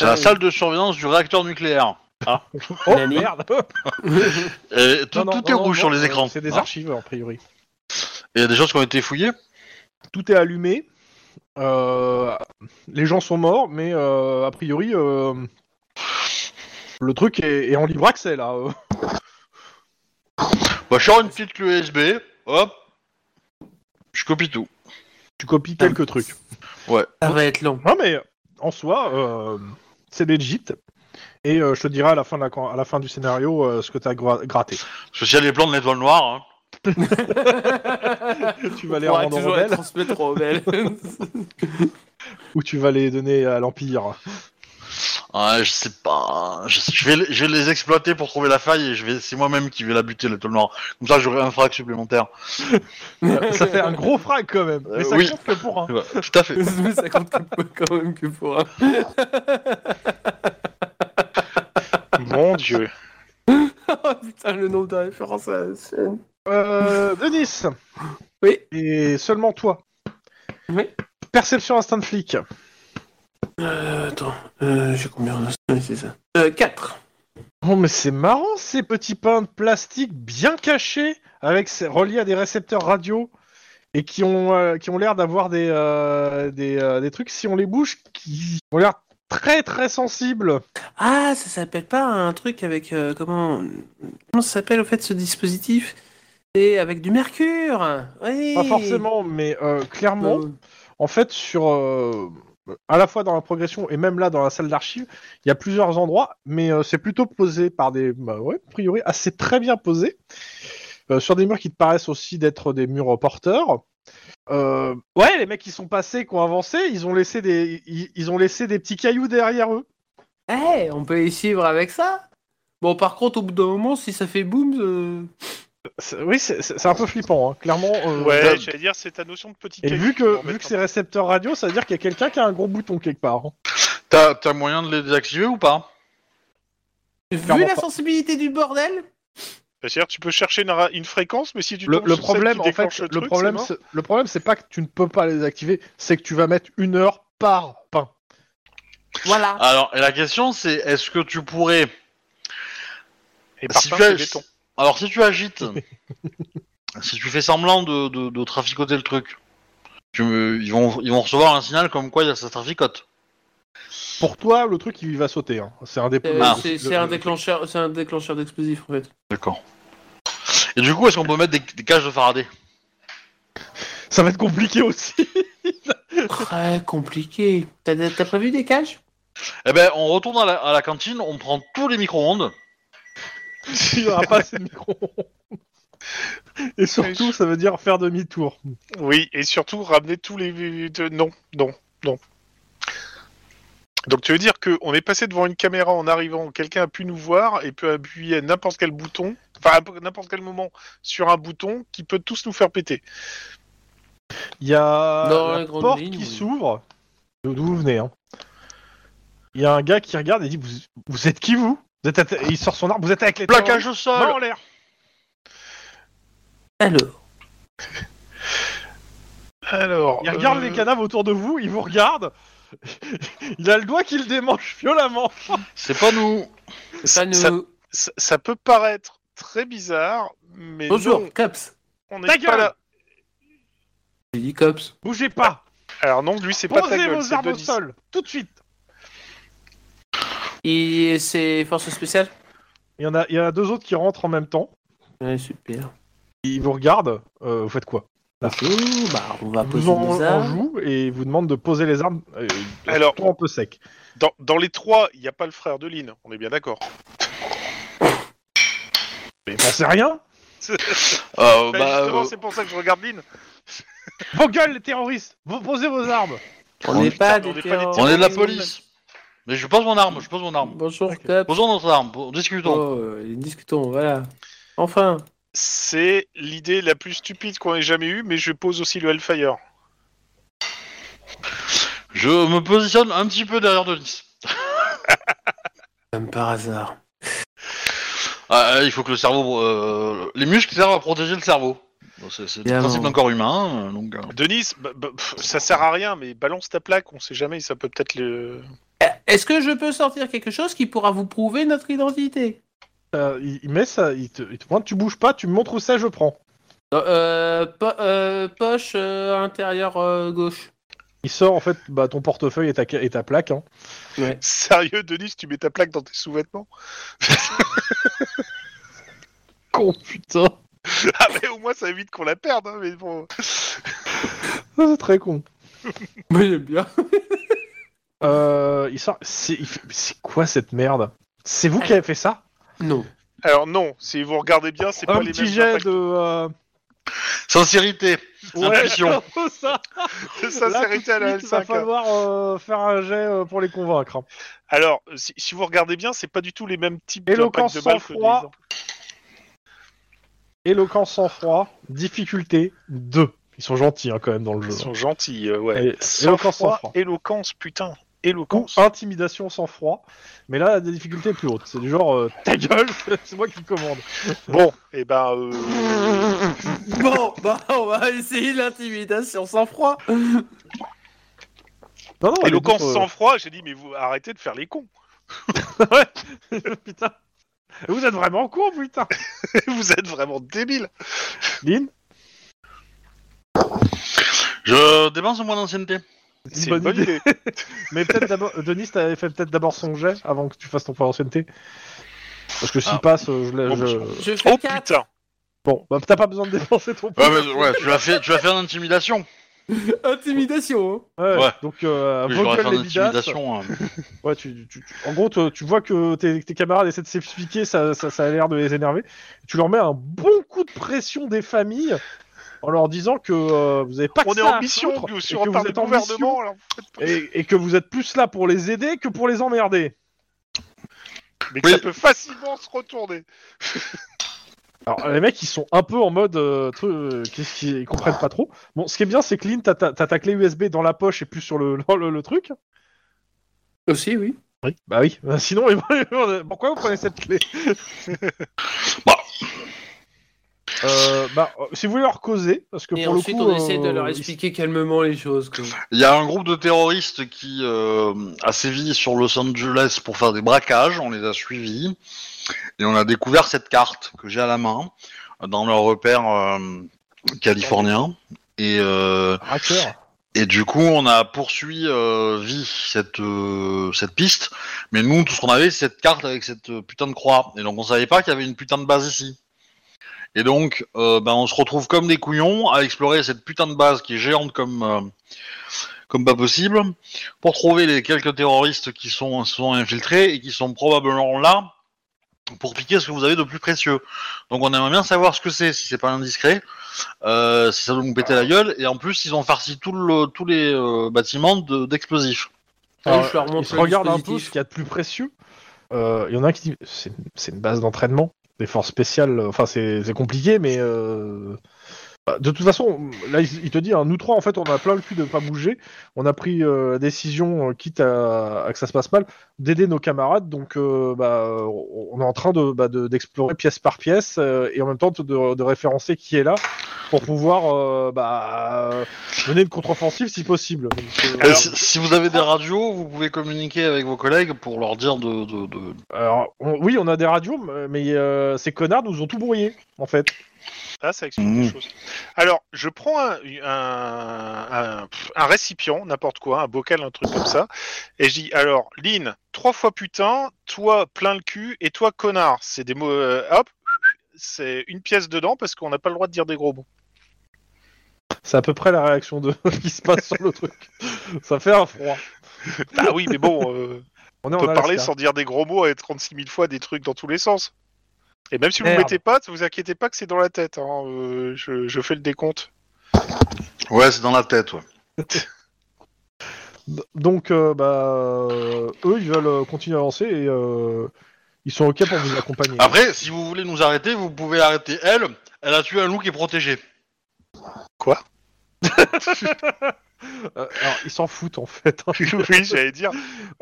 la Euh, salle de surveillance du réacteur nucléaire. Oh Nani. merde Et tout Non, non, tout non, est non, rouge non, sur euh, les écrans. C'est des Ah. archives, a priori. Il y a des choses qui ont été fouillées. Tout est allumé. euh, les gens sont morts, mais euh, a priori, euh, le truc est, est en libre accès là. euh. Bah, je sors une petite clé USB, hop, je copie tout. Tu copies Ah quelques trucs. Ça va être long. Non, mais en soi, euh, c'est legit. Et euh, je te dirai à la fin, de la, à la fin du scénario euh, ce que t'as gra- gratté. Parce que s'il y a les plans de l'étoile noire, hein, tu vas les On pourra rendre en toujours la rebelle transmettre aux rebelles. ou tu vas les donner à l'Empire ouais, je sais pas. hein. Je, sais- je vais, les- je vais les exploiter pour trouver la faille et je vais, c'est moi-même qui vais la buter, l'étoile noire. Comme ça, j'aurai un frag supplémentaire. Ça fait un gros frag quand même. Euh, Mais ça oui. compte que pour un. Ouais, tout à fait. Mais ça compte que- quand même que pour un. Mon dieu. Oh putain, le nombre de références à la scène. Euh, Denis Oui. Et seulement toi Oui. Perception instinct de flic. Euh, attends, euh, j'ai combien en instant C'est ça. Euh, 4. Oh, mais c'est marrant ces petits pains de plastique bien cachés, avec ces- reliés à des récepteurs radio, et qui ont, euh, qui ont l'air d'avoir des, euh, des, euh, des trucs, si on les bouge, qui ont l'air très très sensibles. Ah, ça s'appelle pas un truc avec. euh, comment. Comment ça s'appelle au fait ce dispositif C'est avec du mercure Oui Pas forcément, mais euh, clairement, Euh, En fait, sur euh, à la fois dans la progression et même là dans la salle d'archives, il y a plusieurs endroits, mais euh, c'est plutôt posé par des, bah ouais, a priori assez très bien posé, Euh, sur des murs qui te paraissent aussi d'être des murs porteurs. Euh, ouais, les mecs qui sont passés, qui ont avancé, ils ont laissé des, ils, ils ont laissé des petits cailloux derrière eux. Eh, on peut y suivre avec ça Bon, par contre, au bout d'un moment, si ça fait boum. euh, C'est- Oui, c'est- c'est c'est un peu flippant, hein. clairement. euh, Ouais, hein. dame. j'allais dire, c'est ta notion de petit Et caillou vu qui va que en vu mettre que c'est récepteur radio, ça veut dire qu'il y a quelqu'un qui a un gros bouton quelque part. hein. T'as, t'as moyen de les désactiver ou pas Vu Clairement la pas. sensibilité du bordel Bah, C'est-à-dire, tu peux chercher une, ra- une fréquence, mais si tu le, tombes le sur celle problème, qui en fait, déclenche le, le, truc, c'est problème, mort. c'est- le problème, c'est pas que tu ne peux pas les activer, c'est que tu vas mettre une heure par pain. Voilà. Alors, et la question c'est, est-ce que tu pourrais, Et par si contre, tu as- c'est béton. alors si tu agites, si tu fais semblant de, de, de traficoter le truc, tu me- ils vont, ils vont recevoir un signal comme quoi il y a ça traficote. Pour toi, le truc, il va sauter. hein. C'est un des. Euh, Ah. c'est c'est un déclencheur, c'est un déclencheur d'explosif en fait. D'accord. Et du coup, est-ce qu'on peut mettre des, des cages de Faraday Ça va être compliqué aussi. Très compliqué. T'as t'as prévu des cages Eh ben, on retourne à la, à la cantine, on prend tous les micro-ondes. Il n'y aura pas assez de micro. Et surtout, ça veut dire faire demi-tour. Oui, et surtout ramener tous les. de- Non, non, non. Donc tu veux dire qu'on est passé devant une caméra en arrivant, quelqu'un a pu nous voir et peut appuyer à n'importe quel bouton, enfin à n'importe quel moment sur un bouton qui peut tous nous faire péter. Il y a Dans la la grande porte ligne, qui oui. s'ouvre. D'où d'où vous venez hein. Il y a un gars qui regarde et dit Vous, vous êtes qui vous, vous êtes atta- Il sort son arme, vous êtes avec les Plaquage au terroristes. Main sol Ah, en l'air Alors, Alors. Il regarde euh, les cadavres autour de vous, il vous regarde. il a le doigt qui le démange violemment. C'est pas nous ça ça, nous. ça- ça- ça peut paraître très bizarre, mais Bonjour, non, Cops. on Ta n'est gueule pas là. J'ai dit Cops. Bougez pas Alors non, lui c'est pas ta Posez gueule, vos c'est armes au Denis. sol, tout de suite Et c'est Force Spéciale il y, en a, il y en a deux autres qui rentrent en même temps. Ouais, super. Ils vous regardent. Euh, vous faites quoi Ok, bah, on va Ils poser vous en, nos en armes. jouent et vous demandent de poser les armes. euh, Alors- surtout un peu sec. Dans, dans les trois, il n'y a pas le frère de Lynn, on est bien d'accord. Mais t'en sais rien euh, Bah, Ben, bah, justement, euh, c'est pour ça que je regarde Lynn. Vos gueules, les terroristes Vous posez vos armes On n'est pas on des est pas des terroristes. On est de la police Mais je pose mon arme, je pose mon arme. Bonjour, Cops. Posons notre arme, po- discutons. Oh, euh, discutons, voilà. Enfin, C'est l'idée la plus stupide qu'on ait jamais eue, mais je pose aussi le Hellfire. Je me positionne un petit peu derrière Denis. comme par hasard. Ah, il faut que le cerveau... euh, les muscles servent à protéger le cerveau. Bon, c'est c'est le Bien. principe d'un corps humain, euh, donc... euh, Denis, bah, bah, pff, ça sert à rien, mais balance ta plaque, on sait jamais, ça peut peut-être le. Eh, Est-ce que je peux sortir quelque chose qui pourra vous prouver notre identité Euh, il, il met ça, il te, il te pointe, tu bouges pas, tu me montres où c'est, je prends. Euh, po- euh, Poche euh, intérieure euh, gauche. Il sort en fait bah, ton portefeuille et ta, ca- et ta plaque. hein. Sérieux, Denis, tu mets ta plaque dans tes sous-vêtements Con putain Ah, mais au moins, ça évite qu'on la perde, hein, mais bon. Ça, C'est très con. Moi j'aime bien. Euh, il sort. C'est il fait- mais c'est quoi cette merde C'est vous qui avez fait ça Non. Alors, non, si vous regardez bien, c'est pas Un les petit mêmes jet impacts. de. euh, Sincérité Intuition. un peu ça. de sincérité à Là, la tout de suite, va L5. hein. falloir euh, faire un jet euh, pour les convaincre. hein. Alors, si, si vous regardez bien, c'est pas du tout les mêmes types Éloquence, d'impact de balles que des- sang-froid. Éloquence sans froid, difficulté 2. Ils sont gentils hein, quand même dans le jeu. Ils hein. sont gentils, euh, ouais. Allez, éloquence, Oh, éloquence, sang-froid. éloquence, putain. Ou Éloquence. intimidation sans froid. Mais là, la difficulté est plus haute. C'est du genre, euh, ta gueule, c'est moi qui le commande. Bon, et ben. euh, Bon, bah on va essayer l'intimidation sans froid. Non, non, Éloquence les autres, sans froid, j'ai dit, mais vous arrêtez de faire les cons. euh, putain. Vous êtes vraiment con, putain. vous êtes vraiment débiles. Lynn, Je dépense moins d'ancienneté. C'est bonne une bonne idée. mais peut-être d'abord, euh, Denis, t'avais fait peut-être d'abord son jet avant que tu fasses ton point d'ancienneté. Parce que s'il Ah. passe, euh, je, l'ai- Oh, je- Je fais Oh quatre. putain. Bon, bah, t'as pas besoin de dépenser ton point. Ouais, mais, ouais tu l'as fait, tu l'as fait en intimidation. Intimidation. hein. Ouais, Ouais. Donc, euh, Oui, vos j'aurais fait gueules, en les bidasses. intimidation. hein. Ouais, tu, tu- tu- en gros, tu, tu vois que tes, tes camarades essaient de s'expliquer, ça, ça, ça a l'air de les énerver. Tu leur mets un bon coup de pression des familles en leur disant que euh, vous n'avez pas que On est ça à en mission, foutre, nous, et sur que un vous par le êtes en mission, gouvernement. alors. et, et que vous êtes plus là pour les aider que pour les emmerder. Mais que Oui. ça peut facilement se retourner. Alors, les mecs, ils sont un peu en mode. euh, tru- euh, Qu'est-ce qu'ils ils comprennent pas trop. Bon, ce qui est bien, c'est que Lynn, t'as ta t'as ta clé USB dans la poche et plus sur le, dans le, le truc. Aussi, oui. Oui. Bah oui. Bah, Sinon, ils vont- pourquoi vous prenez cette clé Bah. Euh, bah, euh, si vous voulez leur causer, parce que Et pour le ensuite, coup, on essaie de leur euh, expliquer calmement les choses. quoi. Il y a un groupe de terroristes qui euh, a sévi sur Los Angeles pour faire des braquages. On les a suivis et on a découvert cette carte que j'ai à la main euh, dans leur repère euh, californien. Et, euh, ils- hacker. et du coup, on a poursuivi euh, vie cette euh, cette piste. Mais nous, tout ce qu'on avait, c'est cette carte avec cette euh, putain de croix. Et donc, on savait pas qu'il y avait une putain de base ici. Et donc, euh, ben, on se retrouve comme des couillons à explorer cette putain de base qui est géante comme euh, comme pas possible pour trouver les quelques terroristes qui sont, sont infiltrés et qui sont probablement là pour piquer ce que vous avez de plus précieux. Donc on aimerait bien savoir ce que c'est, si c'est pas indiscret, euh, si ça doit nous péter la gueule, et en plus ils ont farci tout le, tous les euh, bâtiments de- d'explosifs. Alors, je leur montre Ah Ils le regardent un peu dispositif. ce qu'il y a de plus précieux. Euh, Il y en a un qui dit c'est c'est une base d'entraînement des forces spéciales. euh, Enfin, c'est c'est compliqué, mais euh, bah, de toute façon, là, il, il te dit hein, nous trois, en fait, on a plein le cul de pas bouger. On a pris euh, la décision, euh, quitte à, à que ça se passe mal, d'aider nos camarades. Donc, euh, bah, on on est en train de bah, de- d'explorer pièce par pièce euh, et en même temps de, de référencer qui est là pour pouvoir euh, bah, mener une contre-offensive si possible. Donc, euh, Euh, si, si vous avez des radios, vous pouvez communiquer avec vos collègues pour leur dire de... de, de- Alors, on- oui, on a des radios, m- mais euh, ces connards nous ont tout brouillé, en fait. Ah, ça explique Mmh. des choses. Alors, je prends un, un, un- pff, un récipient, n'importe quoi, un bocal, un truc comme ça, et je dis alors, Lynn, trois fois putain, toi plein le cul, et toi connard. C'est des mots. euh, hop, c'est une pièce dedans parce qu'on n'a pas le droit de dire des gros mots. C'est à peu près la réaction de qui se passe sur le truc. Ça fait un froid. Ah oui, mais bon, euh, On est on en peut Alaska. parler sans dire des gros mots et 36 000 fois des trucs dans tous les sens. Et même si vous ne Merde. mettez pas, vous inquiétez pas que c'est dans la tête. hein, euh, je, je fais le décompte. Ouais, c'est dans la tête, ouais. Donc, euh, bah, euh, eux, ils veulent euh, continuer à avancer et euh, ils sont OK pour vous accompagner. Après, si vous voulez nous arrêter, vous pouvez arrêter elle. Elle a tué un loup qui est protégé. Euh, alors, ils s'en foutent, en fait. hein. bah, oui, j'allais dire.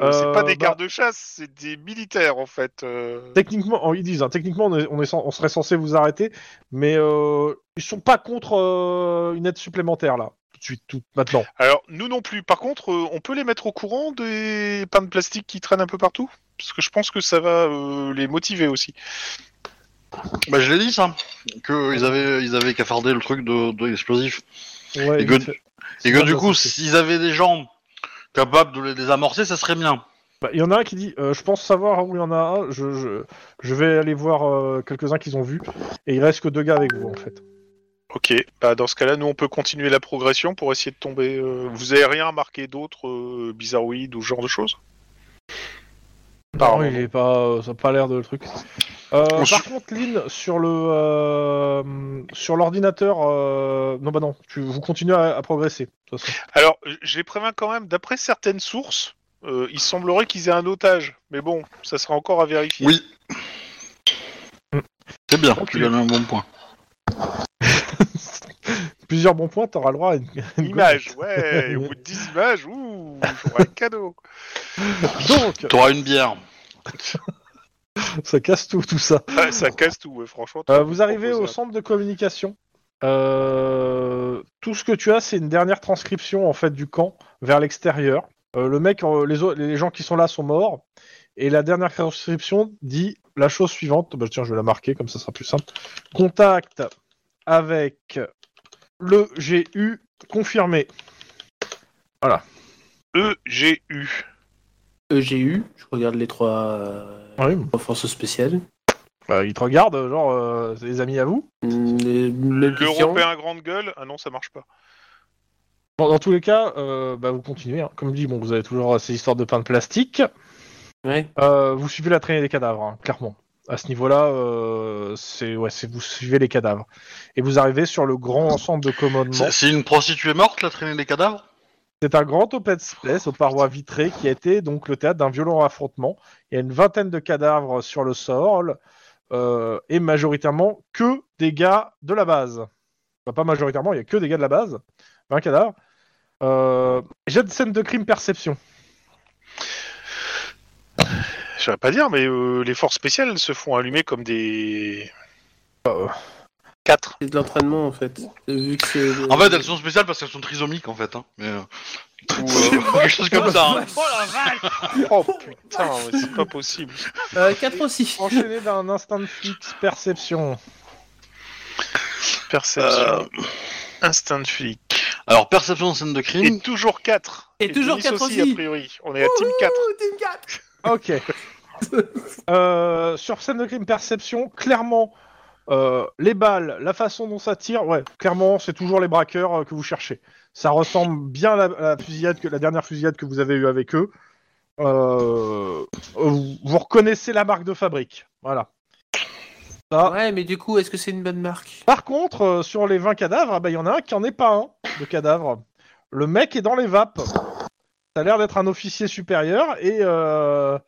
euh, c'est pas des gardes gardes de chasse, c'est des militaires en fait. euh. Techniquement, oh, ils disent, hein, techniquement, on, est- on est cen- on serait censé vous arrêter, mais euh, ils sont pas contre euh, une aide supplémentaire, là, tout de suite, tout, maintenant. Alors nous non plus. Par contre, euh, on peut les mettre au courant des pains de plastique qui traînent un peu partout parce que je pense que ça va euh, les motiver aussi. Bah, je l'ai dit, ça. Qu'ils avaient, ils avaient cafardé le truc de, de l'explosif. Ouais, Et que- vite fait. Et que Ouais, du ça, coup, c'est- s'ils avaient des gens capables de les désamorcer, ça serait bien. Bah, Il y en a un qui dit euh, Je pense savoir où il y en a un, je, je, je vais aller voir euh, quelques-uns qu'ils ont vus, et il reste que deux gars avec vous en fait. Ok. Bah dans ce cas-là, nous on peut continuer la progression pour essayer de tomber. euh, Vous avez rien marqué d'autre, euh, bizarroïdes ou ce genre de choses Par Non, il moment. est pas, euh, ça n'a pas l'air de le truc. Euh, On par se- contre, Lynn, sur le euh, sur l'ordinateur, euh, non bah non, tu, vous continuez à, à progresser. de toute façon. Alors euh, je les préviens quand même. D'après certaines sources, euh, il semblerait qu'ils aient un otage, mais bon, ça sera encore à vérifier. Oui. C'est bien, Ok. tu gagnes un bon point. Plusieurs bons points, t'auras le droit à une, à une Images, ouais, au bout de 10 images, ouh, j'aurai un cadeau. gommette. Donc, T'auras une bière. ça casse tout, tout ça. Ah, ça casse tout, ouais, franchement. Euh, vous arrivez au Proposable. centre de communication. Euh, tout ce que tu as, c'est une dernière transcription en fait du camp vers l'extérieur. Euh, le mec, euh, les, autres- les gens qui sont là sont morts. Et la dernière transcription dit la chose suivante. Bah, tiens, je vais la marquer comme ça sera plus simple. Contact avec le GU confirmé. E EGU. EGU, E je regarde les trois, euh, Oui. trois forces spéciales. Bah, il te regarde, genre, euh, c'est les amis à vous. Mm, les- les questions. L'Européen grande gueule Ah non, ça marche pas. Bon, dans tous les cas, euh, bah, vous continuez. hein. Comme dit, bon, vous avez toujours euh, ces histoires de pain de plastique. Ouais. Euh, vous suivez la traînée des cadavres, hein, clairement. À ce niveau-là, euh, c'est ouais, c'est- vous suivez les cadavres et vous arrivez sur le grand centre de commandement. C'est c'est une prostituée morte, la traînée des cadavres C'est un grand open space aux parois vitrées qui a été donc le théâtre d'un violent affrontement. Il y a une vingtaine de cadavres sur le sol euh, et majoritairement que des gars de la base. Enfin, pas majoritairement, il y a que des gars de la base. 20 cadavres. Euh, J'ai une scène de crime perception. Je vais pas dire, mais euh, les forces spéciales se font allumer comme des. Euh, 4. C'est de l'entraînement en fait. Euh, Vu que c'est- En fait, elles sont spéciales parce qu'elles sont trisomiques, en fait. Hein. Mais, euh, ou euh, quelque chose comme ça. hein. Oh, Oh putain, mais c'est pas possible. Euh, 4 aussi. Enchaîné d'un instinct de fixe perception. Perception. Euh, Instinct de flic. alors, perception de scène de crime. Et toujours 4. Et toujours quatre aussi. a priori. On est à team 4. Ouh, Team 4. Ok. Euh, sur scène de crime perception, clairement, Euh, les balles, la façon dont ça tire, ouais, clairement, c'est toujours les braqueurs euh, que vous cherchez. Ça ressemble bien à la, à la fusillade que la dernière fusillade que vous avez eue avec eux. Euh, vous, vous reconnaissez la marque de fabrique, voilà. Ah. Ouais, mais du coup, est-ce que c'est une bonne marque Par contre, euh, sur les 20 cadavres, ah bah, il y en a un qui en est pas un de cadavre. Le mec est dans les vapes. Ça a l'air d'être un officier supérieur et euh,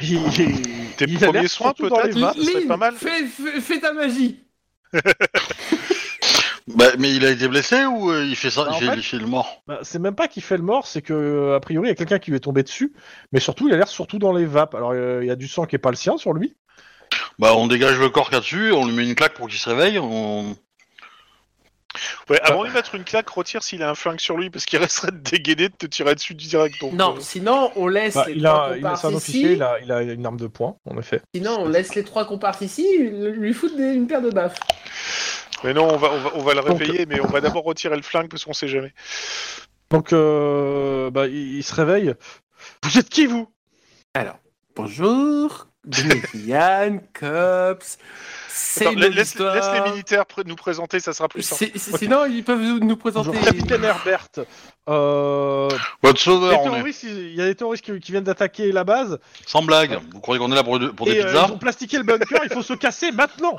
il, il- Tes il a premiers l'air soins, surtout dans les peut-être, ça vapes. serait pas mal. fais, fais- fais ta magie Bah, mais il a été blessé ou euh, il fait ça Bah, en il fait, fait- il fait le mort Bah, c'est même pas qu'il fait le mort, c'est que euh, a priori il y a quelqu'un qui lui est tombé dessus, mais surtout il a l'air surtout dans les vapes. Alors euh, il y a du sang qui est pas le sien sur lui. Bah, on dégage le corps qu'il y a dessus, on lui met une claque pour qu'il se réveille. On... Ouais, Bah. avant de lui mettre une claque, retire s'il a un flingue sur lui, parce qu'il resterait de dégainer de te tirer dessus direct. Donc, Non, euh, sinon, on laisse Bah, les il trois a, il a- comparses c'est un ici. officier, il a, il a une arme de poing en effet. Sinon, on laisse les trois comparses ici, lui foutent des- une paire de baffes. Mais non, on va, on va, on va le Donc- réveiller, mais on va d'abord retirer le flingue, parce qu'on sait jamais. Donc euh, bah, il, il se réveille. Vous êtes qui vous Bonjour, Yann, Cops. C'est Attends, une la- autre laisse, histoire. laisse les militaires pr- nous présenter, ça sera plus simple. C'est- c'est- Sinon, ils peuvent nous présenter. Bonjour, Capitaine Herbert. Euh, Votre les sauveur, on est. terroristes, il il y a des terroristes qui, qui viennent d'attaquer la base Sans blague, vous croyez qu'on est là pour, pour des et euh, pizzas ils ont plastiqué le bunker. il faut se casser maintenant.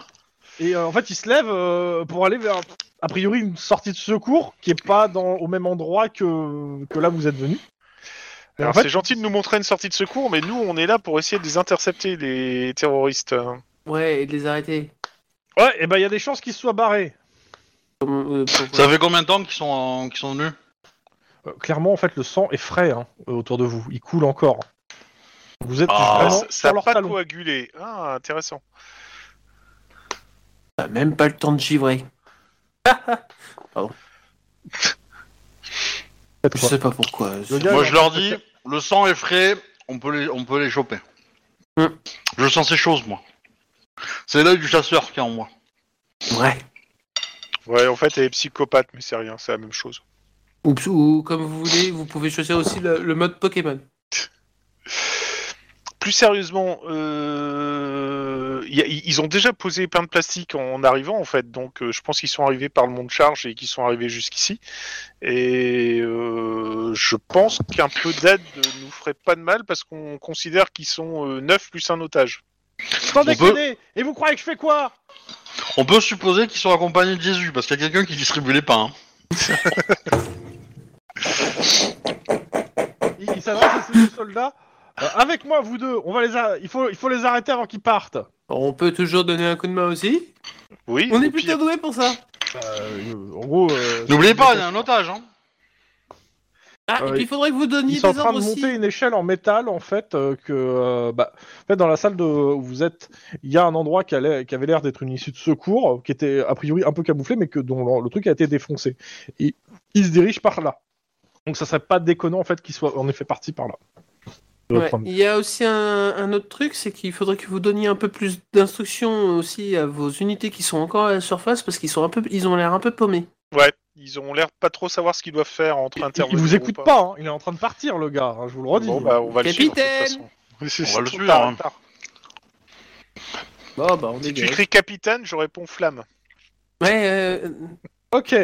Et euh, en fait, ils se lèvent euh, pour aller vers a priori une sortie de secours qui est pas dans, au même endroit que, que là où vous êtes venu. Alors, en fait- c'est gentil de nous montrer une sortie de secours, mais nous, on est là pour essayer de les intercepter, les terroristes. hein. Ouais, et de les arrêter. Ouais, et ben il y a des chances qu'ils se soient barrés. Comme, euh, pour- Ça fait combien de temps qu'ils sont, en- qu'ils sont venus Euh, clairement, en fait, le sang est frais hein, euh, autour de vous. Il coule encore. Vous êtes Ah, vraiment ça ça sur a leur pas talon. coagulé. Ah, intéressant. T'as euh, même pas le temps de givrer. Faites Je quoi sais pas pourquoi. je- Le gars- Moi, alors, je leur parce dis, que- le sang est frais, on peut les, on peut les choper. Mm. Hmm. Je sens ces choses, moi. C'est l'œil du chasseur qui est en moi. Ouais. Ouais, en fait, elle est psychopathe, mais c'est rien, c'est la même chose. Ou, ou comme vous voulez, vous pouvez choisir aussi le, le mode Pokémon. Plus sérieusement, euh, y a- y- ils ont déjà posé plein de plastique en arrivant, en fait. Donc, euh, je pense qu'ils sont arrivés par le mont de charge et qu'ils sont arrivés jusqu'ici. Et euh, je pense qu'un peu d'aide ne nous ferait pas de mal parce qu'on considère qu'ils sont euh, neuf plus un otage. Sans On peut- déconner Et vous croyez que je fais quoi On peut supposer qu'ils sont accompagnés de Jésus, parce qu'il y a quelqu'un qui distribue les pains. hein. Il, il s'adresse à ces deux soldats. Euh, avec moi, vous deux. On va les. a- Il faut, il faut les arrêter avant qu'ils partent. On peut toujours donner un coup de main aussi. Oui, On est au plutôt pire. doué pour ça. Euh, en gros. euh, N'oubliez c'est- pas, il y a un otage. Hein. Ah, et Euh, puis il faudrait que vous donniez Ils sont en des train ordres de aussi. monter une échelle en métal en fait euh, que euh, bah, en fait, dans la salle de, où vous êtes il y a un endroit qui, allait- qui avait l'air d'être une issue de secours euh, qui était a priori un peu camouflé mais que dont le, le truc a été défoncé et ils se dirigent par là donc ça serait pas déconnant en fait qu'ils soient en effet partis par là De Ouais. prendre- Il y a aussi un, un autre truc, c'est qu'il faudrait que vous donniez un peu plus d'instructions aussi à vos unités qui sont encore à la surface parce qu'ils sont un peu, ils ont l'air un peu paumés. Ouais, ils ont l'air de pas trop savoir ce qu'ils doivent faire entre il, intervenir. il vous ou écoute pas, hein, il est en train de partir le gars hein, je vous le redis Bon, bah, on va Capitaine le suivre. On va de toute façon. le Trop suivre, tard, hein. tard. Bon bah on Si tu dégage. cries capitaine, je réponds flamme. Ouais. Euh, ok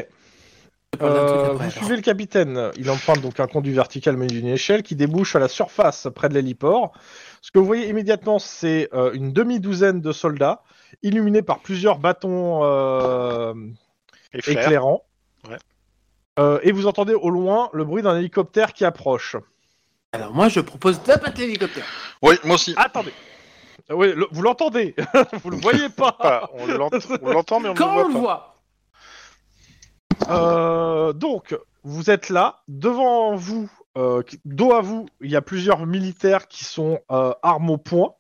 je parle d'un truc Euh, après, vous alors. suivez le capitaine. Il emprunte donc un conduit vertical mais d'une échelle qui débouche à la surface près de l'héliport. Ce que vous voyez immédiatement, c'est euh, une demi-douzaine de soldats illuminés par plusieurs bâtons euh, Et flair. éclairants. Ouais. Euh, et vous entendez au loin le bruit d'un hélicoptère qui approche. Alors moi je propose d'abattre l'hélicoptère. Oui, moi aussi. Attendez. Euh, oui, le- vous l'entendez. vous le voyez pas. Pas, on l'ent- on l'entend, mais on ne Quand on le le voit pas. voit. Euh, donc, vous êtes là, devant vous, euh, qui- dos à vous, il y a plusieurs militaires qui sont euh, armes au poing.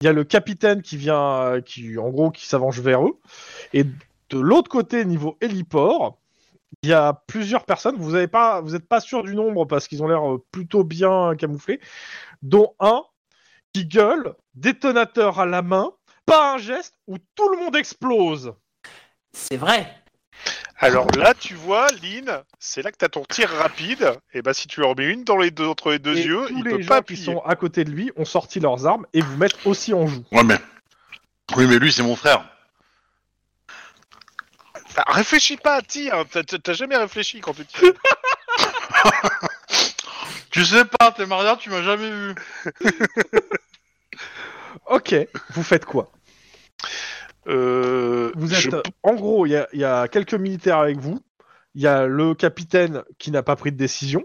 Il y a le capitaine qui vient, euh, qui en gros, qui s'avance vers eux. Et de l'autre côté, niveau héliport, il y a plusieurs personnes. Vous n'êtes pas, vous êtes pas sûr du nombre parce qu'ils ont l'air euh, plutôt bien camouflés, dont un qui gueule, détonateur à la main, pas un geste où tout le monde explose. C'est vrai. Alors là, tu vois, Lynn, c'est là que t'as ton tir rapide. Et bah, si tu leur mets une dans les deux, entre les deux Et yeux, tous il les peut gens pas qui appuyer. sont à côté de lui ont sorti leurs armes et vous mettent aussi en joue. Ouais, mais... Oui, mais lui, c'est mon frère. Ah, réfléchis pas, tire hein. T'as- t'as- T'as jamais réfléchi quand tu tires. Tu sais pas, t'es Maria, tu m'as jamais vu. Ok, vous faites quoi Euh, Vous êtes, je- en gros, il y a- il y, a quelques militaires avec vous. Il y a le capitaine qui n'a pas pris de décision.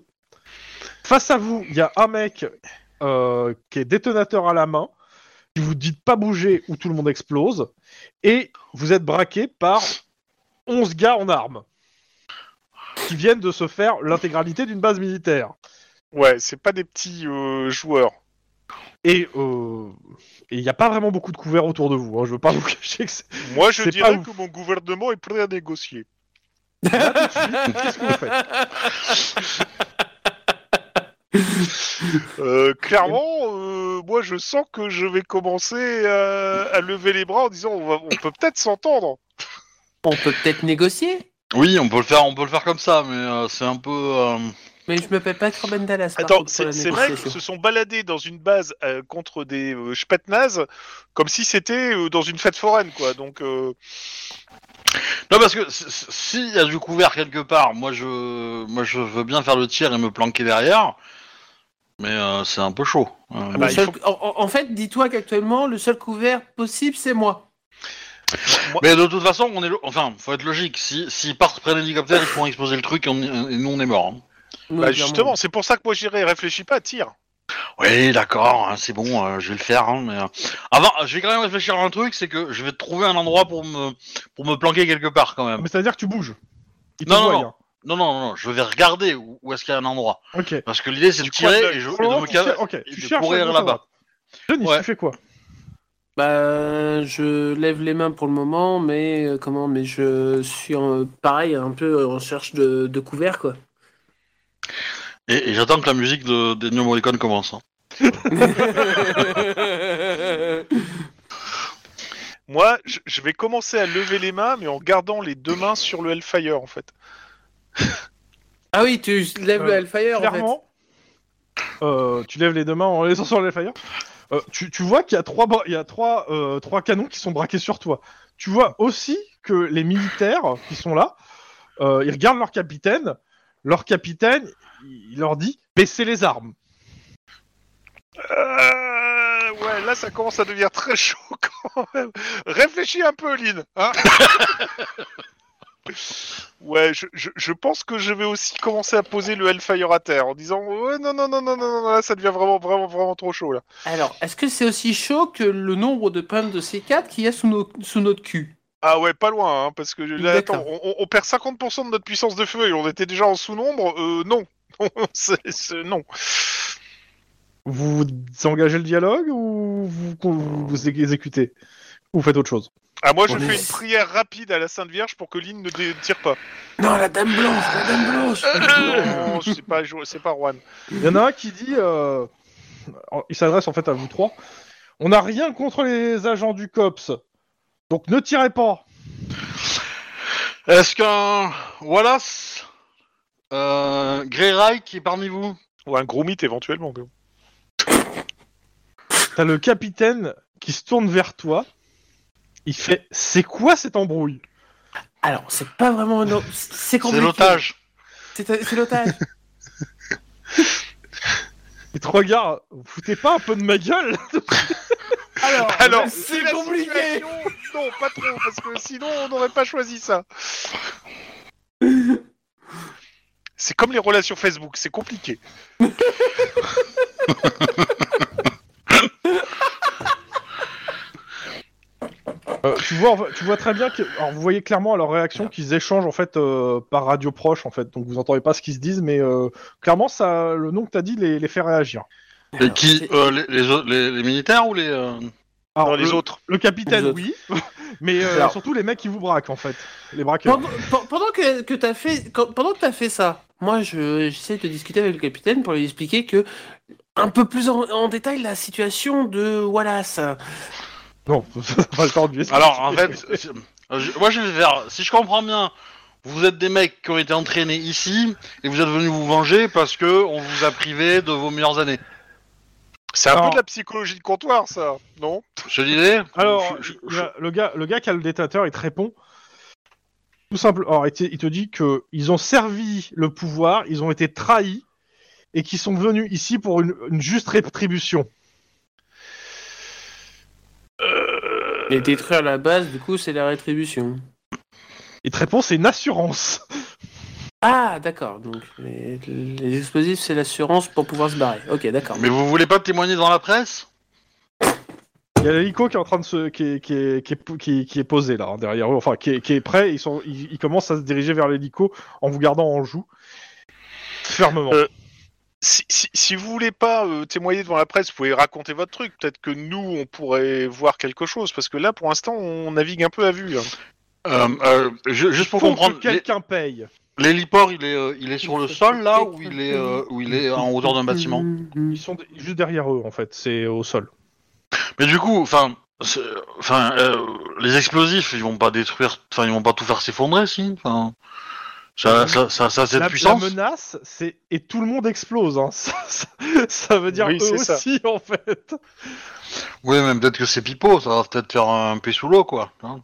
Face à vous, il y a un mec euh, qui est détonateur à la main, qui vous dit de pas bouger ou tout le monde explose. Et vous êtes braqué par 11 gars en armes qui viennent de se faire l'intégralité d'une base militaire. Ouais, c'est pas des petits euh, joueurs. Et euh, et il n'y a pas vraiment beaucoup de couverts autour de vous. Hein. Je veux pas vous cacher que c'est- Moi, je C'est pas dirais ouf. que mon gouvernement est prêt à négocier. Qu'est-ce que vous faites Euh, clairement, euh, moi, je sens que je vais commencer euh, à lever les bras en disant on, va- on peut peut-être s'entendre. On peut peut-être négocier, Oui, on peut le faire, on peut le faire comme ça, mais euh, c'est un peu. euh, mais je me paie pas Corben Dallas. par Attends, contre, pour c'est la c'est vrai qu'ils négociation. se sont baladés dans une base euh, contre des euh, spatnazes comme si c'était euh, dans une fête foraine, quoi. Donc, euh, Non, parce que s- s- s'il y a du couvert quelque part, moi je, moi je veux bien faire le tir et me planquer derrière, mais euh, c'est un peu chaud. Euh, Le bah, il seul- en, en- en fait, dis-toi qu'actuellement, le seul couvert possible, c'est moi. moi- Mais de toute façon, on est, lo- enfin, faut être logique. Si, s'ils partent près d'un hélicoptère, ils pourront exploser le truc et, on- et nous on est mort. hein. Nous, bah, clairement. justement, c'est pour ça que moi, j'irai. Réfléchis pas, tire. Oui, d'accord, hein, c'est bon, euh, je vais le faire. hein, mais euh, avant, je vais quand même réfléchir à un truc, c'est que je vais trouver un endroit pour me, pour me planquer quelque part quand même. Mais c'est-à-dire que tu bouges. Ils te Non, non, voient, non. hein. Non, non, non, je vais regarder où, où est-ce qu'il y a un endroit. Ok. Parce que l'idée c'est de Tu crois tirer que- et, je, et Pour le de moment, me tu ca- cher- ok, et tu de cherches à courir gauche, à là-bas. droite. Denis, Ouais. tu fais quoi Bah, je lève les mains pour le moment, mais euh, comment Mais je suis en- pareil, un peu en recherche de, de couvert, quoi. Et, et j'attends que la musique de, des New Morricone commence. hein. Moi, je, je vais commencer à lever les mains, mais en gardant les deux mains sur le Hellfire, en fait. ah oui, tu lèves le Euh, Hellfire, en fait. Clairement, euh, tu lèves les deux mains en laissant sur les fire. Euh, tu, tu vois qu'il y a, trois, bra- il y a trois, euh, trois canons qui sont braqués sur toi. Tu vois aussi que les militaires qui sont là, euh, ils regardent leur capitaine. Leur capitaine, il leur dit baissez les armes. Euh, ouais, là ça commence à devenir très chaud quand même. Réfléchis un peu, Lynn. hein. ouais, je, je- je pense que je vais aussi commencer à poser le Hellfire à terre en disant ouais, non, non, non, non, non, non, là ça devient vraiment, vraiment, vraiment trop chaud là. Alors, est-ce que c'est aussi chaud que le nombre de pommes de C4 qu'il y a sous, nos- sous notre cul Ah ouais, pas loin, hein, parce que là, D'accord. attends, on, on- on perd 50% de notre puissance de feu et on était déjà en sous-nombre. Euh, non. C'est- c'est- non. Vous engagez le dialogue ou vous, vous, vous exécutez Ou vous faites autre chose Ah, moi je On fais est- une prière rapide à la Sainte Vierge pour que Lynn ne dé- tire pas. Non, la dame blanche, la dame blanche non, c'est pas, c'est pas Juan. Il y en a un qui dit, euh, il s'adresse en fait à vous trois, on n'a rien contre les agents du COPS, donc ne tirez pas. Est-ce qu'un Wallace euh, Greyreich est parmi vous Ou un gros mythe éventuellement. quoi. T'as le capitaine qui se tourne vers toi, il fait, c'est quoi cette embrouille Alors, c'est pas vraiment un... o- C'est C'est compliqué. l'otage. C'est c'est l'otage. Il te regarde, vous foutez pas un peu de ma gueule Alors, Alors, c'est la compliqué situation- Non, pas trop, parce que sinon on n'aurait pas choisi ça. C'est comme les relations Facebook, c'est compliqué. Euh, tu, vois, en fait- tu vois très bien que, alors vous voyez clairement à leur réaction qu'ils échangent en fait euh, par radio proche en fait, donc vous entendez pas ce qu'ils se disent, mais euh, clairement ça, le nom que t'as dit les, les fait réagir. Et qui c'est- euh, les, les, autres- les- les militaires ou les euh, Alors, Dans les le, autres. le capitaine Les autres. oui, mais euh, Alors- surtout les mecs qui vous braquent en fait, les braqueurs. Pendant, pe- pendant que, que t'as fait, quand- pendant que t'as fait ça, moi, je- j'essaie de discuter avec le capitaine pour lui expliquer que un peu plus en, en détail la situation de Wallace. Non, ça n'a pas le temps de lui expliquer. Alors en fait, c'est- euh, je- moi je vais faire. Si je comprends bien, vous êtes des mecs qui ont été entraînés ici et vous êtes venus vous venger parce que on vous a privé de vos meilleures années. C'est un Alors- peu de la psychologie de comptoir, ça, non Je disais. Alors, je- je- il y a- le, gars, le gars qui a le détateur, il te répond Tout simple. Or, il te- il te dit que ils ont servi le pouvoir, ils ont été trahis et qu'ils sont venus ici pour une, une juste rétribution. Et détruire la base, du coup, c'est la rétribution. Et ta réponse est une assurance. Ah, d'accord. Donc, les, les explosifs, c'est l'assurance pour pouvoir se barrer. Ok, d'accord. Mais vous voulez pas témoigner dans la presse Il y a l'hélico qui est en train de se, qui est, qui est, qui est- qui est- qui est posé là hein, derrière eux, enfin qui est, qui est prêt. Ils sont, ils, ils commencent à se diriger vers l'hélico en vous gardant en joue fermement. Euh, Si, si, si vous voulez pas euh, témoigner devant la presse, vous pouvez raconter votre truc. Peut-être que nous, on pourrait voir quelque chose. Parce que là, pour l'instant, on navigue un peu à vue. hein. Euh, euh, ju- Juste pour Faut comprendre, que quelqu'un paye. l'hé- l'héliport, il est, euh, il est sur Il le faut sol là que ou il est, euh, ou il est en hauteur d'un bâtiment Ils sont de- juste derrière eux en fait, c'est au sol. Mm-hmm. Mais du coup, enfin, c'est- enfin, euh, les explosifs, ils vont pas détruire, enfin, ils vont pas tout faire s'effondrer, si. Enfin, ça, Mm-hmm. ça, ça, ça a cette la, puissance. la menace, c'est et tout le monde explose. hein. Ça, ça- ça veut dire Oui, eux c'est ça. aussi en fait. Oui, même peut-être que c'est pipeau, ça va peut-être faire un peu sous l'eau, quoi. hein.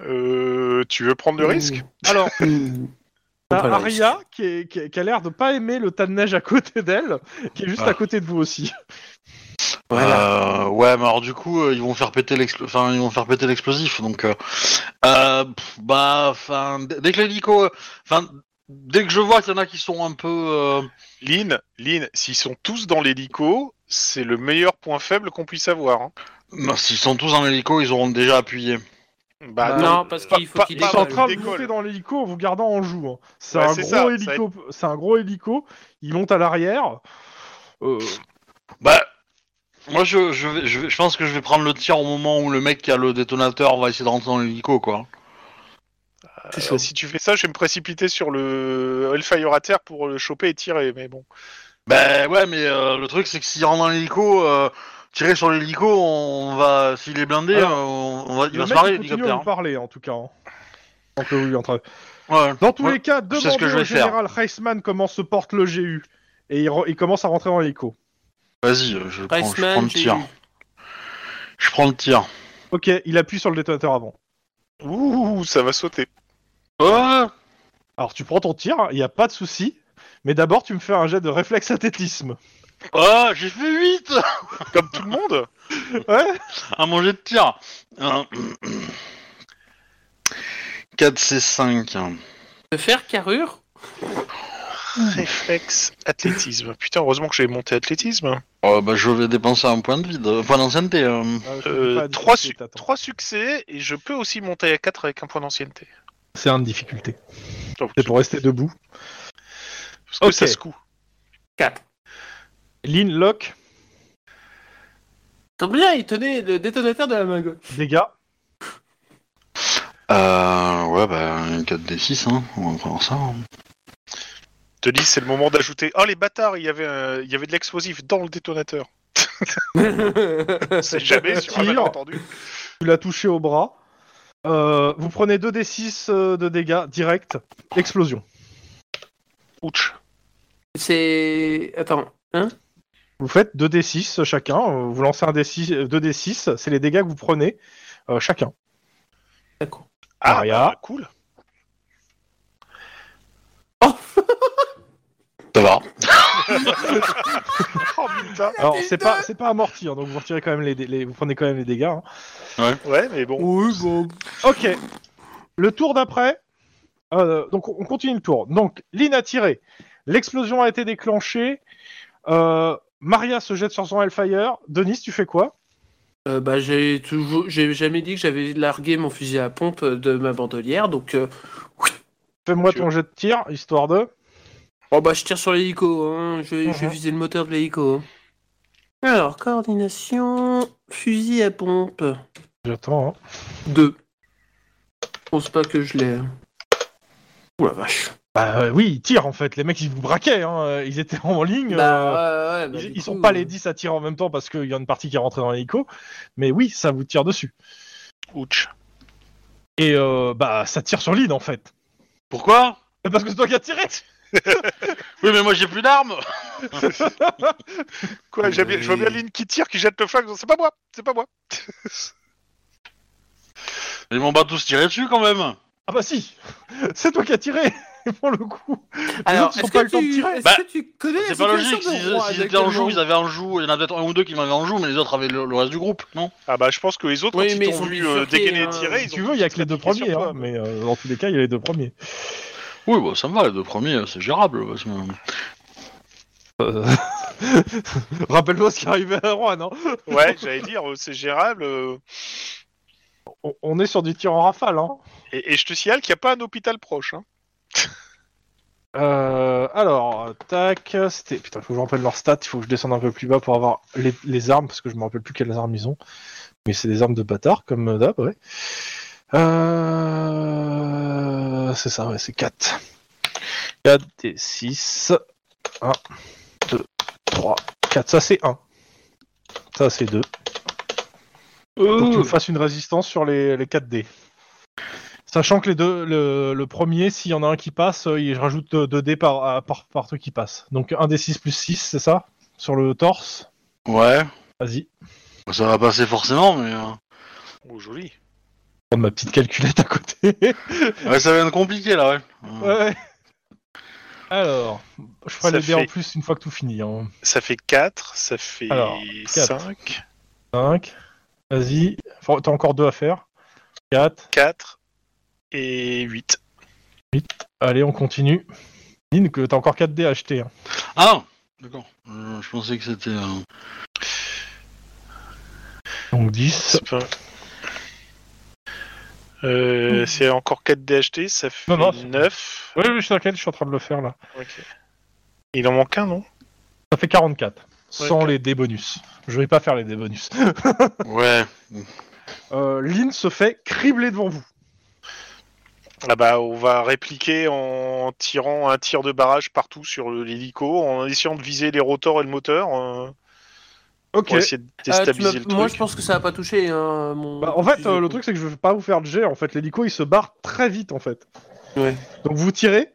Euh, tu veux prendre le risque Alors, Mmh. t'as Pas le Aria qui, est- qui est- qui a l'air de pas aimer le tas de neige à côté d'elle, qui est juste Ah. à côté de vous aussi. Voilà. Euh, ouais, mais alors du coup, euh, ils vont faire péter l'expl- enfin, ils vont faire péter l'explosif. Donc, euh, euh, pff, bah, enfin, d- dès que l'hélico, euh, enfin, dès que je vois qu'il y en a qui sont un peu, euh, Lynn, Lynn, s'ils sont tous dans l'hélico, c'est le meilleur point faible qu'on puisse avoir. hein. non, bah, s'ils sont tous en hélico, ils auront déjà appuyé. Bah, non, parce qu'il faut pas- qu'il Ils pas sont en avant train de qu'il décolle. monter dans l'hélico en vous gardant en joue. hein. C'est Ouais, un, c'est gros ça, ça hélico, c'est un gros hélico. Ils montent à l'arrière. Euh, Bah, moi, je, je, vais- je, vais- je pense que je vais prendre le tir au moment où le mec qui a le détonateur va essayer de rentrer dans l'hélico, quoi. C'est Euh, chaud. Si tu fais ça, je vais me précipiter sur le Hellfire à terre pour le choper et tirer, mais bon. Bah, ouais, mais euh, le truc, c'est que s'il rentre dans l'hélico, euh, tirer sur l'hélico, on va, s'il est blindé, Alors, euh, on, on va, il le va se mec barrer il continue à l'hélicoptère. hein. vous parler en tout cas. hein. Donc, euh, oui, en train- Ouais. Dans tous Ouais, les cas, je sais ce que demandez je vais au général Reisman comment se porte le GU. Et il, re- il commence à rentrer dans l'hélico. Vas-y, euh, je, prends, je Reisman, prends le j'ai tir. eu. Je prends le tir. Ok, il appuie sur le détonateur avant. Ouh, ça va sauter. Ouais. Alors tu prends ton tir, hein, il n'y a pas de souci. Mais d'abord, tu me fais un jet de réflexe athlétisme. Oh, j'ai fait 8 Comme tout le monde Ouais à mon jet de tir. 4 C5. De faire carrure Réflexe, athlétisme. Putain, heureusement que j'ai monté athlétisme. Oh, bah, je vais dépenser un point de vide, un point d'ancienneté. euh. Euh, trois, su- trois succès, et je peux aussi monter à 4 avec un point d'ancienneté. C'est un de difficulté. Donc, C'est pour rester debout. Parce que Ok. ça se coud. 4. Lin, lock, Tant bien, il tenait le détonateur de la main gauche. dégâts. Euh, ouais, bah, 4 D6, hein. on va prendre ça. hein. Te dis, c'est le moment d'ajouter. Oh les bâtards, il y avait, euh, il y avait de l'explosif dans le détonateur. C'est jamais Ah, bah, sur un Tire. malentendu. Tu l'as touché au bras. Euh, vous prenez 2d6 euh, de dégâts direct. Explosion. Ouch. C'est. Attends. Vous faites 2d6 chacun. euh, Vous lancez un D6, euh, 2d6. C'est les dégâts que vous prenez euh, chacun. D'accord. Ah, Aria. bah, cool. Ça va. Oh putain. Alors c'est pas c'est pas amorti hein, donc vous retirez quand même les, dé- les- vous prenez quand même les dégâts. hein. Ouais, mais bon. Oui, bon. Ok. Le tour d'après. euh, donc on continue le tour. Donc Lynn a tiré. L'explosion a été déclenchée. Euh, Maria se jette sur son Hellfire. Denis, tu fais quoi Euh, bah, j'ai toujours, j'ai jamais dit que j'avais largué mon fusil à pompe de ma bandolière, donc euh, Fais-moi Tu ton jet de tir, histoire de. oh bah je tire sur l'hélico, hein. je, je vais Mhm. viser le moteur de l'hélico. hein. Alors coordination, fusil à pompe, J'attends. hein. 2. Je pense pas que je l'ai. hein. Ouh la vache. Bah euh, oui, ils tirent en fait. Les mecs ils vous braquaient. hein, euh, Ils étaient en ligne. euh, Bah, ouais, ouais, bah, ils du ils coup, sont pas les 10 à tirer en même temps parce qu'il y en a une partie qui est rentrée dans l'hélico. Mais oui, ça vous tire dessus. Ouch. Et euh, bah ça tire sur Lynn en fait. Pourquoi Parce que c'est toi qui as tiré Oui, mais moi j'ai plus d'armes Quoi, j'ai bien- je vois bien Lynn qui tire, qui jette le flingue. C'est pas moi, c'est pas moi. Ils m'ont pas tous tiré dessus quand même Ah bah si C'est toi qui as tiré Pour le coup Alors, autres, ils est-ce ont pas que, le temps de tu... tirer. est-ce Bah, que tu connais la C'est pas situation logique, de s'ils Roi s'ils à étaient en quel joue, moment ils avaient un joue, il y en a peut-être un ou deux qui m'avaient en joue, mais les autres avaient le, le reste du groupe, non Ah bah je pense que les autres, Oui, quand mais ils ils t'ont ont vu dû euh, surfer, dégainer et hein. tirer, ils Si tu ont veux, il y a que les deux appliqué sur premiers, toi. hein, mais euh, dans tous les cas, il y a les deux premiers. Oui, bah ça me va, les deux premiers, euh, c'est gérable. parce que- euh, Rappelle-toi ce qui arrivait à Rouen, hein. Ouais, j'allais dire, euh, c'est gérable. euh, on, on est sur du tir en rafale, hein. Et, et je te signale qu'il n'y a pas un hôpital proche. Hein. Euh, alors, tac, c'était... Putain, faut que je me rappelle leurs stats, il faut que je descende un peu plus bas pour avoir les, les armes, parce que je me rappelle plus quelles armes ils ont. Mais c'est des armes de bâtard, comme euh, d'hab, ouais. Euh... C'est ça, ouais, c'est 4. 4 et 6. 1, 2, 3, 4. Ça, c'est 1. Ça, c'est 2. Faut que tu me fasses Euh, une résistance sur les, les 4 dés. Sachant que les deux, le, le premier, s'il y en a un qui passe, euh, il- je rajoute 2 dés par, à- par, par truc qui passe. Donc 1 des 6 plus 6, c'est ça Sur le torse Ouais, Vas-y. bah, ça va passer forcément, mais... euh, Oh, joli. Prends ma petite calculette à côté. Ouais, ça va être compliqué, là, ouais. Euh, ouais. Alors, je ferai Ça les dés en fait- plus une fois que tout finit. Hein. Ça fait 4, ça fait Alors, 5, quatre. 5. Vas-y. Faut- T'as encore 2 à faire. 4. 4 et 8. Allez, on continue. Nin, que t'as encore 4 dés à acheter. hein. Ah D'accord. Euh, je pensais que c'était... euh, Donc 10. C'est pas... Euh, C'est encore 4 DHT, ça fait Non, non, c'est- 9. Oui, oui, je t'inquiète, je suis en train de le faire là. Ok. Il en manque un, non Ça fait 44. Sans Ouais, les dés bonus. Je vais pas faire les dés bonus. Ouais. Euh, Lynn se fait cribler devant vous. Ah bah, on va répliquer en tirant un tir de barrage partout sur l'hélico, en essayant de viser les rotors et le moteur, euh, Ok. pour essayer de Ah, tu déstabiliser m'as- le Moi, truc. je pense que ça va pas toucher hein, mon. Bah, en fait, euh, le truc, c'est que je vais pas vous faire de jet. En fait, l'hélico, il se barre très vite, en fait. Ouais. Donc, vous tirez.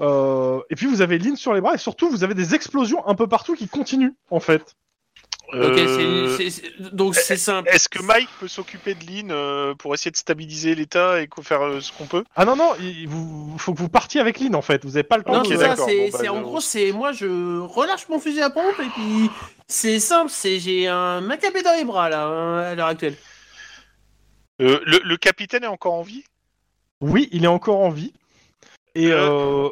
euh, et puis, vous avez Lynn sur les bras. Et surtout, vous avez des explosions un peu partout qui continuent, en fait. Ok, c'est- Euh, c'est- c'est- donc c'est simple. Est-ce que Mike peut s'occuper de Lynn euh, pour essayer de stabiliser l'état et qu'on- faire euh, ce qu'on peut Ah non, non, il vous, faut que vous partiez avec Lynn, en fait. Vous avez pas le temps Non, Ok, de... c'est ça, d'accord, c'est bon, bah, c'est- en je- gros, c'est moi, je relâche mon fusil à pompe et puis c'est simple, c'est j'ai un macabé dans les bras là hein, à l'heure actuelle. Euh, le, le capitaine est encore en vie Oui, il est encore en vie. Et... Euh...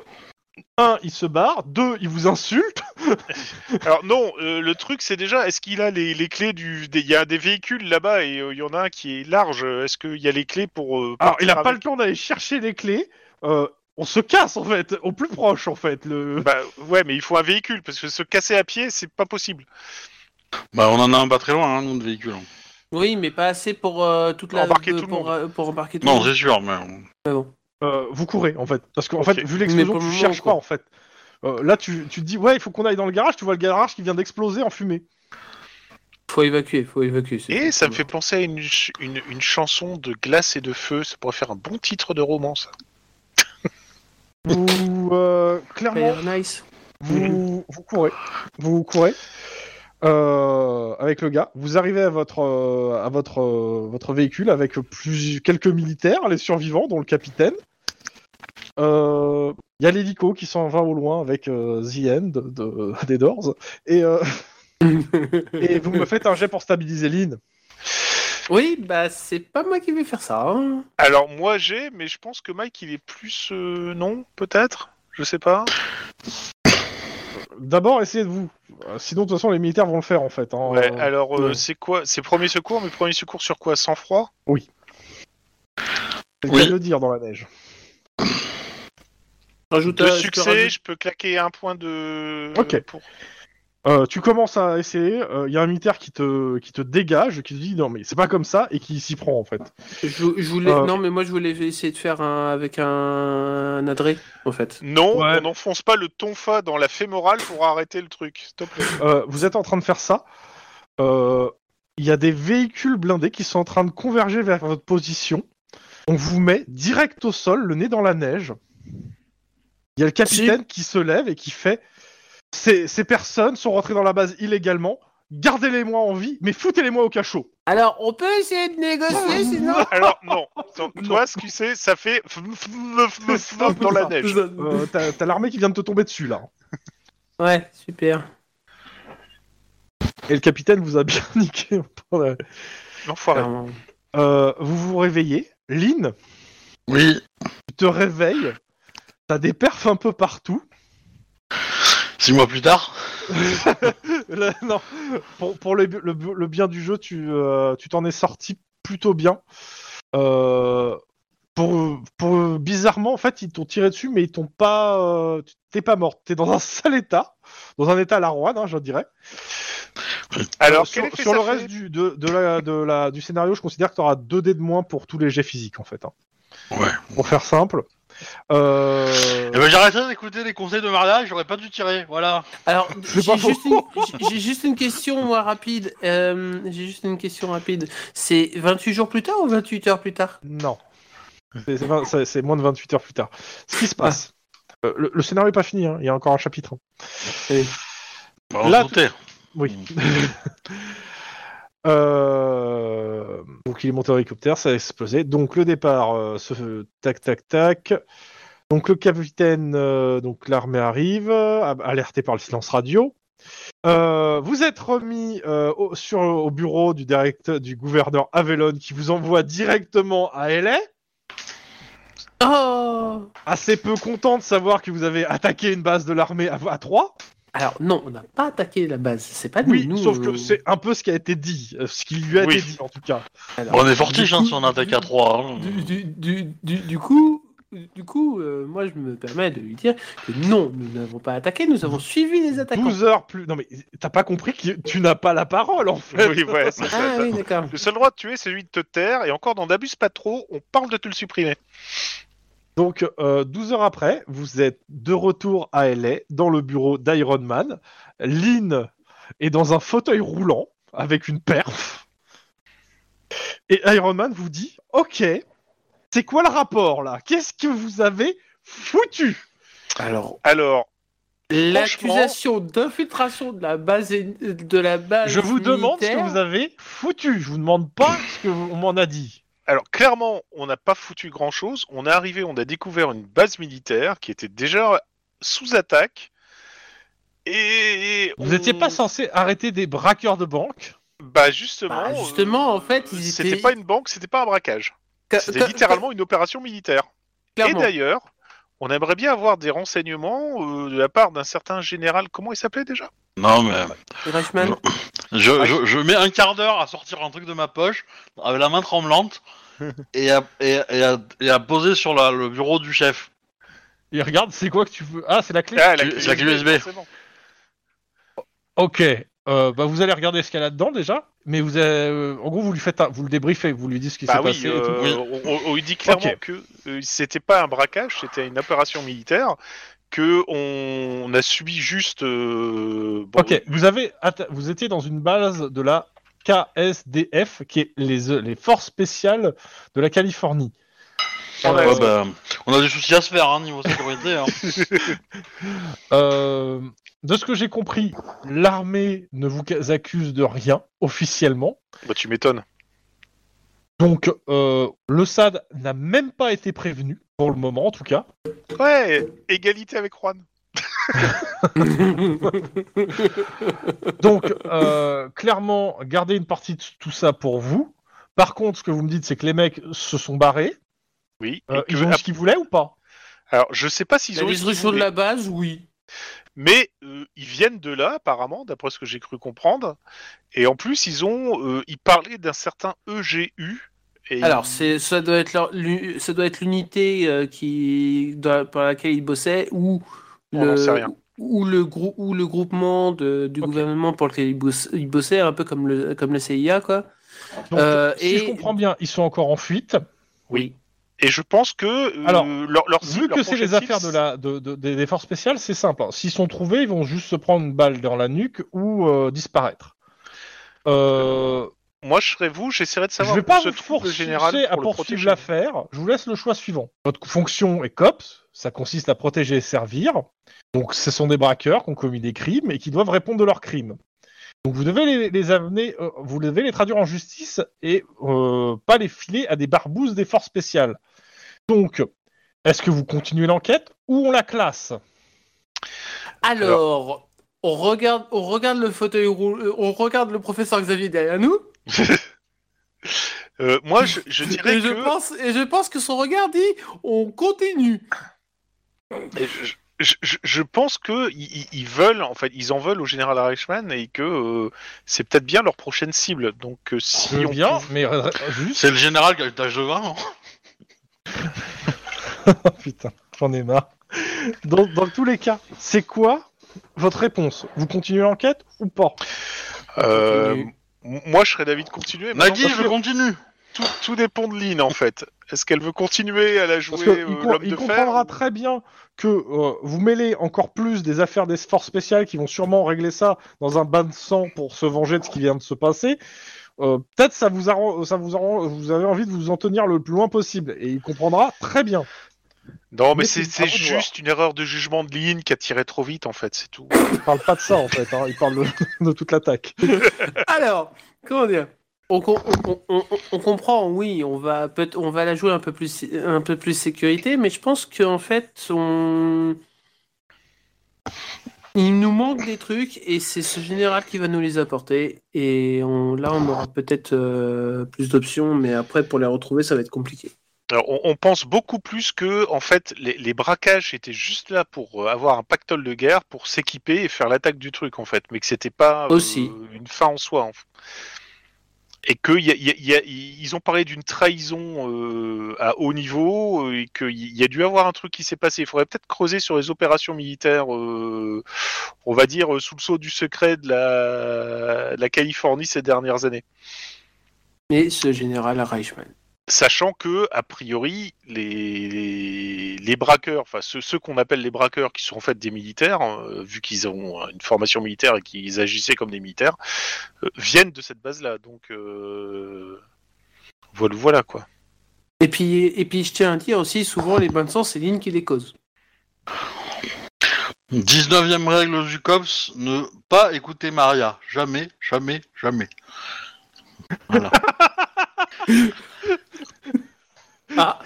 Un, il se barre. Deux, il vous insulte. Alors non, euh, le truc c'est déjà, est-ce qu'il a les, les clés du... des- Il y a des véhicules là-bas et euh, il y en a un qui est large, est-ce qu'il y a les clés pour... euh, Ah. Alors, il a partir pas avec le temps d'aller chercher les clés. Euh, on se casse, en fait, au plus proche, en fait. Le... Bah ouais, mais il faut un véhicule, parce que se casser à pied, c'est pas possible. Bah, on en a un pas très loin, hein, nous, de véhicule. Oui, mais pas assez pour euh, toute la Embarquer de- tout le pour, monde. euh, pour embarquer tout le Non, monde. c'est sûr, mais... Euh, vous courez en fait. Parce qu'en Ok. fait, vu Mais l'explosion, pour le tu moment, cherches quoi. pas en fait. Euh, là, tu, tu te dis, ouais, il faut qu'on aille dans le garage. Tu vois le garage qui vient d'exploser en fumée. Faut évacuer, faut évacuer. c'est Et tout. ça me fait penser à une, ch- une, une chanson de glace et de feu, ça pourrait faire un bon titre de romance. Vous, euh, clairement, Fair, nice. vous, vous courez. Vous courez. euh, avec le gars, vous arrivez à votre euh, à votre euh, votre véhicule avec plus quelques militaires, les survivants, dont le capitaine. Euh, Il y a l'hélico qui s'en va au loin avec euh, The End de, des Doors. Et, euh, et vous me faites un jet pour stabiliser Lynn. Oui, bah c'est pas moi qui vais faire ça. hein. Alors moi j'ai, mais je pense que Mike il est plus... euh, non, peut-être Je sais pas. D'abord, essayez de vous. Euh, Sinon, de toute façon, les militaires vont le faire en fait. hein. Ouais, Euh, alors euh, ouais. c'est quoi C'est premier secours, mais premier secours sur quoi Sans froid c'est le cas oui. de le dire dans la neige. Rajoute Deux euh, je te succès, rajoute- je peux claquer un point de... Ok. pour- Euh, tu commences à essayer. euh, Il y a un militaire qui te qui te dégage, qui te dit non mais c'est pas comme ça et qui s'y prend en fait. Je, vou- je voulais. Euh, Non, mais moi je voulais essayer de faire un avec un, un adré en fait. Non, Ouais. on n'enfonce pas le tonfa dans la fémorale pour arrêter le truc. S'il te plaît. Euh, vous êtes en train de faire ça. Euh, Il y a des véhicules blindés qui sont en train de converger vers votre position. On vous met direct au sol, le nez dans la neige. Il y a le capitaine qui se lève et qui fait ces, ces personnes sont rentrées dans la base illégalement. gardez-les-moi en vie, mais foutez-les-moi au cachot. Alors, on peut essayer de négocier, sinon. Alors, non. Donc, toi, ce que c'est, ça fait f- f- f- f- f- dans la neige. Euh, t'as t'as l'armée qui vient de te tomber dessus là. Ouais, super. Et le capitaine vous a bien niqué. pendant la- L'enfoiré. Clairement. Euh, vous vous réveillez, Lynn, Oui, tu te réveilles, t'as des perfs un peu partout. six mois plus tard. Là, non, pour, pour le, le- le bien du jeu, tu euh, tu t'en es sorti plutôt bien. Euh, pour, pour- bizarrement, en fait, ils t'ont tiré dessus, mais ils t'ont pas. euh, tu- t'es pas morte. T'es dans un sale état, dans un état à la Rouen, hein, je dirais. Euh, Alors, sur, quel effet sur le ça reste fait du, de, de la, de la- du scénario, je considère que tu auras 2 dés de moins pour tous les jets physiques, en fait. hein. Ouais. Pour faire simple. Euh, Eh ben, j'arrêtais d'écouter les conseils de mariage, j'aurais pas dû tirer, voilà. Alors, j'ai C'est pas faux. juste, une... j'ai- j'ai juste une question, moi, rapide. Euh, j'ai juste une question rapide. C'est 28 jours plus tard ou 28 heures plus tard Non. C'est- c'est vingt- C'est c'est moins de 28 heures plus tard. Ce qui se passe. euh, le, le scénario est pas fini, hein, il y a encore un chapitre. hein. Bah, on Là, se doutait. Oui. Euh, Donc il est monté en hélicoptère, ça a explosé. Donc le départ, euh, se... tac tac tac. Donc le capitaine, euh, donc l'armée arrive, euh, alerté par le silence radio. Euh, vous êtes remis euh, au, sur, au bureau du, directeur, du gouverneur Avelon qui vous envoie directement à LA. Oh Assez peu content de savoir que vous avez attaqué une base de l'armée à, à 3. Alors, non, on n'a pas attaqué la base. C'est pas Oui, nous. sauf euh, que c'est un peu ce qui a été dit, euh, ce qui lui a Oui. été dit en tout cas. alors, On est fortiche du hein, coup- si on attaque à 3. Du, du, du, du- du coup, du coup euh, moi, je me permets de lui dire que non, nous n'avons pas attaqué, nous avons suivi les attaquants. 12 heures plus. Non, mais t'as pas compris que tu n'as pas la parole en fait. Oui, ouais, c'est ça. Ah oui, d'accord. Le seul droit de tuer, c'est celui de te taire, et encore, n'en abuse pas trop, on parle de te le supprimer. Donc, euh, 12 heures après, vous êtes de retour à LA dans le bureau d'Iron Man. Lynn est dans un fauteuil roulant avec une perf. Et Iron Man vous dit Ok, c'est quoi le rapport là Qu'est-ce que vous avez foutu Alors, Alors, l'accusation d'infiltration de la base de la base Je vous demande ce que militaire- vous avez foutu. Je vous demande pas ce que vous- on m'en a dit. alors clairement, on n'a pas foutu grand-chose. On est arrivé, on a découvert une base militaire qui était déjà sous attaque. Et Vous on- n'étiez pas censé arrêter des braqueurs de banque. Bah justement. Bah, justement, en fait, ils c'était étaient- pas une banque, c'était pas un braquage. Ca- C'était ca- littéralement une opération militaire. clairement. Et d'ailleurs, on aimerait bien avoir des renseignements euh, de la part d'un certain général. Comment il s'appelait déjà Non, mais Reichmann, Ah, je, je, je mets un quart d'heure à sortir un truc de ma poche, avec la main tremblante, et à, et, et à, et à poser sur la- le bureau du chef. Et regarde, c'est quoi que tu veux Ah, c'est la clé. Ah, Tu- c'est la clé USB. forcément. Ok. euh, bah vous allez regarder ce qu'il y a là-dedans déjà, mais vous avez- euh, en gros vous lui faites un- vous le débriefez, vous lui dites ce qui Bah s'est oui, passé. et tout. euh, on, on- on lui dit clairement Ok. que euh, c'était pas un braquage, c'était une opération militaire que on, on a subi juste. euh, bon, Ok. Vous avez atta- vous étiez dans une base de la KSDF qui est les euh, les forces spéciales de la Californie. On a- Euh, Ouais, bah, on a des soucis à se faire, hein, niveau sécurité. hein. euh, de ce que j'ai compris, l'armée ne vous accuse de rien officiellement. Bah tu m'étonnes. Donc euh, le SAD n'a même pas été prévenu pour le moment en tout cas. Ouais, égalité avec Juan. Donc, euh, clairement, gardez une partie de tout ça pour vous. Par contre, ce que vous me dites, c'est que les mecs se sont barrés. Oui. Euh, et ils que- ont eu ce qu'ils voulaient ou pas Alors je sais pas s'ils la ont eu ce qu'ils destruction de voulaient, la base, oui. mais euh, ils viennent de là apparemment, d'après ce que j'ai cru comprendre. Et en plus ils ont, euh, ils parlaient d'un certain EGU. Et Alors, c'est ça doit être leur- l'u- ça doit être l'unité euh, qui dans- par laquelle ils bossaient ou On n'en sait rien. ou le grou- ou le groupement de- du gouvernement pour lequel ils boss- ils bossaient, un peu comme le comme le CIA quoi. Donc, Euh, Si et- je comprends bien, ils sont encore en fuite. Oui. Et je pense que euh, Alors, leur, leur- Vu leur que c'est prochaine les affaires cible, de la, de- de- des, des forces spéciales, c'est simple. hein. S'ils sont trouvés, ils vont juste se prendre une balle dans la nuque ou euh, disparaître. Euh, Moi, je serais vous, j'essaierais de je ne savoir vais où pas se vous trouve le forcer général à pour le poursuivre protéger. l'affaire. Je vous laisse le choix suivant. Votre fonction est COPS, ça consiste à protéger et servir. Donc ce sont des braqueurs qui ont commis des crimes et qui doivent répondre de leurs crimes. Donc vous devez les, les amener, euh, vous devez les traduire en justice et euh, pas les filer à des barbouzes des forces spéciales. Donc, est-ce que vous continuez l'enquête ou on la classe Alors, on regarde, on regarde le fauteuil roule- euh, on regarde le professeur Xavier derrière nous. Euh, moi, je, je dirais et que. je pense, et je pense que son regard dit, on continue. Et je- je, je- je pense que i- i- ils veulent, en fait, ils en veulent au général Reichmann et que euh, c'est peut-être bien leur prochaine cible. Donc euh, si on bien, pouvait- mais euh, juste. C'est le général qui a une tâche de vin, hein. non Putain, j'en ai marre. Dans, dans tous les cas, c'est quoi votre réponse Vous continuez l'enquête ou pas Euh, continue. m- moi, je serais d'avis de continuer. Nagui, Maintenant, je bah parce continue. que tout, tout dépend de Lynn, en fait. Est-ce qu'elle veut continuer à la jouer Parce qu'il euh, l'homme de fer comprendra très bien que euh, vous mêlez encore plus des affaires des forces spéciales qui vont sûrement régler ça dans un bain de sang pour se venger de ce qui vient de se passer. Euh, Peut-être ça vous arran- ça vous arran- vous avez envie de vous en tenir le plus loin possible et il comprendra très bien. Non, mais, Mais c'est c'est c'est à vous de voir. juste une erreur de jugement de Lynn qui a tiré trop vite, en fait, c'est tout. Il parle pas de ça en fait, hein, il parle de, de toute l'attaque. Alors, comment dire on, com- on- on- on- on comprend, oui, on va, peut on va la jouer un peu plus, un peu plus sécurité, mais je pense qu'en fait, on... il nous manque des trucs et c'est ce général qui va nous les apporter. Et on, là, on aura peut-être euh, plus d'options, mais après, pour les retrouver, ça va être compliqué. Alors, on, on pense beaucoup plus que, en fait, les, les braquages étaient juste là pour euh, avoir un pactole de guerre, pour s'équiper et faire l'attaque du truc, en fait, mais que c'était pas euh, Aussi. une fin en soi. en fait. Et que y a- y a- y a- y- ils ont parlé d'une trahison euh, à haut niveau, euh, et qu'il y, y a dû avoir un truc qui s'est passé. Il faudrait peut-être creuser sur les opérations militaires, euh, on va dire, euh, sous le sceau du secret de la, de la Californie ces dernières années. Mais ce général Reichmann. Sachant que, a priori, les, les, les braqueurs, enfin ceux, ceux qu'on appelle les braqueurs, qui sont en fait des militaires, euh, vu qu'ils ont euh, une formation militaire et qu'ils agissaient comme des militaires, euh, viennent de cette base-là. Donc, euh, voilà, voilà quoi. Et puis, et puis, je tiens à dire aussi, souvent, les bains de sang, c'est l'île qui les cause. 19ème règle du COPS, ne pas écouter Maria. Jamais, jamais, jamais. Voilà. Ah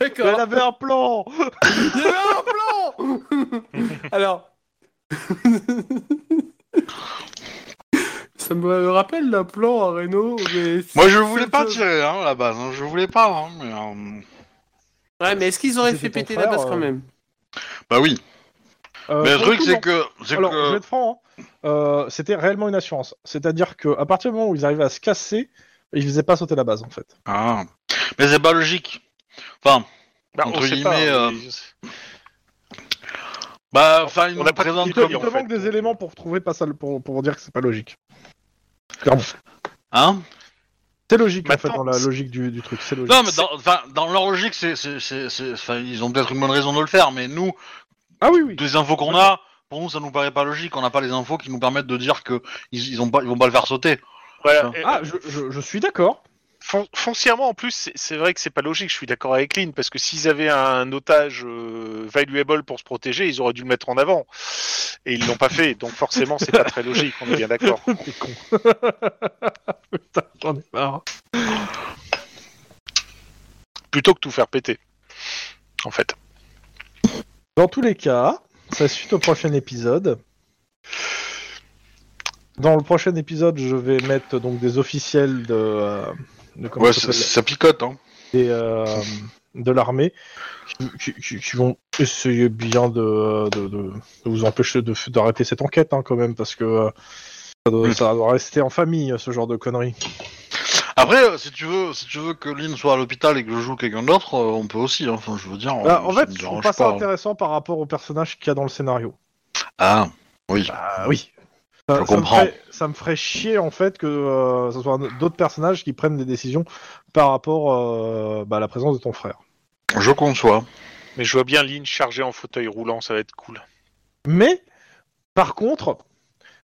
D'accord Elle avait un plan. Il y avait un plan Alors. Ça me rappelle la plan à Renault. Mais c'est- Moi, je voulais c'est- pas tirer, hein, à la base. hein. Je voulais pas, hein, mais... euh, Ouais, mais est-ce qu'ils auraient C'était fait ton péter frère, la base euh, quand même Bah oui. Euh, mais le pour truc, coup, non. c'est que... c'est Alors, que- je vais être franc, hein, euh, c'était réellement une assurance. C'est-à-dire qu'à partir du moment où ils arrivaient à se casser, ils faisaient pas sauter la base en fait. Ah. Mais c'est pas logique. Enfin, Bah, Entre on sait pas, guillemets, euh, hein, mais- bah, enfin, ils On nous a pas de présentent Il critères, comme... te, il te en fait. manque des éléments pour trouver pas ça, pour, pour dire que c'est pas logique. Clairement. Hein C'est logique en fait Maintenant, dans la c'est- logique du, du truc. C'est logique. Non, mais dans, enfin, dans leur logique, c'est, c'est, c'est- c'est- enfin, ils ont peut-être une bonne raison de le faire, mais nous, Ah oui oui. des infos qu'on a, pour nous, ça nous paraît pas logique. On n'a pas les infos qui nous permettent de dire que ils, ils ont pas, ils vont pas le faire sauter. Voilà. Et- Ah je, je- je suis d'accord. Fon- foncièrement, en plus, c'est- c'est vrai que c'est pas logique. Je suis d'accord avec Lynn parce que s'ils avaient un otage euh, valuable pour se protéger, ils auraient dû le mettre en avant. Et ils l'ont pas fait, donc forcément, c'est pas très logique. On est bien d'accord. T'es con. Putain j'en ai marre. Plutôt que tout faire péter, en fait. Dans tous les cas, ça suite au prochain épisode. Dans le prochain épisode, je vais mettre donc des officiels de, euh, de comment ça s'appelle picote, hein. des, euh, de l'armée qui, qui- qui vont essayer bien de, de- de- de vous empêcher de d'arrêter cette enquête hein, quand même parce que euh, Hmm. ça doit, ça doit rester en famille euh, ce genre de conneries. Après, euh, si tu veux, si tu veux que Lynn soit à l'hôpital et que je joue quelqu'un d'autre, euh, on peut aussi. hein. Enfin, je veux dire. Bah, en ça fait, me je dérange trouve pas ça hein. intéressant par rapport au personnage qu'il y a dans le scénario. Ah, oui. Ah oui. Je Ça, ça me comprends. ferait, ça me ferait chier en fait que euh, ce soit un- d'autres personnages qui prennent des décisions par rapport euh, bah, à la présence de ton frère. Je conçois. Mais je vois bien Lynn chargée en fauteuil roulant, ça va être cool. Mais, par contre,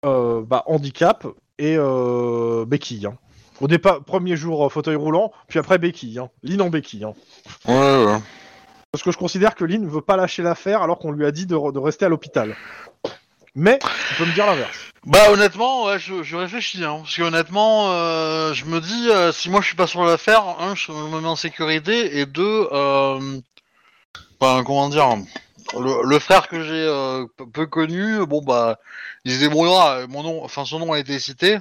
euh, bah, handicap et euh, béquille. hein. Au départ, premier jour euh, fauteuil roulant, puis après béquille. Hein. Lynn en béquille. hein. Ouais, ouais. Parce que je considère que Lynn ne veut pas lâcher l'affaire alors qu'on lui a dit de, re- de rester à l'hôpital. Mais, tu peux me dire l'inverse. Bah honnêtement, ouais, je, je réfléchis, hein, parce que honnêtement, euh, je me dis, euh, si moi je suis pas sur l'affaire, un, je me mets en sécurité, et deux, euh, enfin, comment dire, le, le frère que j'ai euh, peu- peu connu, bon bah, il se débrouillera, mon nom, enfin son nom a été cité,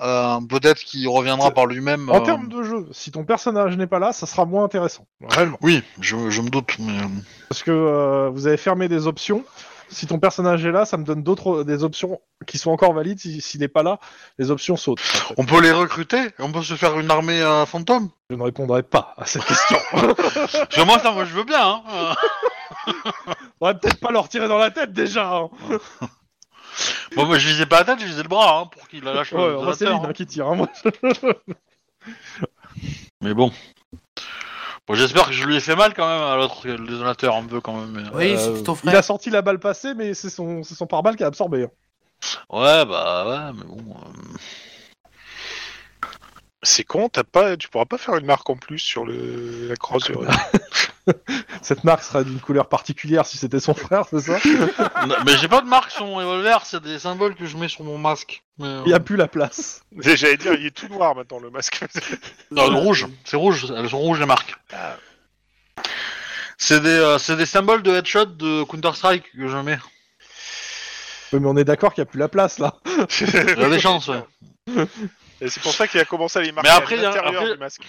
Euh, peut-être qu'il reviendra par lui-même. En euh, termes de jeu, si ton personnage n'est pas là, ça sera moins intéressant, réellement. Oui, je, je me doute, mais... euh, Parce que euh, vous avez fermé des options. Si ton personnage est là, ça me donne d'autres des options qui sont encore valides. Si- S'il n'est pas là, les options sautent. en fait. On peut les recruter On peut se faire une armée euh, fantôme Je ne répondrai pas à cette question. Parce que moi, ça, moi, je veux bien. hein. Euh, On va peut-être pas leur tirer dans la tête déjà. hein. Bon, moi, je visais pas la tête, je visais le bras, hein, pour qu'il la lâche. Ouais, le moi, c'est donateur, Lynn, hein, hein. qui tire. hein, moi. Mais bon. Bon, J'espère que je lui ai fait mal quand même à l'autre, le donateur un peu quand même. mais- Oui, Euh, c'était ton il a frère. senti la balle passer, mais c'est son, c'est son pare-balle qui a absorbé. hein. Ouais, bah ouais, mais bon. euh, C'est con, t'as pas, tu pourras pas faire une marque en plus sur le, la Ah, crosse. Cette marque serait d'une couleur particulière si c'était son frère, c'est ça non, mais j'ai pas de marque sur mon revolver, c'est des symboles que je mets sur mon masque. Mais, euh, Il n'y a plus la place. J'allais dire, il est tout noir maintenant le masque. euh, Non, le rouge, c'est rouge, elles sont rouges les marques. Ah. C'est des, euh, c'est des symboles de headshot de Counter-Strike que je mets. Ouais, mais on est d'accord qu'il n'y a plus la place là. Il y a des chances, ouais. Et c'est pour ça qu'il a commencé à les marquer Mais après, il à y a- l'intérieur après- du masque.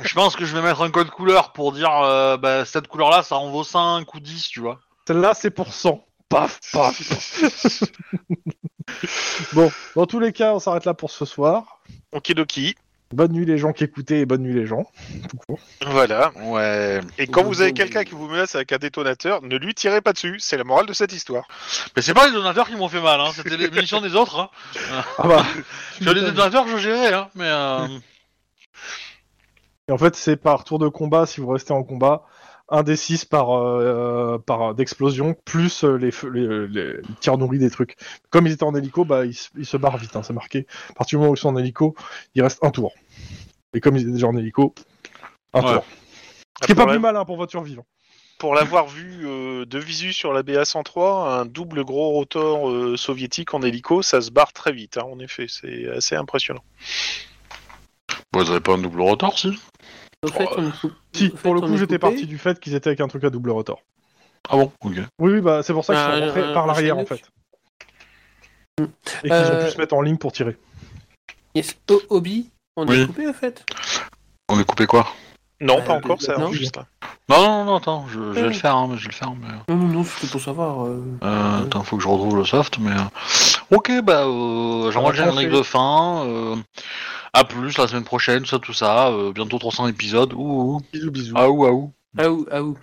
Je pense que je vais mettre un code couleur pour dire euh, bah, cette couleur là ça en vaut 5 ou 10, tu vois. Celle-là, c'est pour 100. Paf, paf. bon, dans tous les cas, on s'arrête là pour ce soir. Okidoki. Bonne nuit les gens qui écoutaient et bonne nuit les gens. Tout court. Voilà. Ouais. Et quand vous avez quelqu'un qui vous menace avec un détonateur, ne lui tirez pas dessus. C'est la morale de cette histoire. Mais c'est pas les donateurs qui m'ont fait mal, hein. c'était les munitions des autres. Hein. Ah bah. Sur les donateurs, je gérais, hein. mais euh, Et en fait, c'est par tour de combat, si vous restez en combat, un des 6 par, euh, par d'explosion, plus euh, les, feux- les, les tirs nourris des trucs. Comme ils étaient en hélico, bah, ils, se- ils se barrent vite, hein, c'est marqué. À partir du moment où ils sont en hélico, il reste un tour. Et comme ils étaient déjà en hélico, un Ouais. tour. Ce qui est Pour pas la- plus mal hein, pour votre survie. hein. Pour l'avoir vu euh, de visu sur la BA-103, un double gros rotor euh, soviétique en hélico, ça se barre très vite, hein, en effet. C'est assez impressionnant. Vous avez pas un double rotor, si Au fait, on est coup- Si, au fait, pour le on coup, est j'étais coupé. parti du fait qu'ils étaient avec un truc à double rotor. Ah bon Ok. Oui, oui, bah, c'est pour ça qu'ils Ah, sont rentrés euh, par l'arrière, en enchaîner. fait. Mm. Et qu'ils ont Euh, pu se mettre en ligne pour tirer. Yes. O- Obi, on Oui. est coupé au fait. On est coupé quoi Non, Euh, pas encore, ça non. enregistre. là. Non, non, non, attends, je, je vais le Oui. faire, hein, mais je vais le faire. Mais... Non, non, non, c'était pour savoir. euh, Euh, attends, faut que je retrouve le soft, mais. euh, Ok, bah, euh, j'aimerais Alors, un règle on fait- de fin. Euh... À plus la semaine prochaine, ça, tout ça. euh, bientôt 300 épisodes. Ouh, ouh. Bisous, bisous. Ah, ouh, ah, ouh. Ah ou, ah ou.